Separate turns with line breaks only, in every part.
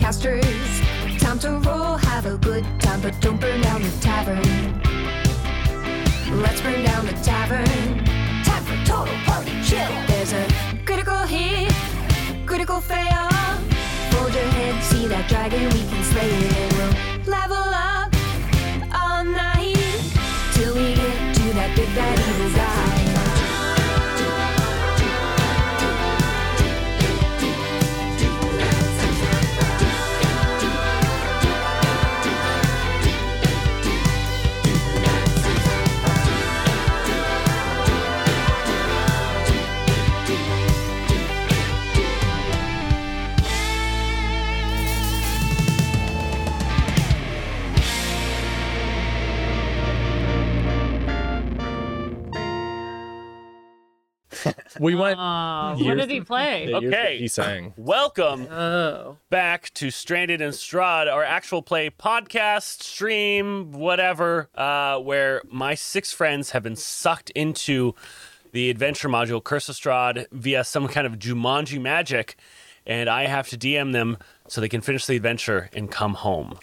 masters. Time to roll, have a good time, but don't burn down the tavern. Let's burn down the tavern. Time for total party chill. There's a critical hit, critical fail. Hold your head, see that dragon, we can slay it. We'll level up all night till we get to that big bad evil guy.
We went.
Uh, what
Years-
did he play?
Yeah, you're-
Okay.
He sang.
Welcome
Oh,
back to Stranded and Strahd, our actual play podcast, stream, whatever, uh, where my six friends have been sucked into the adventure module Curse of Strahd via some kind of Jumanji magic, and I have to DM them so they can finish the adventure and come home.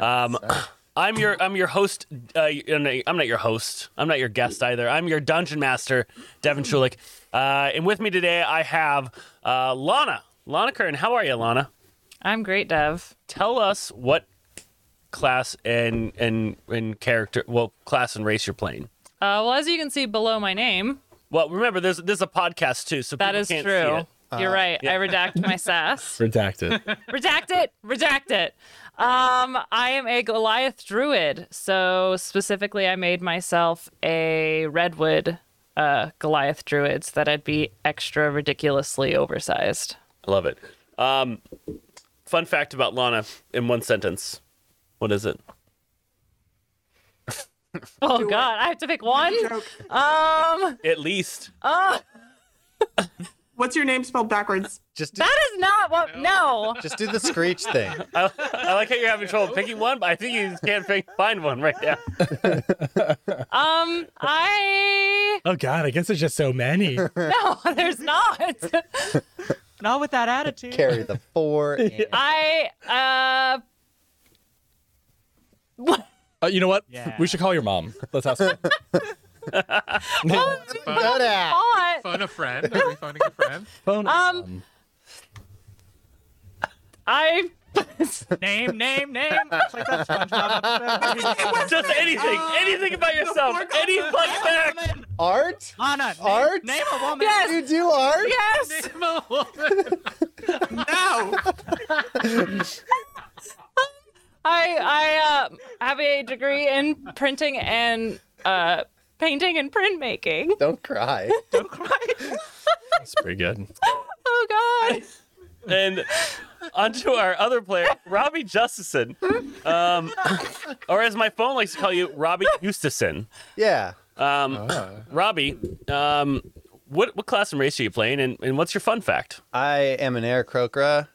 Um, I'm your I'm your host. Uh, I'm not- I'm not your host. I'm not your guest either. I'm your dungeon master, Devin Schulich. Uh, and with me today, I have uh, Lana. Lana Kern. How are you, Lana?
I'm great, Dev.
Tell us what class and and and character. Well, class and race you're playing.
Uh, well, as you can see below my name,
Well, remember there's there's a podcast too, so
that
people
is
can't See
true.
it.
You're right. I redact my sass.
Redacted.
redact it. Redact it. Um, I am a Goliath druid. So specifically, I made myself a redwood uh, Goliath druid so that I'd be extra ridiculously oversized.
I love it. Um, fun fact about Lana in one sentence. What is it?
Oh God, I have to pick one.
joke. Uh,
Um,
At least
What's your name spelled backwards?
Just do,
that is not what. No.
just do the screech thing.
I, I like how you're having trouble picking one, but I think you just can't pick, find one right now.
Um, I
oh God, I guess it's just so many.
no, there's not.
Not with that attitude.
Carry the four. And
I uh,
Uh, you know what?
Yeah.
We should call your mom. Let's ask. Her.
good at.
thought
Phone a friend. Are we phoning a friend?
Phone.
Um, I
Name, name, name. It's like that SpongeBob episode. Oh,
Just anything, anything about yourself, any fun fact.
Art?
Lana, name,
Art?
name a woman.
yes,
You do art?
yes.
Name a woman.
No.
I I uh, have a degree in printing and uh, painting and printmaking.
Don't cry.
That's pretty good.
Oh God.
And onto our other player, Robbie Justison, um, or as my phone likes to call you, Robbie Eustacen.
Yeah.
Um, Robbie, um, what what class and race are you playing, and, and what's your fun fact?
I am an air crocra,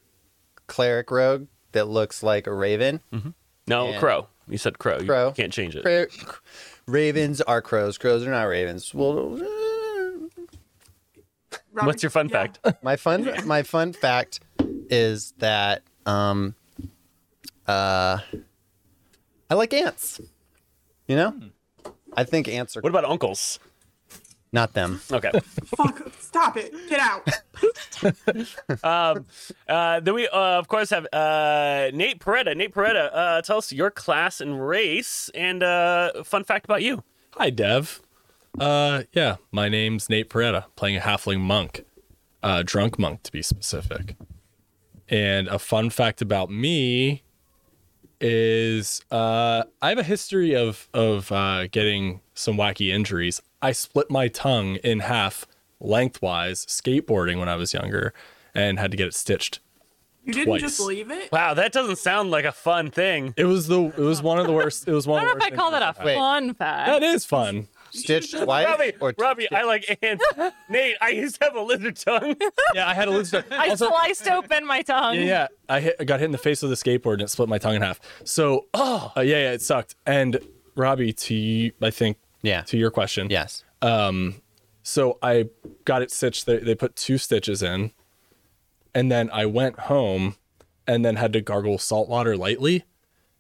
cleric rogue that looks like a raven.
Mm-hmm. No,
Yeah.
crow. You said crow. You
Crow.
can't change it.
Cra- Ravens are crows. Crows are not ravens. Well,
Robert-
What's your fun
yeah.
fact?
my fun my fun fact is that um uh I like ants. You know?
Hmm.
I think ants are
What about uncles?
not them.
Okay.
Fuck. Stop it. Get out.
Um, uh, then we, uh, of course, have uh, Nate Peretta. Nate Peretta, uh, tell us your class and race, and uh, fun fact about you.
Hi, Dev. Uh, yeah, my name's Nate Peretta, playing a halfling monk, uh, drunk monk to be specific. And a fun fact about me is uh, I have a history of of uh, getting some wacky injuries. I split my tongue in half lengthwise skateboarding when I was younger, and had to get it stitched.
You didn't just
Twice.
leave it.
Wow, that doesn't sound like a fun thing.
It was the it was one of the worst. It was one.
I
of the
don't know if
worst
I call
things
that a
I've had.
Wait.
fun fact.
That is fun.
Stitched twice
Robbie,
or two
Robbie, I like ants. Nate, I used to have a lizard tongue.
Yeah, I had a lizard.
I
Also-
sliced open my tongue.
Yeah, yeah. I hit, I got hit in the face with a skateboard and it split my tongue in half. So, oh, uh, yeah, yeah, it sucked. And Robbie, to you, I think,
Yeah.
to your question, um,
Yes.
So I got it stitched. They, they put two stitches in, and then I went home and then had to gargle salt water lightly.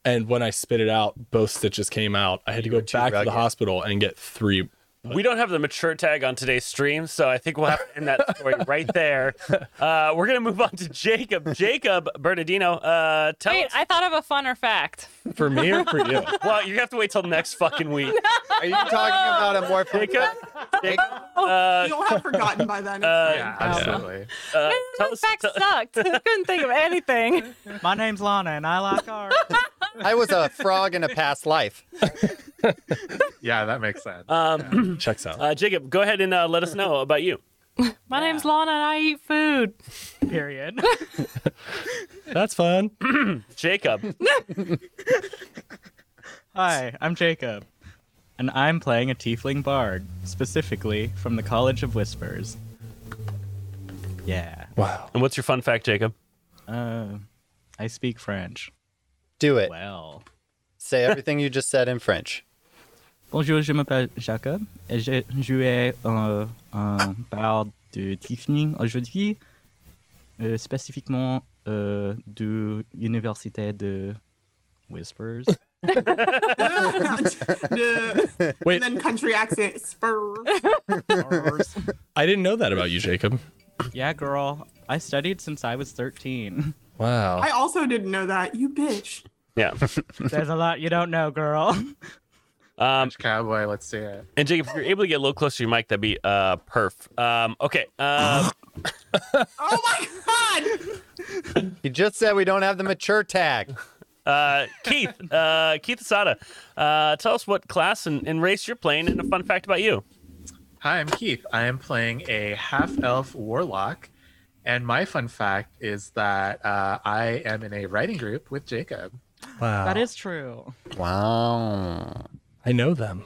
And when I spit it out, both stitches came out. I had to go
too
back to the
rugged.
hospital and get three.
We don't have the mature tag on today's stream, so I think we'll have to end that story right there. Uh, we're gonna move on to Jacob. Jacob Bernardino, uh, tell
Wait,
us.
I thought of a funner fact.
For me or for you?
well, you have to wait till next fucking week,
Are you talking about a more
Jacob. Jacob,
You'll have forgotten by then.
uh,
Yeah,
Absolutely.
uh, tell
That
us.
fact
tell-
sucked. I couldn't think of anything.
My name's Lana, and I like art.
I was a frog in a past life.
yeah, that makes sense.
um,
Checks out.
uh, Jacob, go ahead and uh, let us know about you.
My name's Lana, and I eat food.
Period.
That's fun.
Jacob,
Hi, I'm Jacob, and I'm playing a tiefling bard, specifically from the College of Whispers. Yeah,
Wow.
and what's your fun fact, Jacob?
uh, I speak French.
Do it.
Well.
Say everything you just said in French.
Bonjour, je m'appelle Jacob et je jouais un, un bard de Tiefling aujourd'hui, euh, spécifiquement euh, de l'université de Whispers.
and
Wait,
then country accent. Spur.
Oh.
I didn't know that about you, Jacob.
yeah, girl, I studied since I was 13.
Wow.
I also didn't know that. You bitch.
Yeah.
There's a lot Uh, you don't know, girl.
Um,
French cowboy, let's see it.
and Jacob, if you're able to get a little closer to your mic, that'd be uh, perf. Um, okay. Uh,
Oh my god.
You just said we don't have the mature tag.
uh, Keith, uh, Keith Asada, uh, tell us what class and, and race you're playing and a fun fact about you.
Hi, I'm Keith. I am playing a half elf warlock. And my fun fact is that uh, I am in a writing group with Jacob.
wow.
that is true.
Wow.
I know them.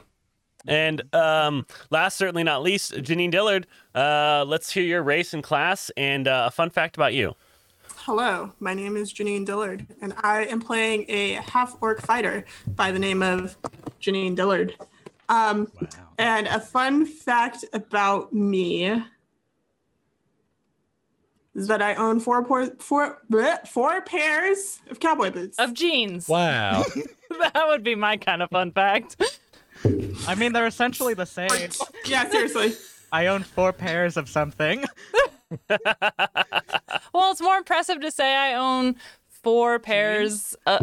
And um, last, certainly not least, Janine Dillard. Uh, let's hear your race and class and uh, a fun fact about you.
Hello, my name is Janine Dillard, and I am playing a half orc fighter by the name of Janine Dillard. Um, And a fun fact about me is that I own four, por- four, bleh, four pairs of cowboy boots.
Of jeans.
Wow.
That would be my kind of fun fact.
I mean, they're essentially the same.
yeah, seriously.
I own four pairs of something.
Well, it's more impressive to say I own four pairs uh,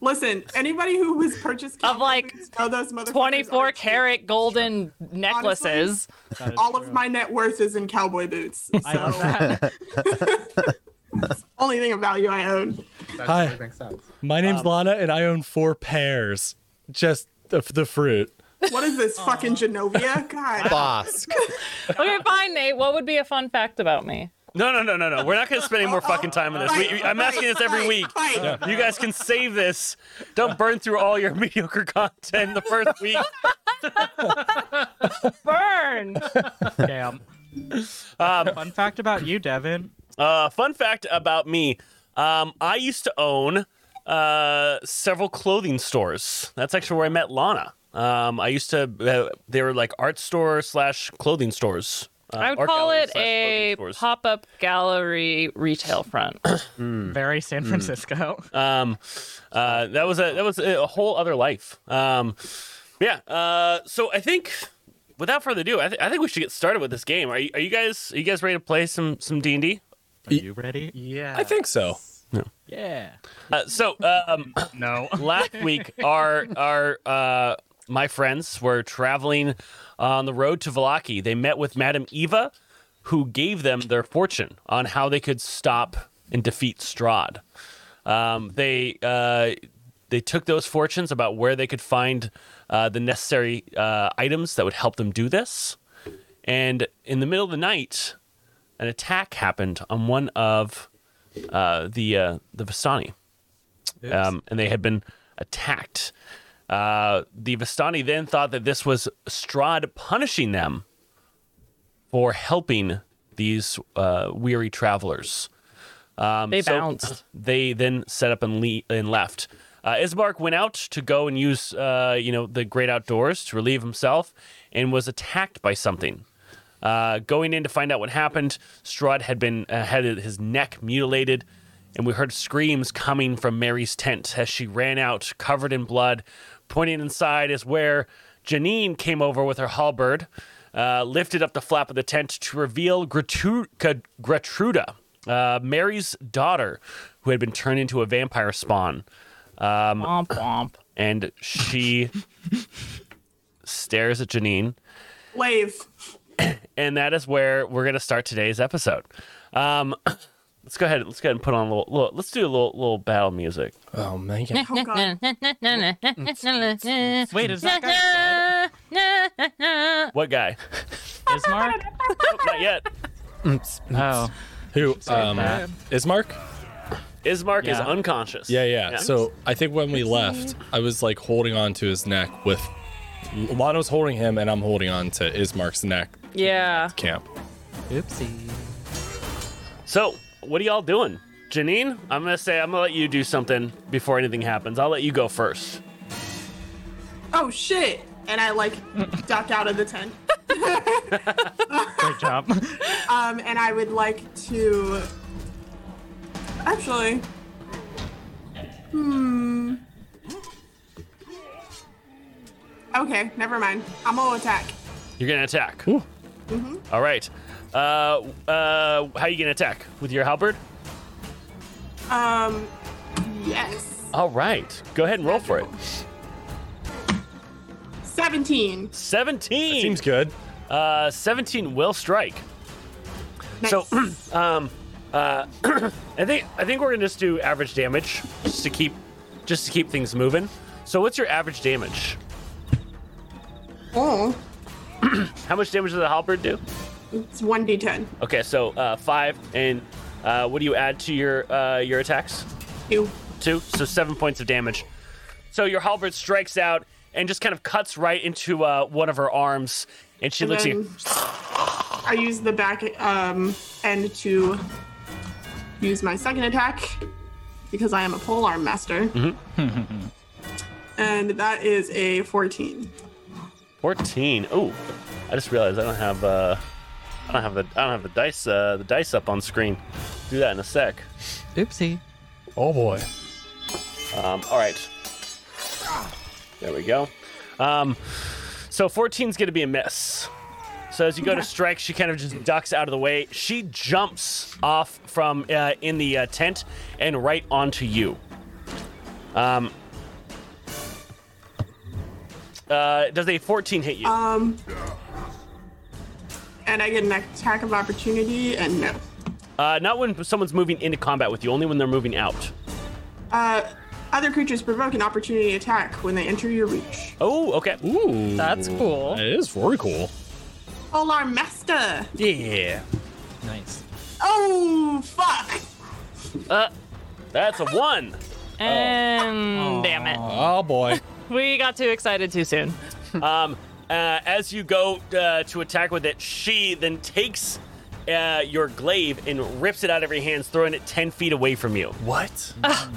Listen, anybody who has purchased
Of, like,
cowboy boots know those motherfuckers
24
are-
karat golden necklaces.
All of my net worth is in cowboy boots.
I love
So
that.
only thing of value I own.
That
Hi.
totally makes sense.
My name's
Um,
Lana, and I own four pears. Just the, the fruit.
What is this fucking Genovia? God.
Bosk.
Okay, fine, Nate. What would be a fun fact about me?
No, no, no, no, no. We're not going to spend any more fucking time on this. We, we- I'm asking this every
Fight,
week.
fight.
You guys can save this. Don't burn through all your mediocre content the first week.
Burn!
Damn. Fun fact about you, Devin.
Um, Uh, fun fact about me um, I used to own uh, several clothing stores. That's actually where I met Lana. Um, I used to, uh, they were like art store slash clothing stores. Uh,
I would
art
call
gallery
it
slash clothing
a
stores.
pop up gallery retail front.
Very San Francisco.
Mm. Um, uh, that was a that was a whole other life. Um, yeah. Uh, so I think, without further ado, I, th- I think we should get started with this game. Are you, are you guys are you guys ready to play some some D and D?
Are you ready?
Yeah.
I think so.
Yeah.
So um,
No.
last week, our our uh, my friends were traveling on the road to Valaki. They met with Madame Eva, who gave them their fortune on how they could stop and defeat Strahd. Um, they uh, they took those fortunes about where they could find uh, the necessary uh, items that would help them do this. And in the middle of the night, an attack happened on one of uh, the uh, the Vistani, um, and they had been attacked. Uh, the Vistani then thought that this was Strahd punishing them for helping these uh, weary travelers. Um,
They
so-
bounced.
they then set up and, le- and left. Uh, Ismark went out to go and use, uh, you know, the great outdoors to relieve himself, and was attacked by something. Uh, going in to find out what happened, Strahd had been uh, had his neck mutilated, and we heard screams coming from Mary's tent as she ran out, covered in blood. Pointing inside is where Janine came over with her halberd, uh, lifted up the flap of the tent to reveal Gertru- G- Gertruda, uh, Mary's daughter, who had been turned into a vampire spawn. Um,
Womp womp.
and she stares at Janine
Wave.
and that is where we're gonna start today's episode. Um, let's go ahead. Let's go ahead and put on a little. little let's do a little little battle music.
Oh man. yeah.
Oh god.
Wait, is that guy
What guy?
Is Mark?
Not yet.
Oh,
Who um,
Matt.
Ismark?
Ismark is
Yeah.
unconscious.
Yeah, yeah, So I think when we left, I was like holding on to his neck with Lano's holding him, and I'm holding on to Ismark's neck.
Yeah.
Camp.
oopsie.
So what are y'all doing? Janine, I'm gonna say I'm gonna let you do something before anything happens. I'll let you go first.
Oh shit. And I like duck out of the tent.
Great job.
Um, and I would like to. Actually. Hmm. Okay, never mind. I'm gonna attack.
You're gonna attack. Mm-hmm. All right. Uh, uh, how you gonna attack with your halberd?
Um, yes.
All right. Go ahead and roll for it.
17.
17.
Seems good.
Uh, 17 will strike.
Nice.
So, um, uh, I think I think we're gonna just do average damage just to keep just to keep things moving. So, what's your average damage?
oh,
How much damage does the halberd do?
it's 1d10.
Okay, so uh, five, and uh, what do you add to your uh, your attacks?
Two.
two, so seven points of damage. So your halberd strikes out and just kind of cuts right into uh, one of her arms, and she
And
looks at you.
then I use the back um, end to use my second attack because I am a pole arm master.
Mm-hmm.
and that is a 14.
14. Oh, I just realized I don't have uh, I don't have the I don't have the dice uh, the dice up on screen. Do that in a sec.
Oopsie.
Oh boy.
Um, all right. There we go. Um, so 14 is going to be a miss. So as you go to strike, she kind of just ducks out of the way. She jumps off from uh, in the uh, tent and right onto you. Um, uh, does a 14 hit you?
Um, and I get an attack of opportunity, and no.
Uh, not when someone's moving into combat with you, only when they're moving out.
Uh, other creatures provoke an opportunity attack when they enter your reach.
Oh, okay.
Ooh.
That's cool.
That is very cool.
Pole arm master.
Yeah.
Nice.
Oh fuck!
Uh, that's a one.
And damn it.
Oh boy.
We got too excited too soon.
Um, uh, as you go uh, to attack with it, she then takes uh, your glaive and rips it out of your hands, throwing it 10 feet away from you.
what?
Ah,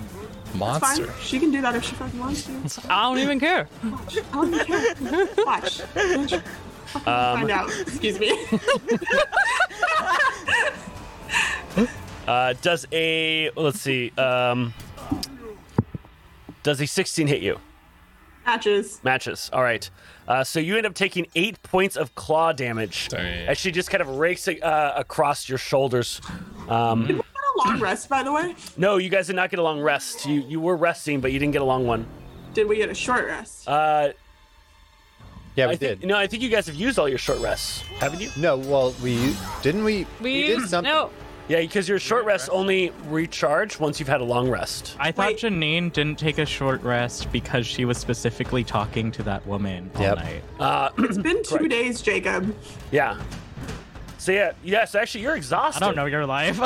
Fine,
Monster.
she can do that if she fucking wants to.
I don't even care.
I don't care. Watch. Bitch. Fucking
Um,
Um,
Find out. Excuse me.
Uh, does a, let's see, um, does a 16 hit you?
Matches.
Matches. All right. Uh, so you end up taking eight points of claw damage
Dang.
as she just kind of rakes uh, across your shoulders. Um,
Had a long rest, by the way.
no, you guys did not get a long rest. You you were resting, but you didn't get a long one.
Did we get a short rest?
Uh,
Yeah, we
I think,
did.
no, I think you guys have used all your short rests, haven't you?
No, well, we didn't we
We,
did something.
No.
Yeah, because your short rests only recharge once you've had a long rest.
I thought
Wait.
Janine didn't take a short rest because she was specifically talking to that woman all
Yep.
night.
Uh,
It's been two days, Jacob.
yeah. So yeah, yes, actually, you're
I
exhausted.
don't know your life,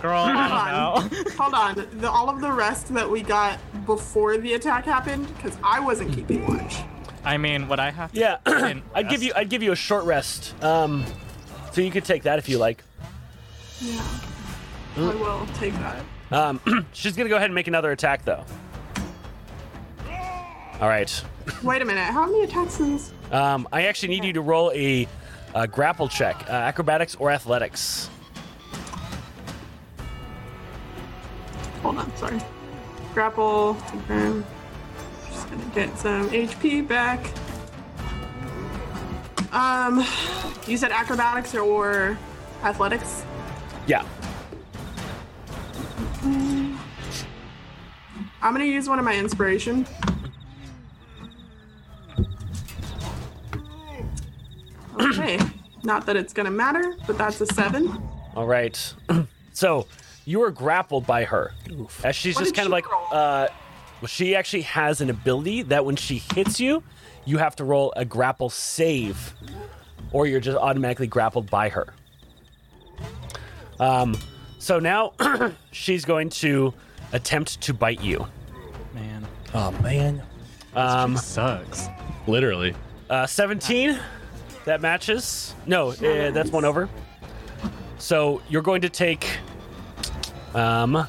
girl. I don't know.
Hold on. The, all of the rest that we got before the attack happened, because I wasn't keeping watch.
I mean, what I have. To
Yeah,
fucking
I'd give
rest-
you, I'd give you a short rest. Um, so you could take that if you like.
Yeah. I will take that.
Um, she's gonna go ahead and make another attack though. All right.
Wait a minute. How many attacks is this?
Um, I actually need you to roll a, uh grapple check, uh, acrobatics or athletics.
Hold on, sorry. Grapple. confirm. Just gonna get some HP back. Um, you said acrobatics or athletics?
Yeah.
I'm gonna use one of my inspiration. Okay. Not that it's gonna matter, but that's a seven.
All right. so you are grappled by her. As she's
What
just
did
kind of
she
like,
roll?
uh, well, she actually has an ability that when she hits you, you have to roll a grapple save, or you're just automatically grappled by her. Um, so now she's going to attempt to bite you.
Man.
Oh man,
Um,
Sucks.
literally.
Uh, 17. That matches. No, uh, that's one over. So you're going to take um,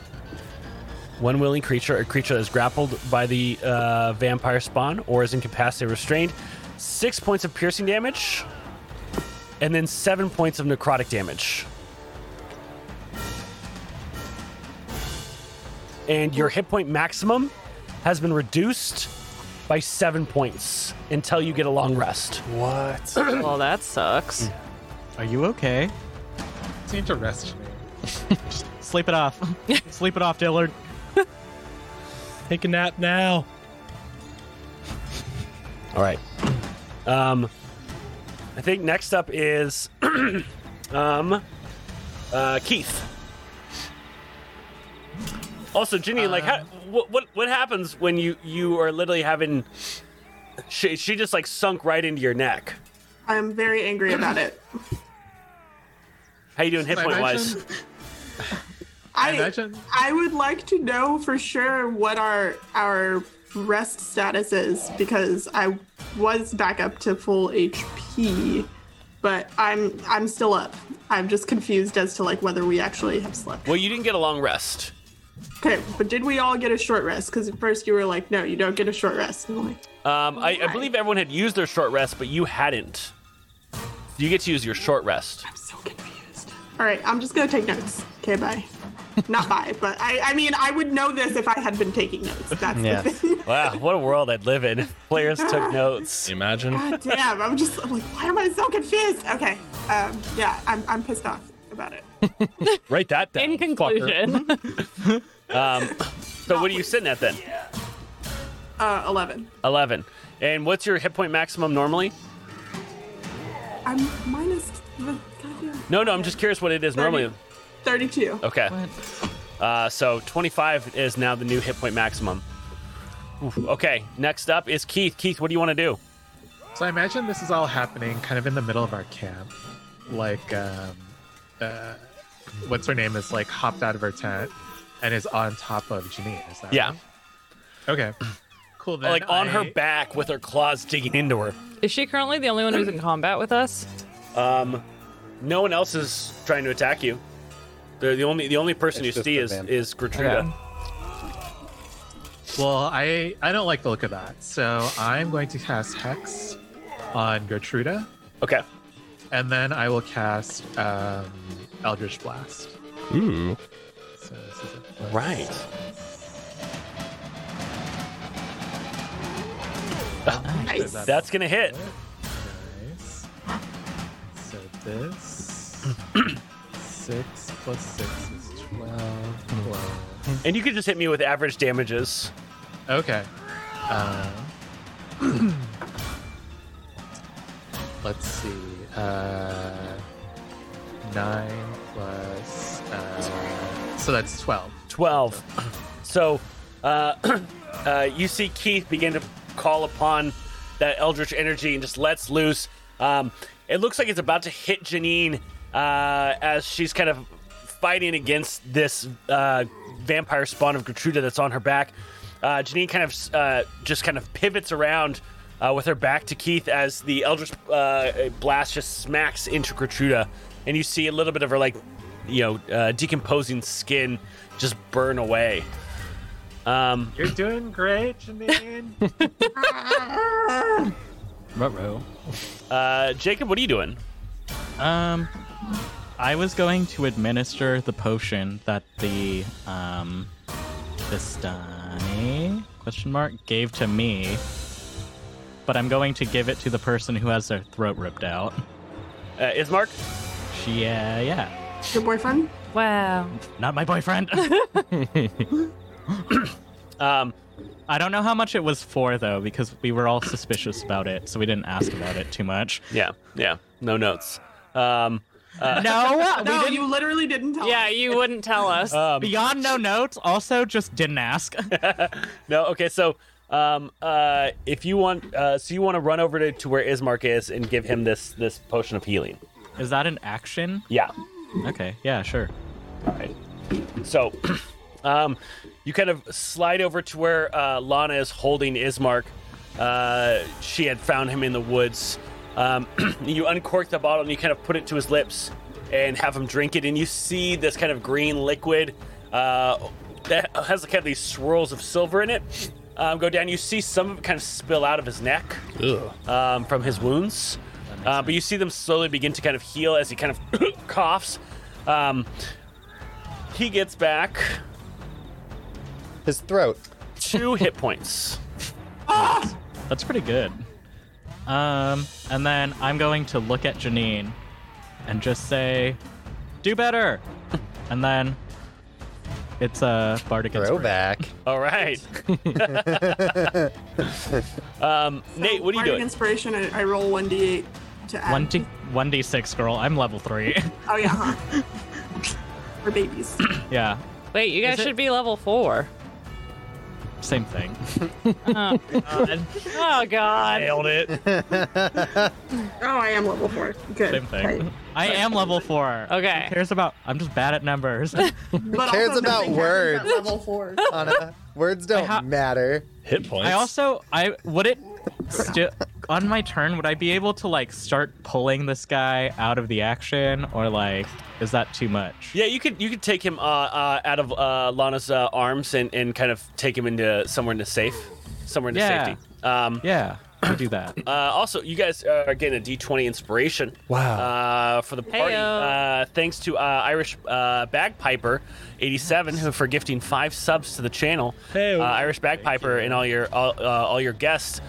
one willing creature, a creature that is grappled by the uh, vampire spawn or is incapacitated or restrained, six points of piercing damage, and then seven points of necrotic damage. And your hit point maximum has been reduced by seven points until you get a long rest.
What?
Well, that sucks.
Hmm. Are you okay?
Seem to rest me.
Sleep it off. Sleep it off, Dillard.
Take a nap now.
All right. Um, I think next up is um, uh, Keith. Also,
Uh,
Ginny, like, how, what, what what happens when you you are literally having? She she just like sunk right into your neck.
I'm very angry about it.
How you doing hit
I
point wise?
imagine- I
I
imagine.
I would like to know for sure what our our rest status is because I was back up to full HP, but I'm I'm still up. I'm just confused as to like whether we actually have slept.
Well, you didn't get a long rest.
Okay, but did we all get a short rest? Because at first you were like, no, you don't get a short rest. And I'm like,
Um, I, I
Why?
believe everyone had used their short rest, but you hadn't. You get to use your short rest.
I'm so confused. All right, I'm just gonna take notes. Okay, bye. Not bye, but I I mean I would know this if I had been taking notes. That's
Yeah.
the thing.
Wow, what a world I'd live in. Players took notes.
Imagine.
God damn, I'm just I'm like, why am I so confused? Okay, um, yeah, I'm, I'm pissed off about it.
Write that down.
In
fucker.
conclusion,
Um, so what are you sitting at then?
Uh, 11.
Eleven. And what's your hit point maximum normally?
I'm minus the goddamn
No, no, I'm just curious what it is normally.
32.
Okay.
What?
Uh, so 25 is now the new hit point maximum. Oof. Okay. Next up is Keith. Keith, what do you want to do?
So I imagine this is all happening kind of in the middle of our camp. Like, um, uh, what's her name is like hopped out of her tent and is on top of Janine. Is that
Yeah.
right? Okay. Cool. Then
Like on
I-
her back with her claws digging into her.
is she currently the only one who's in combat with us?
Um, No one else is trying to attack you. They're the only the only person
It's
you
just
see
the
is
vamp.
is Gertruda.
Well, I I don't like the look of that, so I'm going to cast Hex on Gertruda,
Okay.
and then I will cast um, Eldritch Blast.
Ooh.
So this is a plus
Right.
Ah.
Nice.
that-
That's gonna hit.
Nice. So this six plus six is twelve. 12.
And you could just hit me with average damages.
Okay. Um, let's see. Uh, nine plus. Uh, so that's twelve.
12. So uh, uh, you see Keith begin to call upon that eldritch energy and just lets loose. Um, it looks like it's about to hit Janine uh, as she's kind of fighting against this uh, vampire spawn of Gertruda that's on her back. Uh, Janine kind of uh, just kind of pivots around uh, with her back to Keith as the eldritch uh, blast just smacks into Gertruda, and you see a little bit of her like you know, uh, decomposing skin just burn away. Um,
You're doing great, Janine.
Ah!
Ruh-roh.
uh, Jacob, what are you doing?
Um, I was going to administer the potion that the um
Question mark gave to me, but I'm going to give it to the person who has their throat ripped out.
Uh, Ismark?
She, uh, yeah,
Your boyfriend?
Wow.
not my boyfriend.
Um,
I don't know how much it was for though, because we were all suspicious about it, so we didn't ask about it too much.
yeah, yeah. No notes. Um,
no, we
No,
didn't.
you literally didn't tell.
Yeah,
us.
you wouldn't tell us.
um,
Beyond no notes, also just didn't ask.
no, okay, so um, uh, if you want, uh, so you want to run over to, to where Ismark is and give him this this potion of healing.
Is that an action?
Yeah.
Okay, yeah, sure.
Right. So, um, you kind of slide over to where uh, Lana is holding Ismark. Uh, she had found him in the woods. Um, you uncork the bottle and you kind of put it to his lips and have him drink it. And you see this kind of green liquid uh, that has kind of these swirls of silver in it um, go down. You see some of it kind of spill out of his neck
Ugh.
um, from his wounds. Uh, but you see them slowly begin to kind of heal as he kind of coughs. Um, he gets back
His throat.
two hit points.
That's pretty good. Um, and then I'm going to look at Janine and just say, "Do better." and then it's a uh, bardic inspiration.
Throwback.
All right. um, Nate, what are you
Bardic
doing?
Inspiration. I, I roll one d8 to add.
One d one d six, girl. I'm level three.
Oh yeah. huh. We're babies.
yeah,
Wait, you guys
Is it-
should be level four.
same thing.
Oh God.
Nailed it.
Oh, I am level four. Good.
Same
Right.
thing. I am level four.
Okay.
Who cares about? I'm just bad at numbers.
But
cares
also nothing
about
happens
words?
at Level four.
Anna, words don't
ha-
matter.
Hit points.
I also I would it sti- on my turn would I be able to like start pulling this guy out of the action or like is that too much?
Yeah, you could you could take him uh, uh, out of uh, Lana's uh, arms and, and kind of take him into somewhere into safe, somewhere into
Yeah.
safety. Um,
Yeah, we do that.
Uh, also, you guys are getting a D20 inspiration.
Wow.
Uh, for the party.
Heyo.
Uh, thanks to uh, Irish uh, Bagpiper 87 who for gifting five subs to the channel.
Heyo.
Uh, Irish Bagpiper and all your all, uh, all your guests.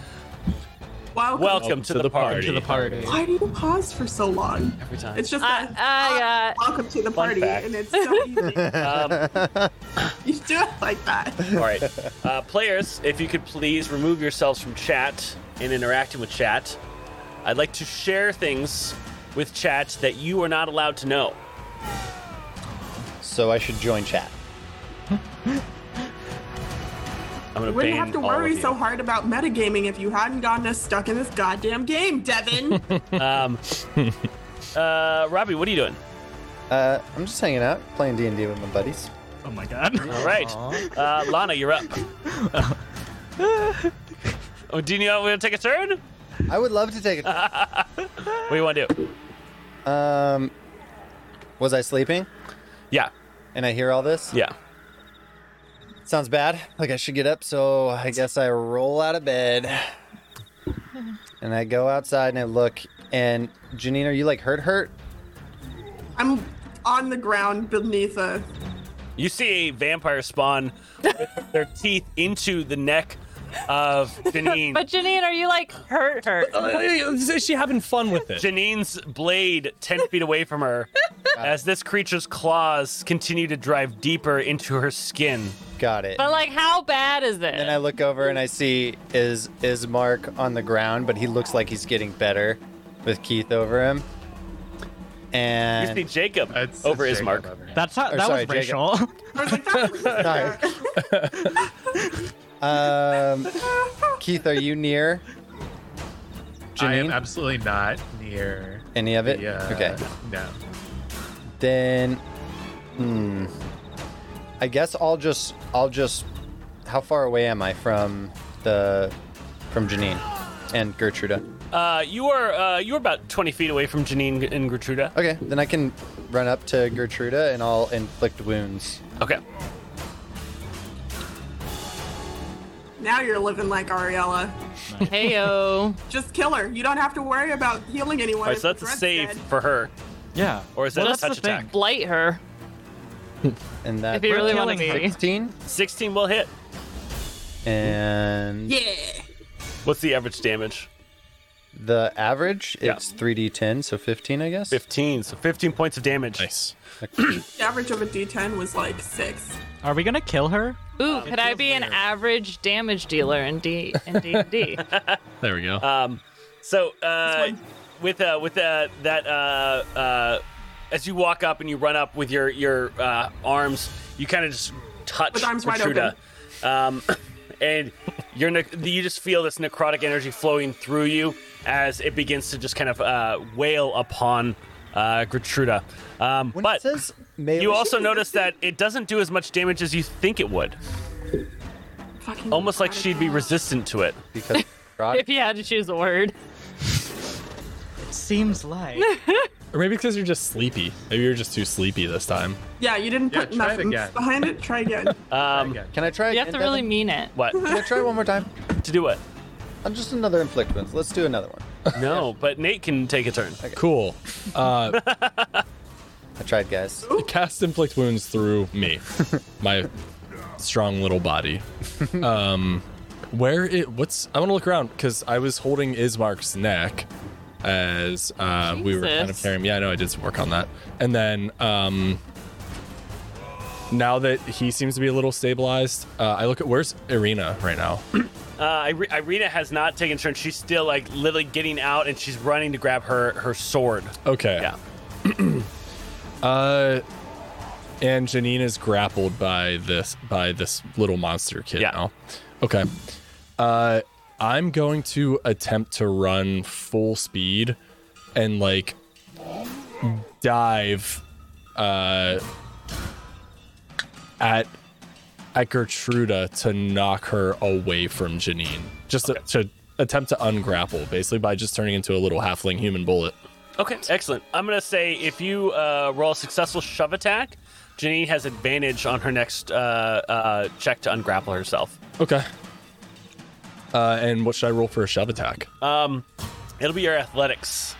Welcome.
Welcome, Oh, to, the, party.
to the party.
Why do you pause for so long?
Every time.
It's just
Uh,
I-
that,
I, uh,
welcome to the party,
fact.
and it's so easy.
Um,
you do it like that.
all right. Uh, players, if you could please remove yourselves from chat and interacting with chat. I'd like to share things with chat that you are not allowed to know.
So I should join chat.
I'm going
You
to ban
wouldn't have to
all of
worry
you.
so hard about metagaming if you hadn't gotten us stuck in this goddamn game, Devin.
Um, uh, Robbie, what are you doing?
Uh, I'm just hanging out, playing D and D with my buddies.
Oh my god.
All right, uh, Lana, you're up. oh, do you know we want to take a turn?
I would love to take. A-
What do you want to do?
um, was I sleeping?
Yeah,
And I hear all this.
yeah.
Sounds bad. Like I should get up. So I guess I roll out of bed, and I go outside and I look. And Janine, are you like hurt? Hurt?
I'm on the ground beneath a.
You see a vampire spawn with their teeth into the neck of Janine.
But Janine, are you like hurt? Hurt?
Uh, is she having fun with it?
Janine's blade 10 feet away from her as this creature's claws continue to drive deeper into her skin.
Got it.
But like, how bad is
And I
it?
look over and I see is is Mark on the ground, but he looks like he's getting better with Keith over him.
You see
And
Jacob
It's,
over
it's
his mark.
Jacob over.
That's how
Or
that
sorry, Jacob.
was racial.
I was like, that
Sorry. um, Keith, are you near
I am
Janine?
absolutely not near.
any of it?
Yeah.
Okay.
No.
Then, hmm. I guess I'll just I'll just. How far away am I from the from Janine and Gertruda?
Uh, you are uh, you are about 20 feet away from Janine and Gertruda.
Okay, then I can run up to Gertruda and I'll inflict wounds.
Okay.
now you're living like Ariella.
Heyo.
Just kill her. You don't have to worry about healing anyone.
All right,
if
so that's a
Red's
save
dead.
for her.
yeah.
Or is
well,
that a
that's
touch
the thing.
attack?
Blight her.
and that
If you really want to
killing
be.
16
16 will hit.
and
Yeah.
What's the average damage?
the average
Yeah.
it's 3d10 so 15 i guess
15. So 15 points of damage.
Nice.
The average of a D10 was like six.
Are we gonna kill her?
Ooh, could I be an average damage dealer in D in D and D?
There we go.
Um, So uh, with uh, with uh, that uh, uh, as you walk up and you run up with your your uh, arms, you kind of just touch
With arms wide
Protruda, um, and you're ne- you just feel this necrotic energy flowing through you as it begins to just kind of uh, wail upon uh, Gertruda. Um,
when
but
it says melee,
you also notice that it doesn't do as much damage as you think it would.
Fucking
Almost like
God.
she'd be resistant to it.
because
if you had to choose a word.
Seems like.
or maybe because you're just sleepy. Maybe you're just too sleepy this time.
Yeah, you didn't
Yeah,
put
try it
nothing
again.
behind it. Try again.
Um,
can i try
You have to
again,
really
Devin?
mean it.
what
can i try one more time
to do it?
i'm just another inflict wounds let's do another one
No, but Nate can take a turn.
Cool. Uh,
i tried guys
cast inflict wounds through me, my strong little body. Um, where it? What's? I want to look around because I was holding Ismark's neck as uh, we were kind of
Jesus.
carrying. Yeah, I know I did some work on that, and then um, now that he seems to be a little stabilized, uh, I look at where's Irina right now.
Uh, Ire- Irina has not taken turn. She's still like literally getting out, and she's running to grab her her sword.
Okay.
Yeah.
Uh, and Janine is grappled by this by this little monster kid
Yeah.
now. Okay. Uh, I'm going to attempt to run full speed and like dive uh at at Gertruda to knock her away from Janine. Just to, to attempt to ungrapple, basically by just turning into a little halfling human bullet.
Okay, excellent. I'm gonna say if you uh, roll a successful shove attack, Janine has advantage on her next uh, uh, check to ungrapple herself.
Okay. Uh, and what should I roll for a shove attack?
Um, it'll be your athletics,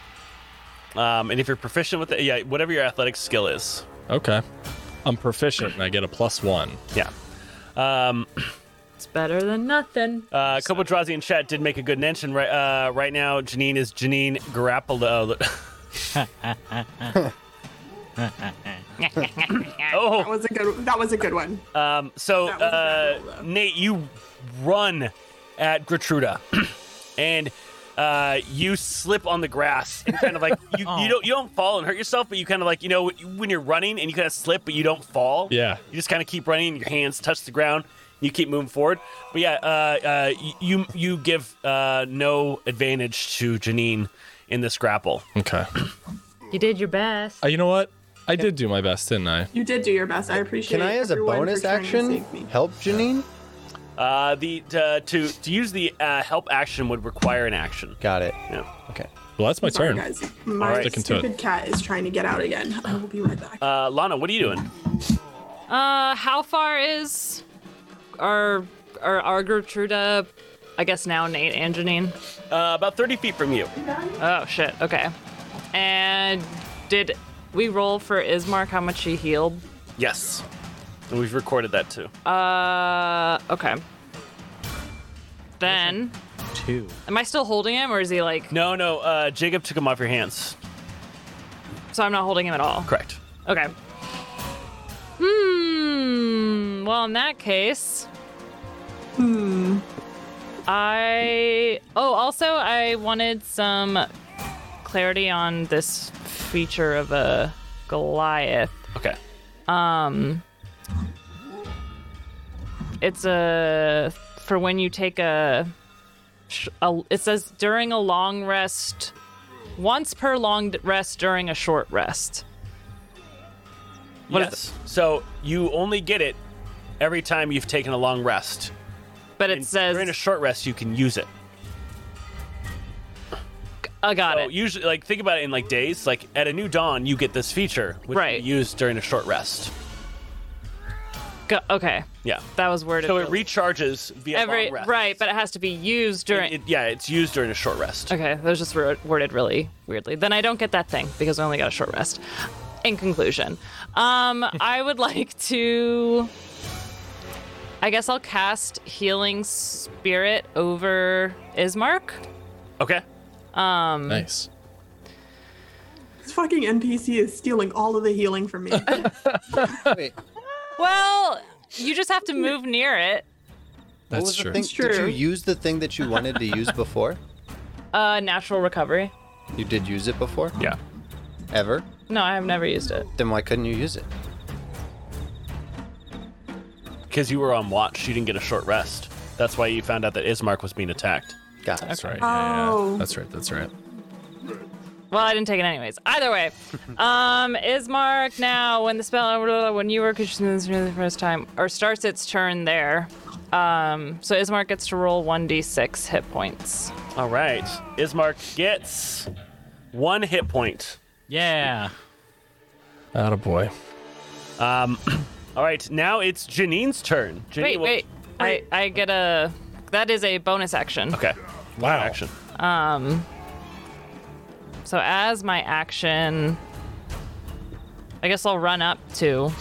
um, and if you're proficient with it, yeah, whatever your athletic skill is,
Okay. I'm proficient and I get a plus one.
yeah. Um,
It's better than nothing.
Uh, Kobodrazi and Chet did make a good mention. Right, uh, right now, Janine is Janine uh, Garapolo.
That
oh,
was a good. That was a good one.
um, so
That was
uh,
Garapolo.
Nate, you run at Gertruda, and uh, you slip on the grass and kind of like you,
Oh.
you don't you don't fall and hurt yourself, but you kind of like you know when you're running and you kind of slip, but you don't fall.
Yeah.
You just kind of keep running. Your hands touch the ground. You keep moving forward. But yeah, uh, uh, y- you you give uh, no advantage to Janine in this grapple.
Okay.
You did your best.
Uh, you know what? I did do my best, didn't I?
You did do your best. I appreciate.
can i as a
everyone for
bonus
trying to
action
save me.
help janine
Uh, the uh, to to use the uh, help action would require an action.
got it
Yeah.
okay
Well, that's my
Sorry,
turn.
guys. My
right.
Sticking to it.
stupid cat is trying to get out again. I will be right back.
Uh, Lana, what are you doing?
Uh, how far is our our, our Gertruda? I guess now Nate and Janine.
Uh, about thirty feet from you.
Oh shit. Okay. And did we roll for Ismark how much he healed?
Yes. And we've recorded that too.
Uh, okay. Then,
Two.
am I still holding him, or is he like?
no, no. Uh, Jacob took him off your hands.
So I'm not holding him at all.
Correct.
Okay. Hmm. Well, in that case. hmm, I. Oh, also, I wanted some clarity on this feature of a Goliath. Um,
Okay.
It's a. For when you take a. sh- a it says during a long rest. Once per long d- rest during a short rest.
What is
Yes.
this? So you only get it every time you've taken a long rest.
But it
And
says.
during a short rest you can use it.
I got
So
it.
usually, like think about it in like days. Like at a new dawn, you get this feature, which
Right.
you use during a short rest.
Go- okay.
Yeah.
That was worded.
So it
really-
recharges via
every
long rest.
right, but it has to be used
It-
during.
it- yeah, it's used during a short rest.
okay, that was just wor- worded really weirdly. Then I don't get that thing because I only got a short rest. in conclusion, um, I would like to. I guess I'll cast Healing Spirit over Ismark. Um,
Okay.
nice.
This fucking NPC is stealing all of the healing from me.
Wait,
Well, you just have to move near it.
what
That's
was
true.
the thing?
It's
Did you
true.
use the thing that you wanted to use before?
Uh, natural recovery.
You did use it before?
Yeah.
Ever?
No, I have never used it.
Then why couldn't you use it?
Because you were on watch, you didn't get a short rest. That's why you found out that Ismark was being attacked.
Got it.
That's right. yeah, yeah, yeah.
Oh.
That's right. That's right.
Well, I didn't take it anyways. Either way, um, Ismark now when the spell blah, blah, blah, when you were consumed for the first time or starts its turn there. Um, so Ismark gets to roll one d six hit points.
All right. Ismark gets one hit point.
Yeah.
Atta boy.
Um, All right. Now it's Janine's turn. Janine
Wait,
will-
wait, I I get a that is a bonus action.
Okay.
Wow.
Action.
Um, So as my action, I guess I'll run up to,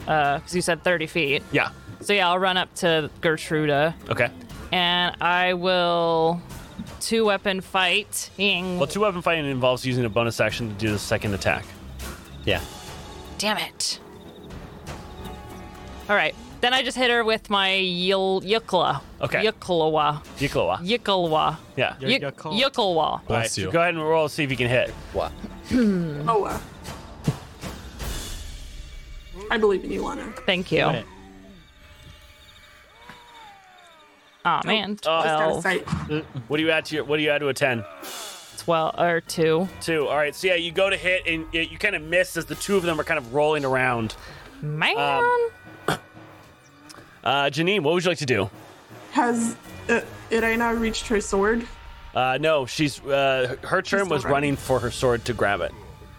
because you said thirty feet.
Yeah.
So yeah, I'll run up to Gertruda.
Okay.
and I will two weapon fight.
Well, two weapon fighting involves using a bonus action to do the second attack.
Yeah.
Damn it. All right. Then I just hit her with my yul- yukla.
Okay.
Yuklawa.
Yikloa.
Yuklawa.
Yeah.
Your yuckle.
Yuklawa.
All right,
Bless
so
you.
go ahead and roll, see if you can hit.
What?
oh, wow. I believe in you, Lana.
Thank you.
Got it.
Oh, man.
Just out of
12,
sight.
What do you add to your? What do you add to a ten?
12, or 2.
Two. All right. So yeah, you go to hit and y- you kind of miss as the two of them are kind of rolling around. Um,
Man.
Uh, Janine, what would you like to do?
Has uh, Irena reached her sword?
Uh, no, she's uh, her turn
still
was
running.
running for her sword to grab it.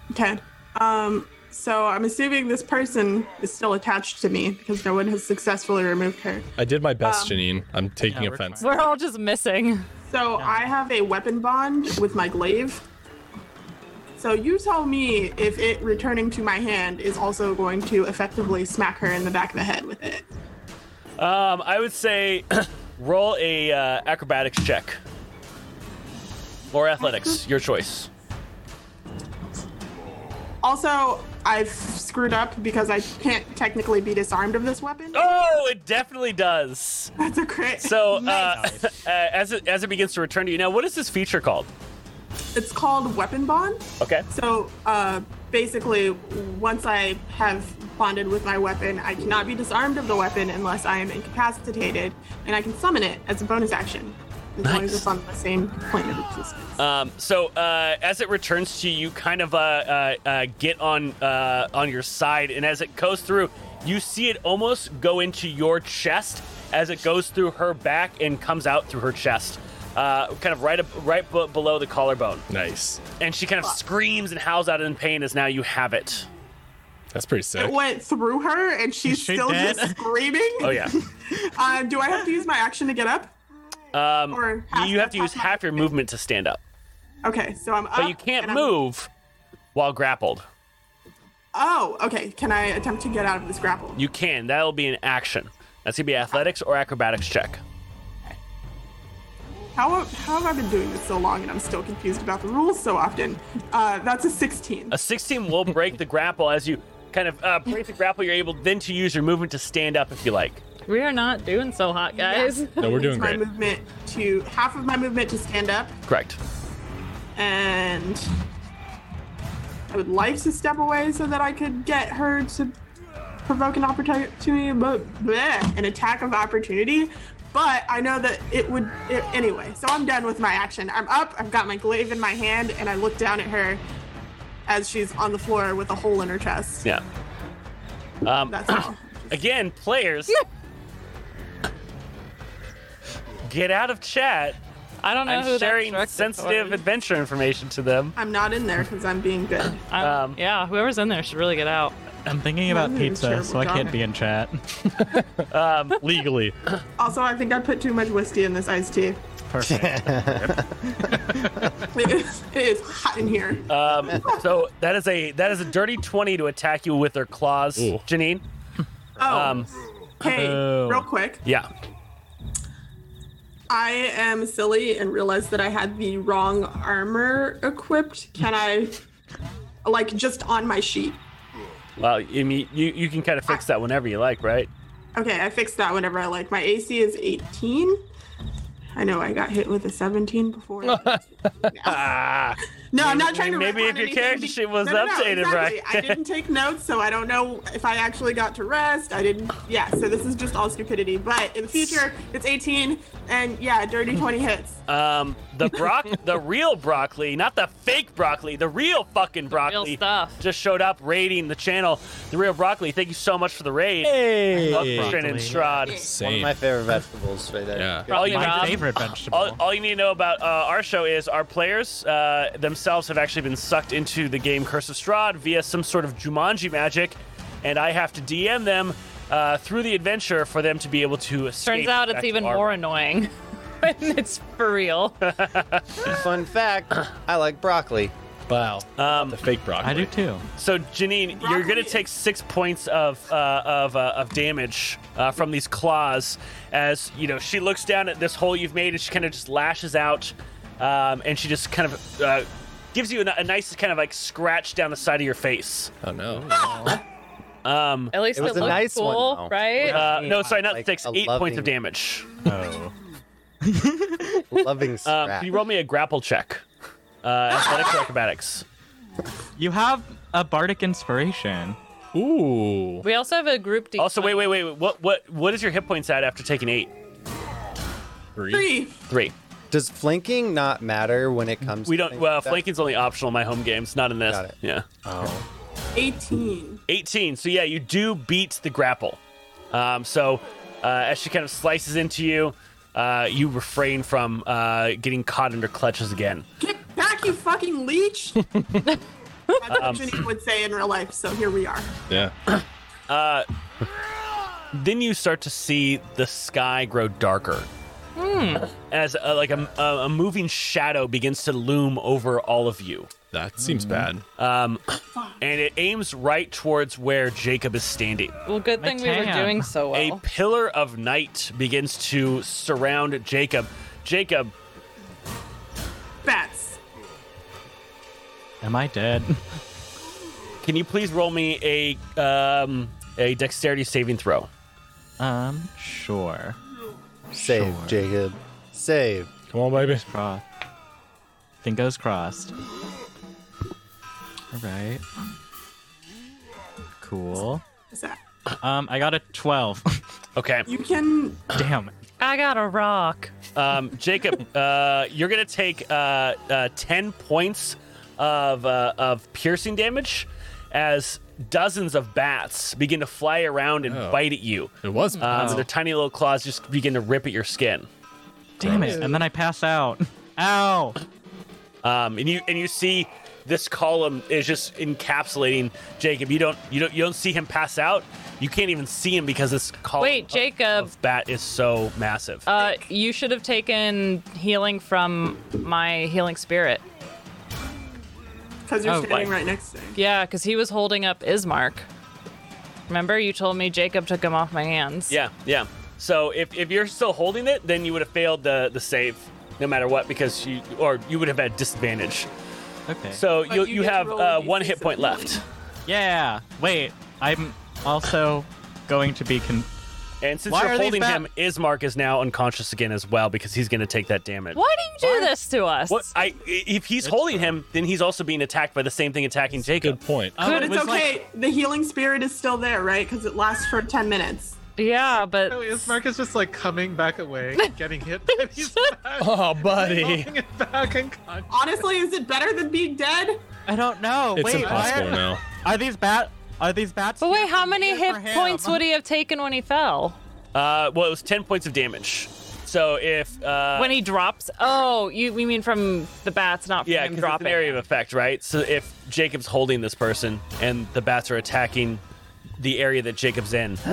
Okay. Um, so I'm assuming this person is still attached to me because no one has successfully removed her.
I did my best, Janine. I'm taking
yeah, we're
offense.
We're all just missing.
So I have a weapon bond with my glaive. So you tell me if it returning to my hand is also going to effectively smack her in the back of the head with it.
Um, I would say roll a uh, acrobatics check or athletics, your choice.
Also, I've screwed up because I can't technically be disarmed of this weapon.
Oh, it definitely does.
That's a crit.
So uh, uh, as it as it begins to return to you now, what is this feature called?
it's called weapon bond.
Okay.
So uh, basically, once I have bonded with my weapon, I cannot be disarmed of the weapon unless I am incapacitated, and I can summon it as a bonus action. As long as
Nice.
it's on the same plane of existence.
Um, so uh, as it returns to you, you kind of uh, uh, uh, get on uh, on your side, and as it goes through, you see it almost go into your chest as it goes through her back and comes out through her chest, uh, kind of right up, right b- below the collarbone.
Nice.
And she kind of screams and howls out in pain as now you have it.
That's pretty sick.
it went through her, and she's
she
still
dead?
just screaming.
Oh yeah.
Uh, do I have to use my action to get up?
Um,
Or
you- you have to use
half my
half your movement to stand up,
Okay, so I'm up.
but you can't
and I'm-
move while grappled.
Oh, okay. Can I attempt to get out of this grapple?
You can. That'll be an action. That's gonna be athletics or acrobatics check.
How, how have I been doing this so long and I'm still confused about the rules so often? Uh, that's a 16.
A 16 will break the grapple as you kind of uh, break the grapple. You're able then to use your movement to stand up if you like.
We are not doing so hot, guys.
No, we're doing
It's my
great.
movement to half of my movement to stand up,
Correct.
and I would like to step away so that I could get her to provoke an opportunity, but bleh, an attack of opportunity. But I know that it would it, anyway. So I'm done with my action. I'm up. I've got my glaive in my hand, and I look down at her as she's on the floor with a hole in her chest.
Yeah. Um,
That's all.
again, players, get out of chat.
I don't know
I'm
who
sharing
that
sensitive adventure information to them.
I'm not in there because I'm being good.
Um,
um,
yeah, whoever's in there should really get out.
I'm thinking about
Mm,
pizza,
sure,
so I can't
Madonna.
be in chat.
legally.
Also, I think I put too much whiskey in this iced tea.
Perfect.
It is, it is hot in here.
Um, so that is a that is a dirty twenty to attack you with their claws,
Ooh.
Janine.
oh,
Um,
hey,
oh.
real quick.
yeah.
I am silly and realized that I had the wrong armor equipped. Can I, like, just on my sheet?
Well, I mean, you you can kind of fix that whenever you like, right?
Okay, I fixed that whenever I like. My AC is 18. I know I got hit with a 17 before. no,
Ah.
I'm not trying to.
Maybe
retcon
if your
anything
character
be-
sheet was
No, no, no,
updated,
exactly.
right?
I didn't take notes, so I don't know if I actually got to rest. I didn't. Yeah, so this is just all stupidity. But in the future, it's 18, and yeah, dirty 20 hits.
Um, the brock, the real broccoli, not the fake broccoli, the real fucking broccoli.
stuff.
Just showed up raiding the channel. The real broccoli. Thank you so much for the raid. Hey, and Strahd.
One of
Same.
my favorite vegetables right there.
Yeah.
All you,
My
need-
favorite vegetable.
all, all you need to know about uh, our show is our players uh, themselves have actually been sucked into the game Curse of Strahd via some sort of Jumanji magic, and I have to DM them uh, through the adventure for them to be able to escape.
Turns out
back
it's
to
even
our-
more annoying when it's for real.
Fun fact, I like broccoli.
Wow.
Um,
the fake broccoli.
I do too.
So Janine, you're
Broccoli
gonna
is-
take six points of uh, of, uh, of damage uh, from these claws as you know she looks down at this hole you've made and she kind of just lashes out, um, and she just kind of uh, gives you a, a nice kind of like scratch down the side of your face.
Oh no.
Um,
At least
It
it,
was a
looks
nice one,
cool,
though.
right?
uh, no, sorry, not
Like
six,
a
eight points
loving-
of damage.
Oh.
Loving
Um,
scrap.
can you roll me a grapple check? Uh, athletics or acrobatics?
You have a bardic inspiration.
Ooh.
We also have a group D.
Also, wait, wait, wait. wait, What what what is your hit points at after taking eight?
Three.
Three.
Oh, Three.
Does flanking not matter when it comes?
We
to
don't.
things
Well,
like that?
flanking's only optional in my home games, not in this.
Got it.
Yeah.
Oh.
18.
18. So yeah, you do beat the grapple. Um, so uh, as she kind of slices into you, uh, you refrain from uh, getting caught in her clutches again.
Get back, you fucking leech! That's what
Um,
Janine would say in real life, so here we are.
Yeah.
Uh, Then you start to see the sky grow darker.
Hmm.
As uh like a, a, a moving shadow begins to loom over all of you, Um,
That
Hmm.
seems bad.
and it aims right towards where Jacob is standing.
Well, good thing we were
Tam.
doing so
A
well.
pillar of night begins to surround Jacob. Jacob,
Bats.
Am I dead?
Can you please roll me a um, a dexterity saving throw?
Um, sure.
Save,
Sure.
Jacob. Save.
Come on, baby.
Cross. Fingers crossed. All right. Cool.
What's that?
Um, I got a 12.
Okay,
You can.
Damn.
I got a rock.
um, Jacob, uh, you're gonna take uh, uh, ten points of uh, of piercing damage as dozens of bats begin to fly around and
Oh.
bite at you.
It was.
Um, Their tiny little claws just begin to rip at your skin,
Damn it. And then I pass out. Ow.
um, and you and you see this column is just encapsulating Jacob. You don't you don't you don't see him pass out. You can't even see him because this column
Wait,
of-
Jacob.
of bat is so massive.
Uh, you should have taken healing from my healing spirit.
Because you're
Oh,
standing
why?
right next to him.
Yeah, because he was holding up Ismark. Remember, you told me Jacob took him off my hands.
Yeah, yeah. So if, if you're still holding it, then you would have failed the, the save no matter what because you or you would have had disadvantage.
Okay.
So
But
you,
you
you
get to
have
roll
uh,
a
one
d6
hit point
at
left.
yeah. Wait. I'm also going to be con-
And since
Why
you're
are these
holding
bad-
him, Ismark is now unconscious again as well because he's going to take that damage.
Why do you do this to us?
What I if he's holding him, then he's also being attacked by the same thing attacking Jacob.
Good point.
Oh,
But
it
it's
was like-
okay. The healing spirit is still there, right? Because it lasts for 10 minutes.
yeah, but
Oh, is Marcus just like coming back away, getting hit by these bats,
Oh, buddy.
rolling it back unconscious?
Honestly, is it better than being dead?
I don't
Oh,
know.
It's
wait. why
impossible
are,
now.
are these bat? Are these bats?
but wait,
here
how many
for
hit
him?
points would he have taken when he fell?
Uh, well, it was ten points of damage. So if uh,
when he drops? Oh, you we mean from the bats, not from
yeah, 'cause
him
it's an
dropping.
area of effect, right? So if Jacob's holding this person and the bats are attacking the area that Jacob's in.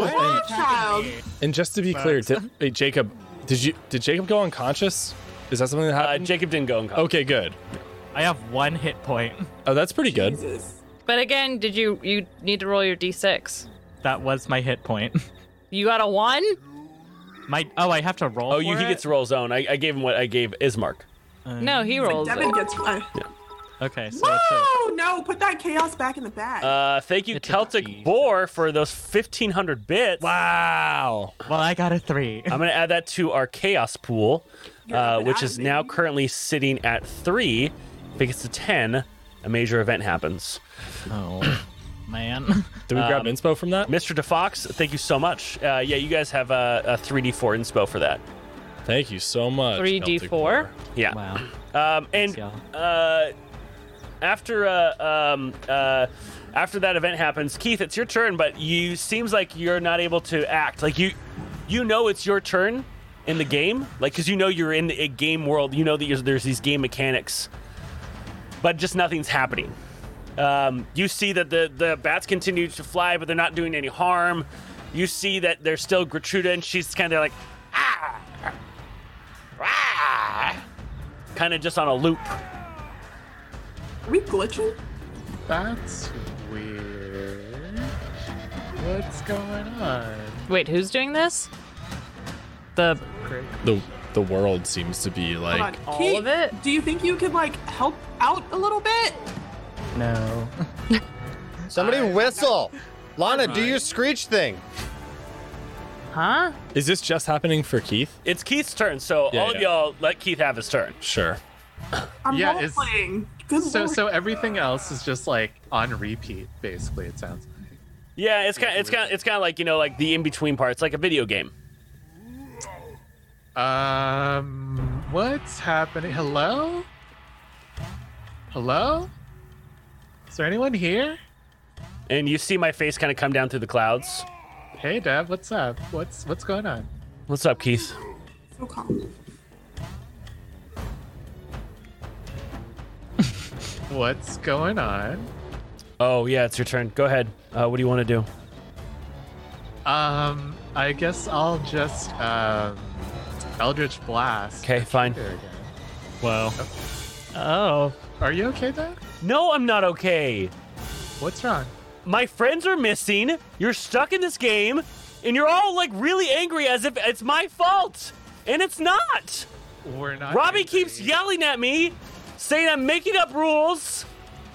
Child.
And just to be clear, did, wait, Jacob, did you did Jacob go unconscious? Is that something that
Uh,
happened?
Jacob didn't go in. college.
okay, good.
I have one hit point.
Oh, that's pretty good.
Jesus.
But again, did you you need to roll your d6?
That was my hit point.
You got a one.
My oh, I have to roll.
Oh, you,
for
he
it?
gets to roll his own. I, I gave him what I gave Ismark.
Uh,
No, he rolls.
Devin
it.
gets one.
Okay, so it's a,
Whoa! No, put that chaos back in the bag.
Uh, thank you,
It's a
Celtic
D.
Boar, for those 1,500 bits.
Wow.
well, I got a three.
I'm going to add that to our chaos pool, uh,
up
which
and
is
out,
now
baby.
currently sitting at three. If it gets to 10, a major event happens.
Oh man.
Did we grab inspo from that?
Mr. DeFox, thank you so much. Uh, yeah, you guys have a, a 3D4 inspo for that.
Thank you so much.
3D4.
Celtic War.
Yeah.
Wow.
Um, and
y'all.
uh, after uh, um, uh, after that event happens, Keith, it's your turn, but you seems like you're not able to act. Like you, you know it's your turn in the game, like because you know you're in a game world. You know that you're- there's these game mechanics, but just nothing's happening. Um, you see that the the bats continue to fly, but they're not doing any harm. You see that there's still Gertruda, and she's kind of like, ah, ah, kind of just on a loop.
Are we glitching?
That's weird. What's going on?
Wait, who's doing this? The
Great.
The the world seems to be like
Hold on.
all
Kate,
of it?
Do you think you could like help out a little bit?
No.
Somebody whistle. Lana, do your screech thing.
huh?
Is this just happening for Keith?
It's Keith's turn, so
Yeah,
all of
yeah.
y'all let Keith have his turn.
Sure.
I'm
Yeah,
role
it's-
playing. Good
So,
lord.
so everything else is just like on repeat, basically. It sounds.
Yeah, it's kind, it's kind, it's kind of like you know, like the in between parts, like a video game.
Um, what's happening? Hello? Hello? Is there anyone here?
And you see my face kind of come down through the clouds.
Hey, Dev, what's up? What's what's going on?
What's up, Keith?
so calm.
What's going on?
Oh yeah, it's your turn. Go ahead. Uh, what do you want to do?
Um, I guess I'll just um, Eldritch Blast.
Okay, fine.
There we go.
Wow.
Oh.
Are you okay, Dev?
No, I'm not okay.
What's wrong?
My friends are missing. You're stuck in this game, and you're all like really angry as if it's my fault, and it's not.
We're not.
Robbie
angry.
keeps yelling at me, saying I'm making up rules.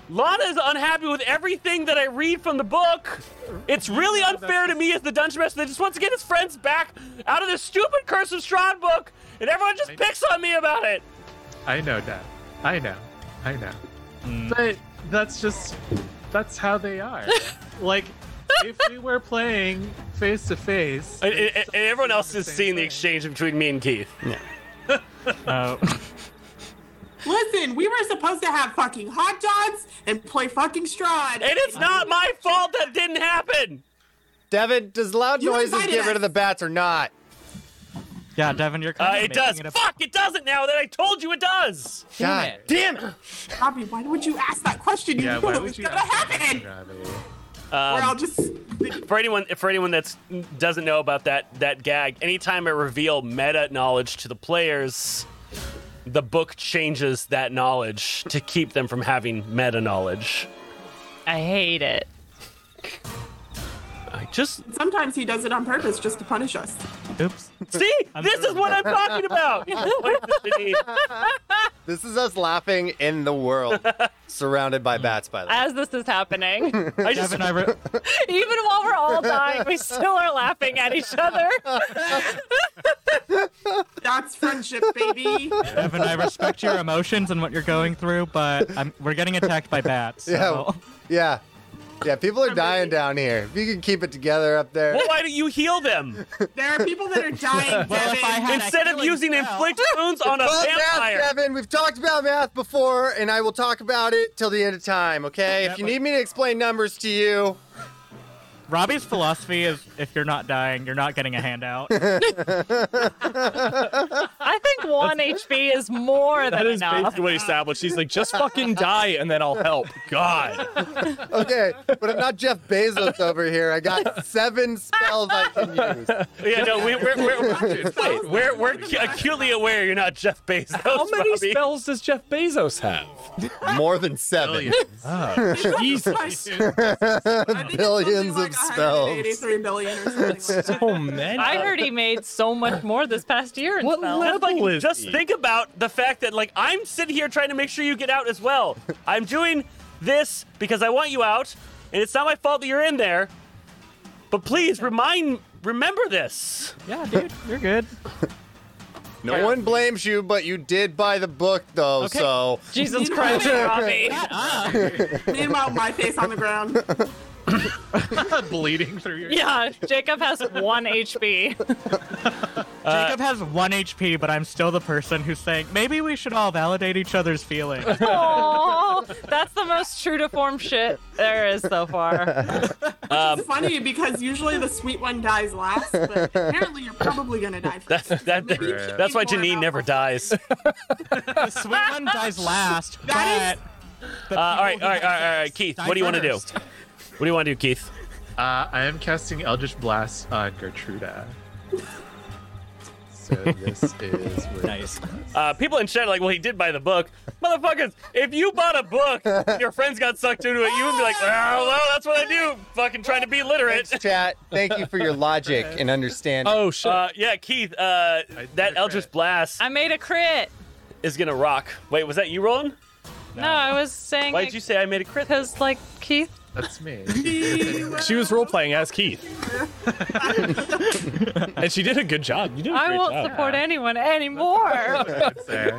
Lana is unhappy with everything that I read from the book. It's really unfair to me as the dungeon master that just wants to get his friends back out of this stupid Curse of Strahd book, and everyone just picks on me about it.
I know, Dev. I know. I know.
Mm.
But that's just that's how they are. like, if we were playing face to face,
And, and- and everyone else is
Same
seeing the
thing.
exchange between me and Keith. Uh,
Oh.
Listen, we were supposed to have fucking hot dogs and play fucking Strahd.
And it's not my fault that didn't happen.
Devin, does loud
You
noises
invited
get rid
us.
of the bats or not?
Yeah, Devin, you're kind
Uh,
of
it
making
does.
It a-
Fuck, it doesn't now that I told you it does.
God damn it!
Robbie, why would you ask that question? You
yeah,
knew
why
it
would
was
you
gonna
ask that
happen.
question, Robbie?
or
Um,
I'll just.
for anyone for anyone that's doesn't know about that that gag anytime i reveal meta knowledge to the players the book changes that knowledge to keep them from having meta knowledge
I hate it.
i just
Sometimes he does it on purpose just to punish us.
Oops.
see this is what i'm talking about Like this, Janine.
This is us laughing in the world, surrounded by bats. By the way,
As this is happening, even
i just
Devin, I re-
while we're all dying, we still are laughing at each other.
That's friendship, baby.
Devin, I respect your emotions and what you're going through, but I'm, we're getting attacked by bats. So.
yeah, yeah. People are dying down here. If you can keep it together up there,
well, why don't you heal them
There are people that are dying.
Well, if I
Devin.
had a
instead of
healing
using
spell-
inflict wounds on a
Well, math,
vampire?
Devin. We've talked about math before, and I will talk about it till the end of time. Okay? If you need me to explain numbers to you,
Robbie's philosophy is if you're not dying, you're not getting a handout.
I think one HP is more than
That is
enough.
basically what he established. He's like, just fucking die and then I'll help. God.
Okay, but I'm not Jeff Bezos over here. I got seven spells I can use.
Yeah, no, we, we're, we're, wait, we're, we're cu- acutely aware you're not Jeff Bezos.
How many
Robbie.
spells does Jeff Bezos have?
More than seven.
Jesus.
Billions of spells.
Eighty-three billion or something. Like that.
So many.
I heard he made so much more this past year. In
What
spells.
level is
Just
he?
think about the fact that, like, I'm sitting here trying to make sure you get out as well. I'm doing this because I want you out, and it's not my fault that you're in there. But please remind, remember this.
yeah, dude, you're good.
No one blames you, but you did buy the book though,
Okay.
so
Jesus Christ, Robbie.
Meanwhile, my face on the ground.
bleeding through your.
Yeah, Jacob has one HP.
Uh, Jacob has one HP, but I'm still the person who's saying maybe we should all validate each other's feelings.
Oh, that's the most true to form shit there is so far.
Um,
It's funny because usually the sweet one dies last, but apparently you're probably gonna die first.
That's that.
Maybe you should
That's why
be more
Janine never
helpful.
dies. Uh,
the sweet one dies last,
That
but the
uh, all right, all right, all right, all right, Keith. What do you want to do?
first.
What do you want to do, Keith?
Uh, I am casting Eldritch Blast on Gertruda. So this is where
Nice.
Uh, people in chat are like, well, he did buy the book. Motherfuckers, if you bought a book and your friends got sucked into it, you would be like, oh, well, that's what I do. Fucking trying to be literate.
chat, thank you for your logic and understanding.
Oh, shit.
Uh, yeah, Keith, uh, that Eldritch Blast
I made a crit.
is going to rock. Wait, was that you rolling?
No, I was saying
Why did you say I made a crit?
because like Keith.
That's me.
she was role playing as Keith. and she did a good job. You did a
I
great
won't
job.
support anyone anymore.
I'd say.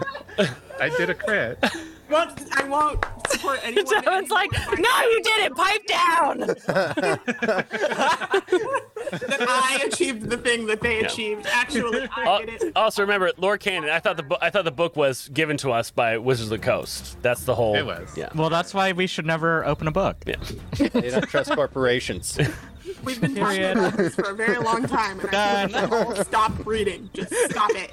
I did a crit.
Well, I won't support anyone.
Devin's like, no, you did it. Pipe down.
that I achieved the thing that they achieved. Actually, I
Al-
did it.
Also, remember, Lord Cannon. I thought the book. I thought the book was given to us by Wizards of the Coast. That's the whole.
It was.
Yeah.
Well, that's why we should never open a book.
They don't trust corporations.
We've been talking about this for a very long time, and I think we should all stop reading. Just stop it.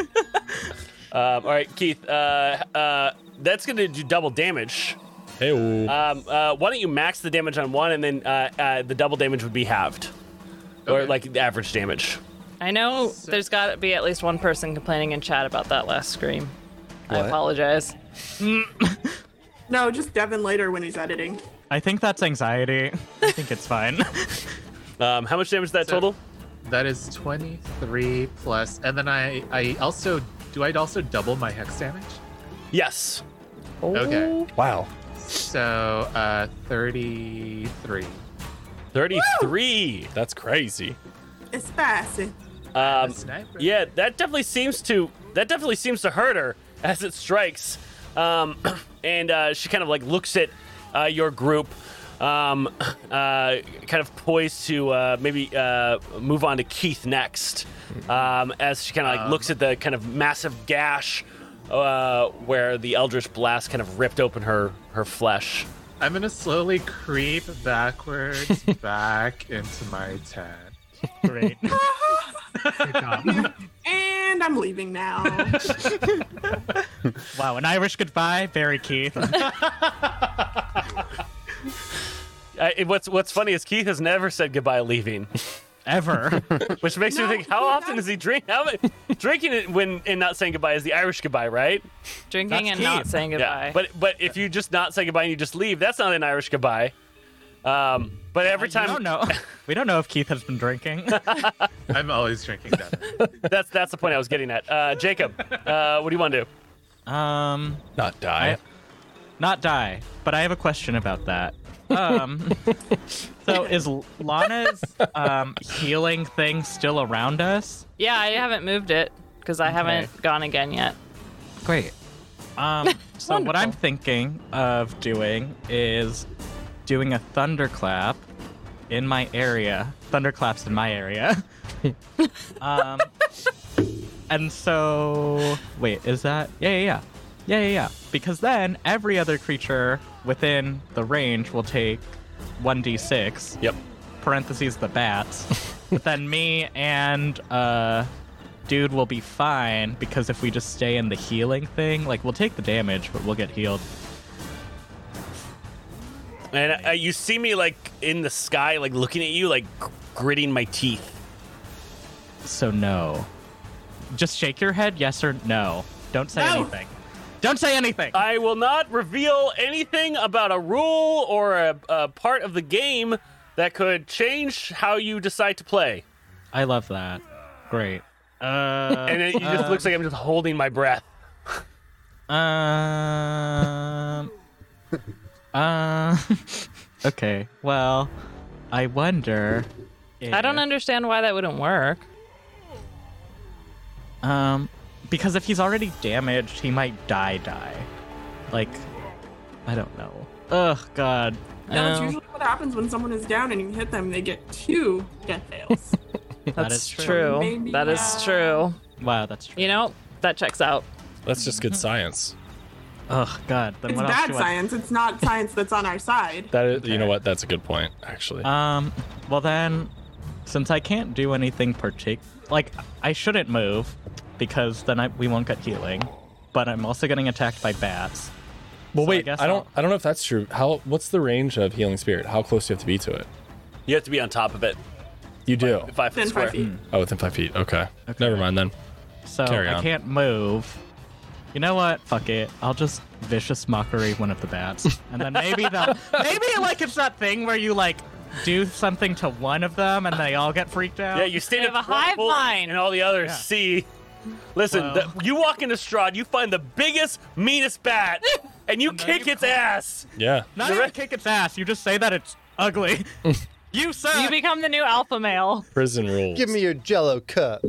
Um, all right, Keith. Uh, uh, that's going to do double damage.
Hey, ooh.
Um, uh, why don't you max the damage on one, and then uh, uh, the double damage would be halved, or
Okay.
like the average damage.
I know there's got to be at least one person complaining in chat about that last scream. I
What?
apologize. Mm.
No, just Devin later when he's editing.
I think that's anxiety. I think it's fine.
Um, how much damage is that
So-
total?
That is 23 plus, and then I I also do I also double my hex damage?
Yes.
Oh.
Okay.
wow.
So uh 33.
Thirty-three.
That's crazy.
It's spicy.
Um,
Sniper.
Yeah, that definitely seems to that definitely seems to hurt her as it strikes, um, and uh, she kind of like looks at uh, your group, um, uh, kind of poised to uh, maybe uh, move on to Keith next, um, as she kind of like looks at the kind of massive gash uh, where the eldritch blast kind of ripped open her her flesh.
I'm gonna slowly creep backwards back into my tent.
Great.
And I'm leaving now.
Wow, an Irish goodbye, very Keith.
Uh, it- what's what's funny is Keith has never said goodbye leaving.
Ever.
Which makes me
No,
think, how
he
often
does-
does he drink? How mu- drinking it when and not saying goodbye is the Irish goodbye, right?
Drinking and not saying goodbye.
Yeah. But but if you just not say goodbye and you just leave, that's not an Irish goodbye. Um, but every
we don't
time
know. We don't know if Keith has been drinking.
I'm always drinking that.
that's that's the point I was getting at. Uh, Jacob, uh, what do you want to do?
Um,
Not die.
I- not die, but I have a question about that. Um, so is Lana's um, healing thing still around us?
yeah, I haven't moved it because I haven't gone again yet.
Great. Um, so what I'm
Wonderful.
thinking of doing is doing a thunderclap in my area. Thunderclaps in my area. um, and so wait, is that yeah yeah yeah. Yeah, yeah, yeah. Because then every other creature within the range will take 1d6
Yep.
parentheses the bats. but then me and uh, dude will be fine because if we just stay in the healing thing, like we'll take the damage, but we'll get healed.
And uh, you see me like in the sky, like looking at you, like gritting my teeth.
So no. Just shake your head, yes or no. Don't say
No.
anything. Don't say anything.
I will not reveal anything about a rule or a, a part of the game that could change how you decide to play.
I love that. Great. Uh,
And it just looks like I'm just holding my breath.
Um. uh. okay. Well, I wonder.
I don't
if-
understand why that wouldn't work.
Um, because if he's already damaged, he might die. Die. Like, I don't know. Ugh. God.
That's
No.
usually what happens when someone is down and you hit them. They get two death fails.
That
That's
is true.
true.
Maybe
That is
not.
true.
Wow. That's true.
You know, that checks out.
That's just good science.
Ugh. God. Then
it's
what else
bad
do I?
science. It's not science that's on our side.
That is, you know what? That's a good point, actually.
Um, well then, since I can't do anything partic, like I shouldn't move, because then I we won't get healing. But I'm also getting attacked by bats.
well,
so I
wait.
guess
I, don't.
I'll-
I don't know if that's true. How? What's the range of healing spirit? How close do you have to be to it?
You have to be on top of it.
You do.
Five foot
Then
square.
five feet.
Oh, within five feet. Okay. Never mind then.
So
Carry
I
on.
can't move. You know what? Fuck it. I'll just vicious mockery one of the bats, and then maybe they'll maybe like it's that thing where you like do something to one of them and they all get freaked out.
Yeah, you stand
They have
in
a hive
front,
mind.
and all the others
Yeah.
see. Listen,
Well.
the- you walk into Strahd, you find the biggest, meanest bat, and you
then
kick
you
its ass.
Yeah.
Not
the
even
re-
kick its ass. You just say that it's ugly. you suck.
You become the new alpha male.
Prison rules.
Give me your Jello cup.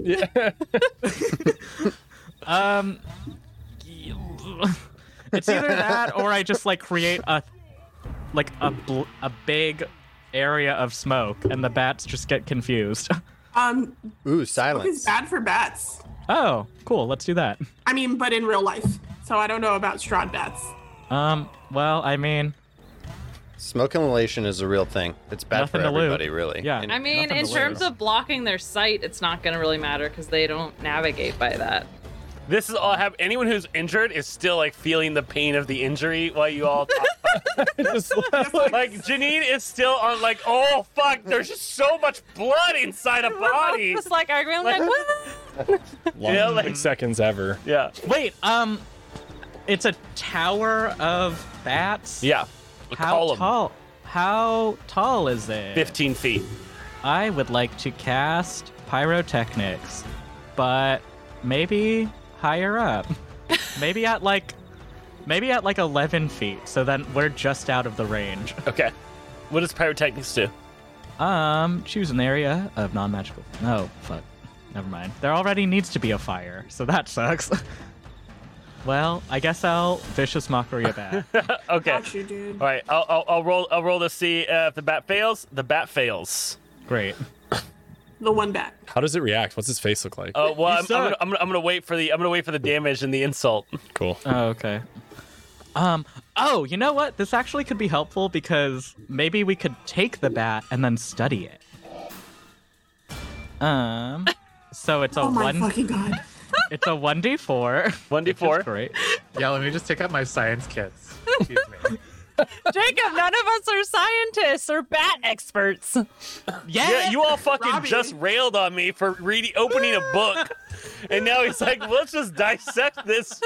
Um, it's either that or I just like create a like a bl- a big area of smoke, and the bats just get confused.
Um,
Ooh,
it's
silence.
bad for bats.
oh, cool. Let's do that.
I mean, but in real life. So I don't know about Strahd bats.
Um, well, I mean,
Smoke inhalation is a real thing. It's bad
Nothing
for
to lose.
everybody, really.
Yeah.
And
I
I mean,
Nothing
in
to
terms
lose.
of blocking their sight, it's not going to really matter because they don't navigate by that.
This is all I have. Anyone who's injured is still like feeling the pain of the injury while you all talk.
Just-
like Janine is still on like, oh fuck, there's just so much blood inside a body.
It's like arguing like, "What?"
Yeah,
Longest
like-
seconds ever.
Yeah.
wait. Um, it's a tower of bats.
Yeah. A
How
column.
tall? How tall is it?
15 feet.
I would like to cast pyrotechnics, but maybe higher up. maybe at like maybe at like 11 feet, so then we're just out of the range.
Okay. What does pyrotechnics do?
Um, choose an area of non-magical. No, fuck. Never mind. There already needs to be a fire, so that sucks. well, I guess I'll vicious mockery a bat.
Okay.
Got you, dude.
All right. I'll, I'll, I'll roll. I'll roll to see uh, if the bat fails. The bat fails.
Great.
The one bat.
How does it react? What's his face look like?
Uh, well, I'm, I'm,
suck.
gonna, I'm, gonna, I'm gonna wait for the. I'm gonna wait for the damage and the insult.
Cool.
Oh, okay. Um. Oh, you know what? This actually could be helpful because maybe we could take the bat and then study it. Um. So it's a
Oh
one.
my fucking god.
It's a one d four.
One d four.
Great.
Yeah, let me just take out my science kits. Excuse me.
Jacob, none of us are scientists or bat experts.
Yeah.
Yeah, you all fucking
Robbie.
just railed on me for reading, opening a book, and now he's like, "Let's just dissect this."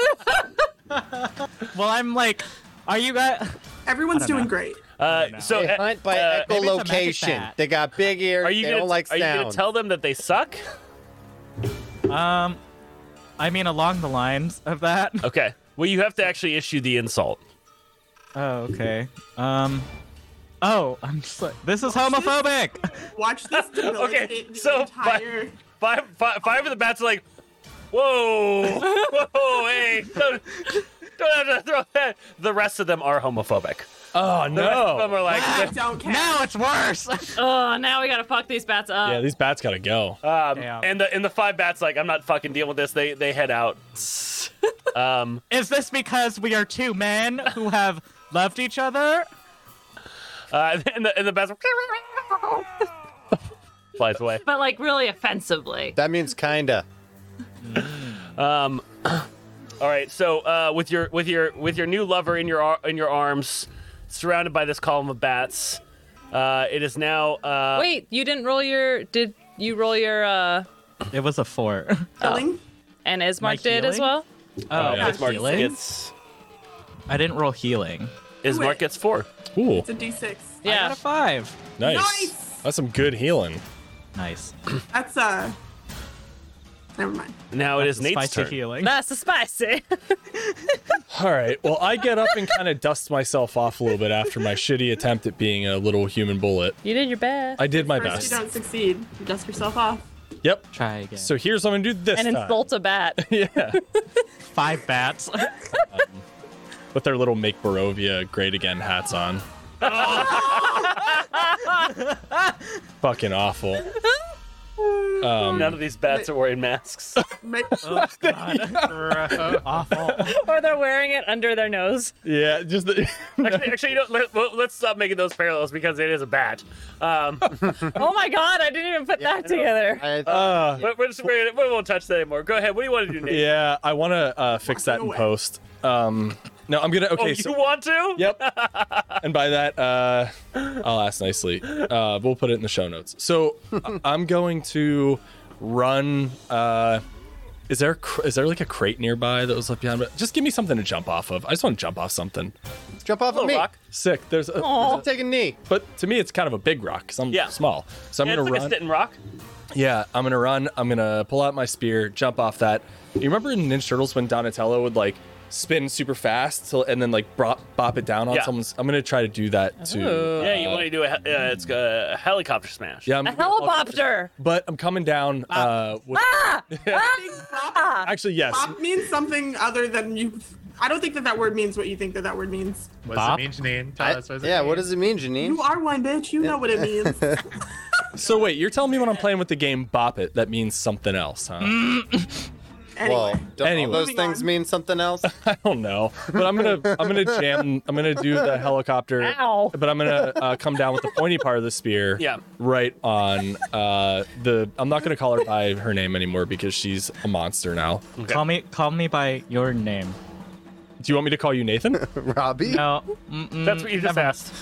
Well, I'm like, are you guys?
Everyone's doing great.
Uh, so,
They
uh,
hunt by
uh,
maybe it's a magic
echolocation.
bat.
They got big ears.
are you
they
gonna
don't like
are
sound.
you gonna tell them that they suck?
Um. I mean, along the lines of that.
Okay. Well, you have to actually issue the insult.
Oh, okay. Um. Oh, I'm so. This is homophobic.
Oh,
Watch this debilitate
Okay,
the
so by-
entire.
Five, five, five of the bats are like, "Whoa, whoa, hey, don't, don't have to throw that." The rest of them are homophobic.
Oh
The rest of them are
I
like,
don't care.
now it's worse.
Oh, now we got to fuck these bats up.
Yeah, these bats gotta go.
um,
Damn.
and the and the five bats like, "I'm not fucking dealing with this." They they head out. Um.
Is this because we are two men who have loved each other?
Uh, and the and the bats. flies away.
but like really offensively.
That means kinda.
Um, all right. So uh, with your with your with your new lover in your ar- in your arms, surrounded by this column of bats, uh, it is now. Uh,
Wait, you didn't roll your did you roll your uh
It was a four.
Oh,
Killing?
and
My
Ismark did as
healing?
well?
Oh,
yeah.
Ismark
healing?
gets
I didn't roll healing.
Ismark gets four.
Ooh,
It's a d6.
I
Yeah.
got a five.
nice.
Nice!
That's some good healing.
Nice.
That's uh never mind.
Now it is Nate's
Spicy
turn.
healing.
That's a spicy.
All right. Well, I get up and kind of dust myself off a little bit after my shitty attempt at being a little human bullet.
you did your best.
I did my
First
best.
you don't succeed. You dust yourself off.
Yep.
Try again.
So here's what I'm gonna do this
and
time
insult a bat.
five bats.
with their little make Barovia great again hats on. Fucking awful. Um,
None of these bats are wearing masks.
Make,
Oh,
Awful.
or they're wearing it under their nose.
Yeah, just the,
actually, actually, you know, let, well, let's stop making those parallels because it is a bat. Um,
Oh my god, I didn't even put that together.
I,
uh,
but we're just, we're, we won't touch that anymore. Go ahead. What do you want to do, Nate?
yeah. I want to uh, fix that in
away.
post. Um, no, I'm gonna.
Oh,
Okay,
you
so
want to?
Yep. and by that, uh, I'll ask nicely. Uh, we'll put it in the show notes. So I- I'm going to run. Uh, is there a cr- is there like a crate nearby that was left behind? But just give me something to jump off of. I just want to jump off something.
jump off of
Little
me.
rock.
Sick. There's a,
Aw.
Take a knee.
but to me it's kind of a big rock because I'm
Yeah.
small. So I'm
Yeah, it's
gonna
like a
run.
sit and rock.
Yeah, I'm gonna run. I'm gonna pull out my spear, jump off that. You remember in Ninja Turtles when Donatello would like spin super fast till, and then like bop, bop it down on
Yeah.
someone's. I'm gonna try to do that too.
Ooh.
Yeah, you want to do a, he- uh, it's a helicopter smash.
Yeah, I'm
A helicopter.
but I'm coming down. Uh, with,
Ah!
big
ah!
bop,
actually, yes.
bop means something other than you I don't think that that word means what you think that that word means.
What's
Bop?
it mean, Janine? Tell
I-
us. What does it
yeah,
mean?
what does it mean,
You
Janine?
are one bitch, you know what it means.
So wait, you're telling me when I'm playing with the game Bop It that means something else, huh?
Mm.
Anyway.
Well, don't
Anyway.
all those
Moving
things
on.
mean something else?
I don't know, but I'm gonna I'm gonna jam. I'm gonna do the helicopter,
Ow.
but I'm gonna uh, come down with the pointy part of the spear.
Yeah.
Right on uh, the. I'm not gonna call her by her name anymore because she's a monster now.
Call me. Call me by your name.
Do you want me to call you Nathan?
Robbie?
No. mm-mm,
That's what you just
never-
asked.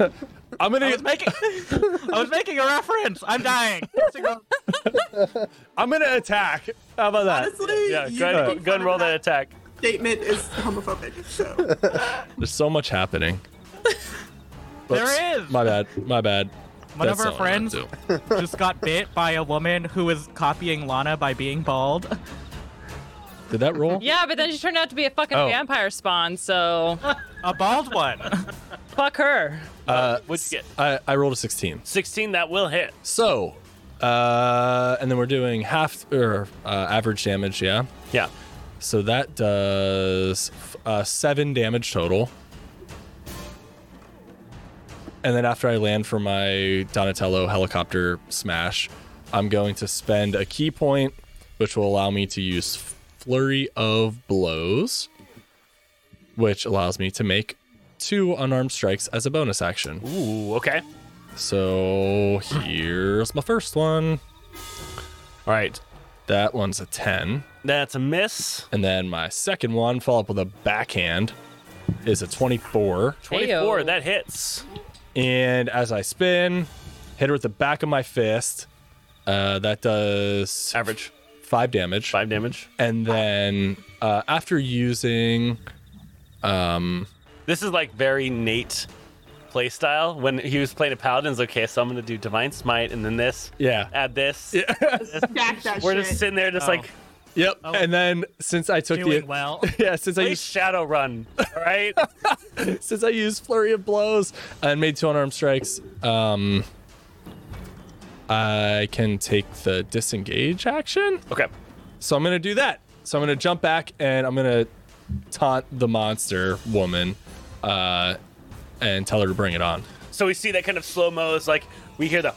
I'm
I
gonna
was making. I was making a reference. I'm dying.
I'm gonna attack. How about that?
Honestly,
Yeah,
you
go ahead,
making
go ahead and
fun
roll
of
that attack.
statement is homophobic. So
There's so much happening.
There is.
My bad. My bad.
One of
That's
our
not what I meant
friends just got bit by a woman who was copying Lana by being bald.
to- Did that roll?
Yeah, but then she turned out to be a fucking
Oh.
vampire spawn, so
A bald one.
fuck her.
Uh,
What'd you get?
I, I rolled a 16.
16, that will hit.
So, uh, and then we're doing half or uh, average damage, yeah.
Yeah.
So that does uh, seven damage total. And then after I land for my Donatello helicopter smash, I'm going to spend a key point, which will allow me to use flurry of blows, which allows me to make two unarmed strikes as a bonus action.
Ooh, okay.
So here's my first one.
All right.
That one's a 10.
That's a miss.
And then my second one, follow up with a backhand, is a 24.
24,
Ayo.
that hits.
And as I spin, hit her with the back of my fist. Uh, that does
Average.
five damage.
Five damage.
And then uh, after using. Um,
This is like very Nate playstyle. When he was playing a paladin, it's okay, so I'm going to do Divine Smite and then this.
Yeah.
Add this.
back that
We're
shit.
just sitting there, just like, Oh.
Yep. And then since I took the.
Doing well.
Yeah, since I
play
used
Shadow Run,
Oh.
all right?
since I used flurry of blows and made two unarmed strikes, um, I can take the disengage action.
okay.
So I'm gonna do that. So I'm gonna jump back and I'm gonna taunt the monster woman, uh, and tell her to bring it on.
So we see that kind of slow mo. It's like we hear the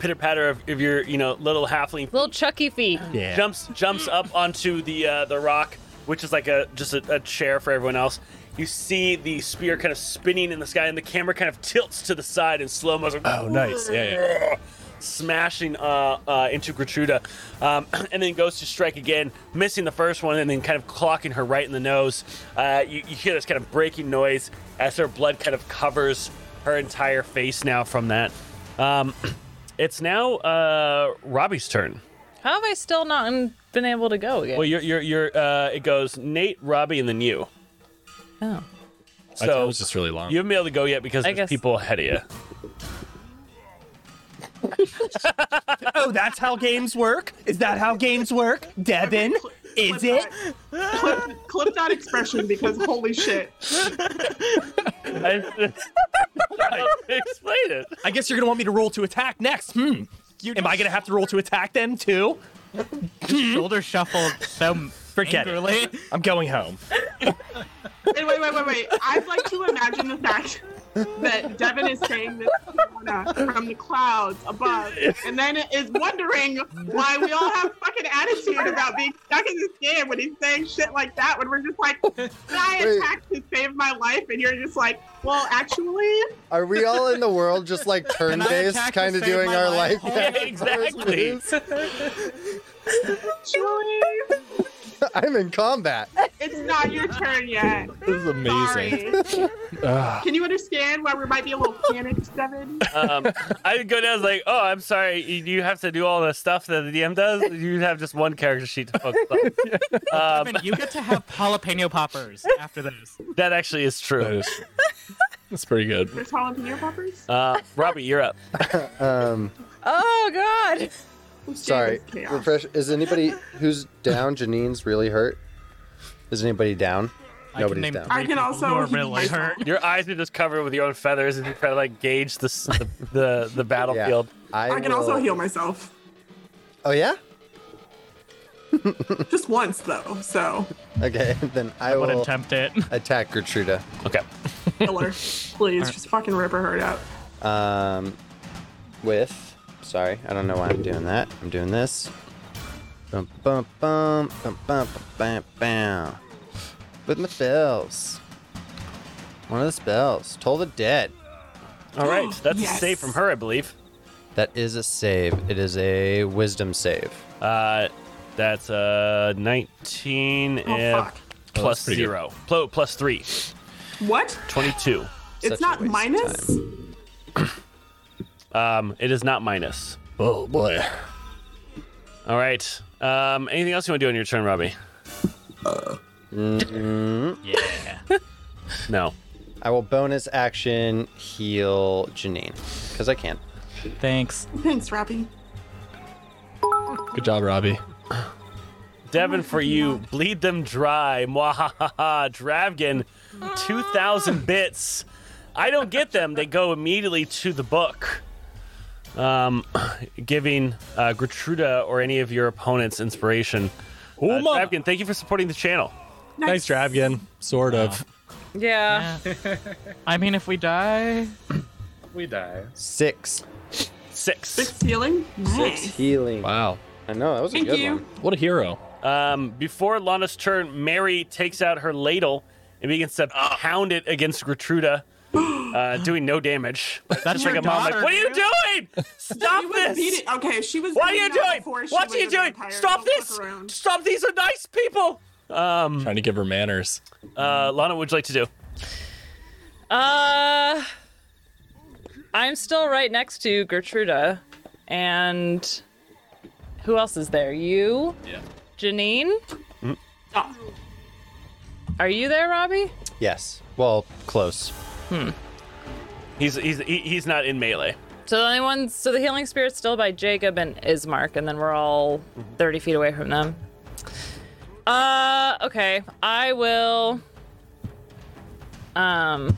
pitter patter of, of your, you know, little halfling
Little Chucky feet.
Yeah.
jumps jumps up onto the uh, the rock, which is like a just a, a chair for everyone else. You see the spear kind of spinning in the sky, and the camera kind of tilts to the side in slow motion.
Oh, nice. Yeah, yeah.
smashing uh, uh, into Gertruda, um, and then goes to strike again, missing the first one, and then kind of clocking her right in the nose. Uh, you, you hear this kind of breaking noise as her blood kind of covers her entire face now from that. Um, it's now uh, Robbie's turn.
How have I still not been able to go again?
Well, you're, you're, you're uh, it goes Nate, Robbie, and then you.
oh.
I thought it was just really long.
You haven't been able to go yet because
I
there's
guess-
people ahead of you.
Oh, that's how games work? Is that how games work? Devin? Is it?
Clip, clip that expression because holy shit.
I, explain it.
I guess you're gonna want me to roll to attack next. Hmm. Am I gonna have to roll to attack then too?
Shoulder shuffle so
Forget it.
angrily.
I'm going home.
Wait, wait, wait, wait, wait. I'd like to imagine the fact that Devin is saying this to Lorna from the clouds above, and then is wondering why we all have fucking attitude about being stuck in this game when he's saying shit like that. When we're just like, I attacked to save my life, and you're just like, well, actually,
Are we all in the world just like turn based,
attack to
kind of
save
doing
my
our
life?
life?
Yeah, exactly.
actually,
I'm in combat.
it's not your turn yet.
This is amazing.
Sorry.
Ah,
Can you understand why we might be a little panicked, Devin?
Um, I go down like, oh, I'm sorry. You you have to do all the stuff that the DM does. You have just one character sheet to focus on.
Evan, you get to have jalapeno poppers after this.
That actually is
that
true.
is, that's pretty good.
There's jalapeno poppers.
Uh, Robbie, you're up.
Um,
Oh God.
This game
sorry.
is chaos.
Refresh. Is anybody who's down? Janine's really hurt. Is anybody down?
I can
Nobody's
name
down.
I can also
Normally
heal myself.
hurt.
Your eyes are just covered with your own feathers, and you try to like gauge the s- the the, the battlefield.
I,
I can
will-
also heal myself.
Oh yeah.
Just once though, so
Okay. Then I
Would
will
attempt it.
attack Gertruda.
Okay.
killer. Please, just fucking rip her heart out.
Um, with. Sorry, I don't know why I'm doing that. I'm doing this. Bum bum bum bum bum bum bam bam. With my spells. One of the spells. Toll the dead.
All right. That's a
Yes.
save from her, I believe.
That is a save. It is a wisdom save.
Uh, that's uh 19
Oh
and
fuck.
plus
pretty good.
zero. Pl- plus three.
What?
22.
Such
It's
a
not
waste of
minus?
time.
Um, it is not minus.
Oh boy.
All right. Um, anything else you want to do on your turn, Robbie?
Mm-hmm.
yeah. No.
I will bonus action heal Janine because I can.
Thanks.
Thanks, Robbie.
Good job, Robbie.
Devin, for you, bleed them dry. Mwahaha. Dravgan, 2,000 bits. I don't get them. They go immediately to the book, um, giving uh, Gertruda or any of your opponents inspiration. Uh,
Uma.
Dravgan, thank you for supporting the channel. Uh,
Thanks, Dravgan. Sort of.
Yeah.
I mean, if we die,
We die.
Six
Six.
Six healing? Nice.
healing.
Wow.
I know that was
Thank
a good
you.
one.
What a hero.
Um, before Lana's turn, Mary takes out her ladle and begins to
Ah.
pound it against Gertruda, uh, doing no damage. That's like a mom, like,
daughter,
what are you doing? Stop
She was
this!
beating- Okay, she was.
What are
beating
you
that before
doing?
she
What
was
are you
a
doing?
vampire.
Stop
Don't look
this!
around.
Stop! These are nice people. Um,
Trying to give her manners.
uh, Lana, what'd you like to do?
Uh, I'm still right next to Gertruda, and who else is there? You,
Yeah.
Janine.
Mm-hmm.
Ah.
Stop.
Are you there, Robbie?
Yes. Well, close.
Hmm.
He's he's he- he's not in melee.
So the only one, so the healing spirit's still by Jacob and Ismark, and then we're all 30 feet away from them. Uh, okay, I will. Um,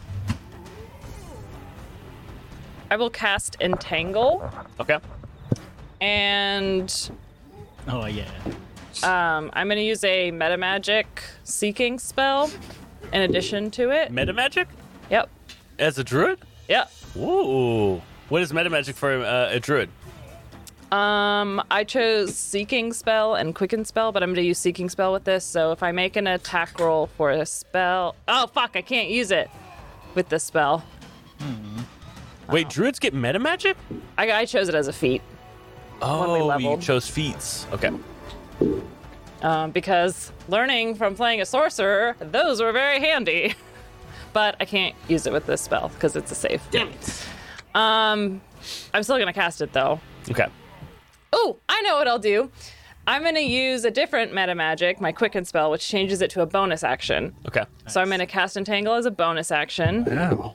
I will cast Entangle,
Okay.
and
oh yeah.
um, I'm gonna use a meta magic seeking spell in addition to it.
Meta magic
Yep,
as a druid.
yep.
Ooh. What is meta magic for uh, a druid?
Um, I chose Seeking Spell and Quicken Spell, but I'm going to use Seeking Spell with this. So if I make an attack roll for a spell, oh fuck, I can't use it with this spell.
Wait, druids get meta magic?
I, I chose it as a feat. when we
Oh, you
leveled.
chose feats. Okay.
um, because learning from playing a sorcerer, those were very handy. but I can't use it with this spell because it's a save.
Damn it.
Um, I'm still gonna cast it though.
Okay.
Oh, I know what I'll do. I'm gonna use a different meta magic, my quicken spell, which changes it to a bonus action.
Okay.
So I'm gonna cast entangle as a bonus action.
Wow.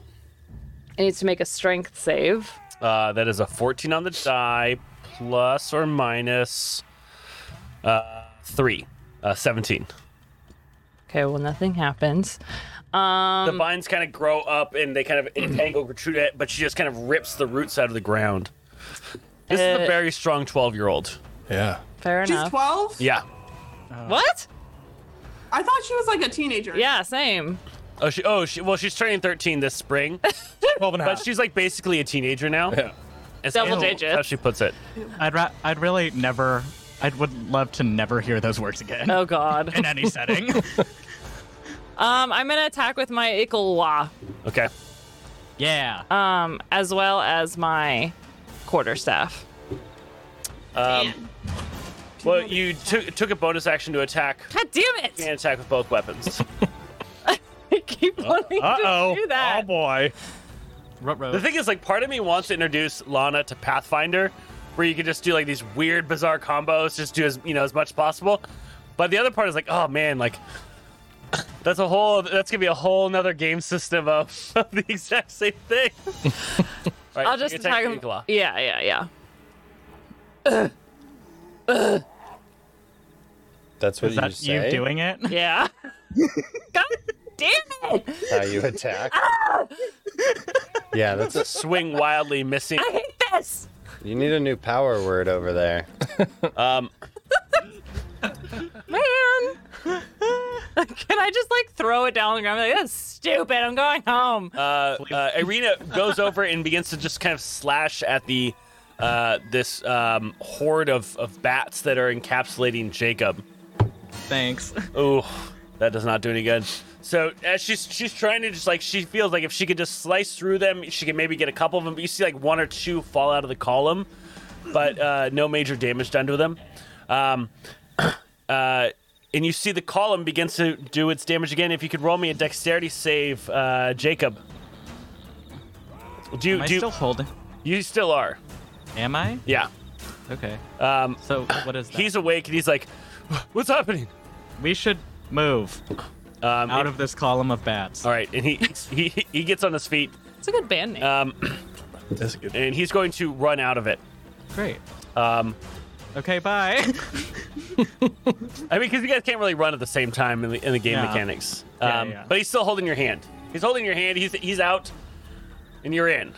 It needs to make a strength save.
Uh, that is a 14 on the die, plus or minus uh, three. Uh, 17.
Okay, well nothing happens. Um,
the vines kind of grow up and they kind of entangle Gertruda, but she just kind of rips the roots out of the ground. This is a
Uh,
very strong 12 year old.
Yeah.
Fair
She's
enough. Uh,
12?
Yeah.
What?
I thought she was like a teenager.
Yeah, same.
Oh, she. Oh, she. Well, she's turning 13 this spring,
12 and a
but
half.
she's like basically a teenager now.
Yeah.
It's-
Double
it's
digits.
How she puts it.
I'd ra- I'd really never. I would love to never hear those words again
Oh god.
in any setting.
Um, I'm gonna attack with my Ikilwa,
Okay.
yeah.
um, as well as my quarterstaff.
Um, well, you took took a bonus action to attack.
God damn
You
it!
can attack with both weapons.
I keep wanting
Uh, Uh-oh. Oh,
to do that.
boy.
The thing is, like, part of me wants to introduce Lana to Pathfinder, where you can just do like these weird, bizarre combos, just do as you know as much as possible. But the other part is like, oh man, like that's a whole that's gonna be a whole nother game system of, of the exact same thing. Right,
I'll
you
just attack him.
Igla.
Yeah, yeah, yeah.
That's what
Is
you
that
say.
you, doing it?
Yeah. God damn it!
How you attack? yeah, that's a,
Swing wildly, missing.
I hate this!
you need a new power word over there.
Um,
Man! Can I just like throw it down on the ground? and be Like, that's stupid. I'm going home.
uh, uh, Irina goes over and begins to just kind of slash at the uh, this um, horde of, of bats that are encapsulating Jacob.
Thanks.
Ooh, that does not do any good. So as she's she's trying to just like she feels like if she could just slice through them, she can maybe get a couple of them. But you see like one or two fall out of the column, but uh, no major damage done to them. Um, uh, and you see the column begins to do its damage again. If you could roll me a dexterity save, uh, Jacob. Do you
Am I
do you-
still holding?
you still are?
Am I?
Yeah.
Okay.
Um,
So what is that?
he's awake and he's like, "What's happening?"
We should move
Um,
out of this column of bats.
all right, and he he he gets on his feet.
It's a good band name.
Um,
That's good.
and he's going to run out of it.
Great.
Um,
Okay. Bye.
I mean, because you guys can't really run at the same time in the, in the game
Yeah.
mechanics. Um,
Yeah, yeah.
But he's still holding your hand. He's holding your hand. He's he's out, and you're in.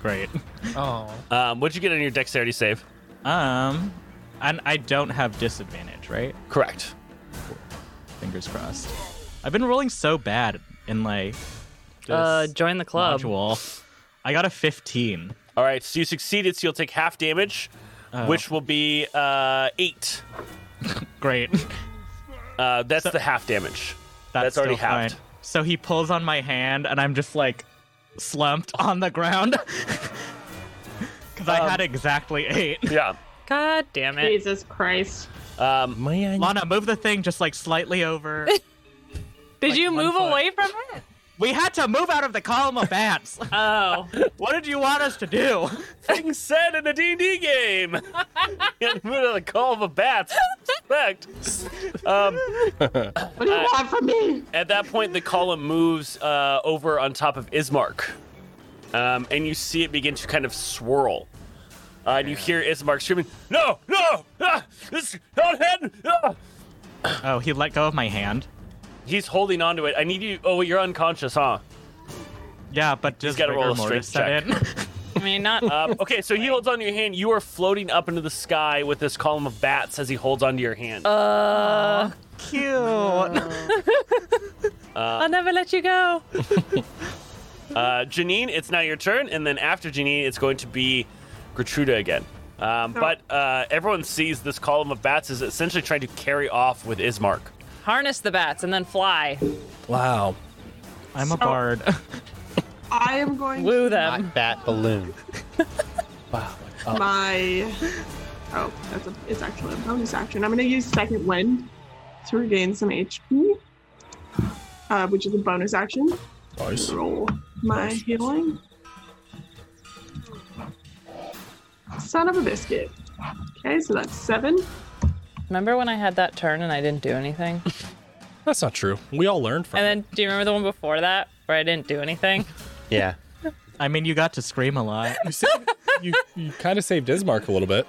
Great.
Oh,
Um, what'd you get on your dexterity save?
Um, and I don't have disadvantage, right?
Correct.
Fingers crossed. I've been rolling so bad in like this
uh, join the club.
module. I got a 15.
All right, so you succeeded. So you'll take half damage,
Oh.
which will be uh, eight.
Great.
Uh, that's the half damage. That's already
still
halved.
fine. So he pulls on my hand, and I'm just like slumped on the ground because I had exactly eight.
Um, Yeah.
God damn it.
Jesus Christ.
Um,
Man.
Lana, move the thing just like slightly over.
Did you
one
move
foot.
away from it?
we had to move out of the column of bats.
Oh.
what did you want us to do?
things said in a D&D game. you had to move to the call of a bat. Respect. Um,
What do you want from me?
Uh, At that point, the column moves uh, over on top of Ismark, um, and you see it begin to kind of swirl. Uh, and you hear Ismark screaming, "No, no! Ah, this not head!" Ah!"
Oh, he let go of my hand.
He's holding onto it. I need you. Oh, you're unconscious, huh?
Yeah, but just
gotta roll
rigor
a strength
mortis set in.
I mean, not.
Um, okay, so he holds onto your hand. You are floating up into the sky with this column of bats as he holds onto your hand.
Uh,
Cute.
I'll never let you go.
Uh, Janine, it's now your turn, and then after Janine, it's going to be Gertruda again. Um, but uh, everyone sees this column of bats is essentially trying to carry off with Ismark.
Harness the bats and then fly.
Wow.
I'm
Oh.
a bard.
I am going
Woo
to
them.
Bat balloon.
Wow.
Oh. my. Oh, that's a, it's actually a bonus action. I'm going to use second wind to regain some HP, uh, which is a bonus action.
Nice.
Roll my healing. Son of a biscuit. Okay, so that's seven.
Remember when I had that turn and I didn't do anything?
That's not true. We all learned from
and then do you remember the one before that where I didn't do anything?
Yeah.
I mean, you got to scream a lot.
You, saved, you, you kind of saved Ismark a little bit.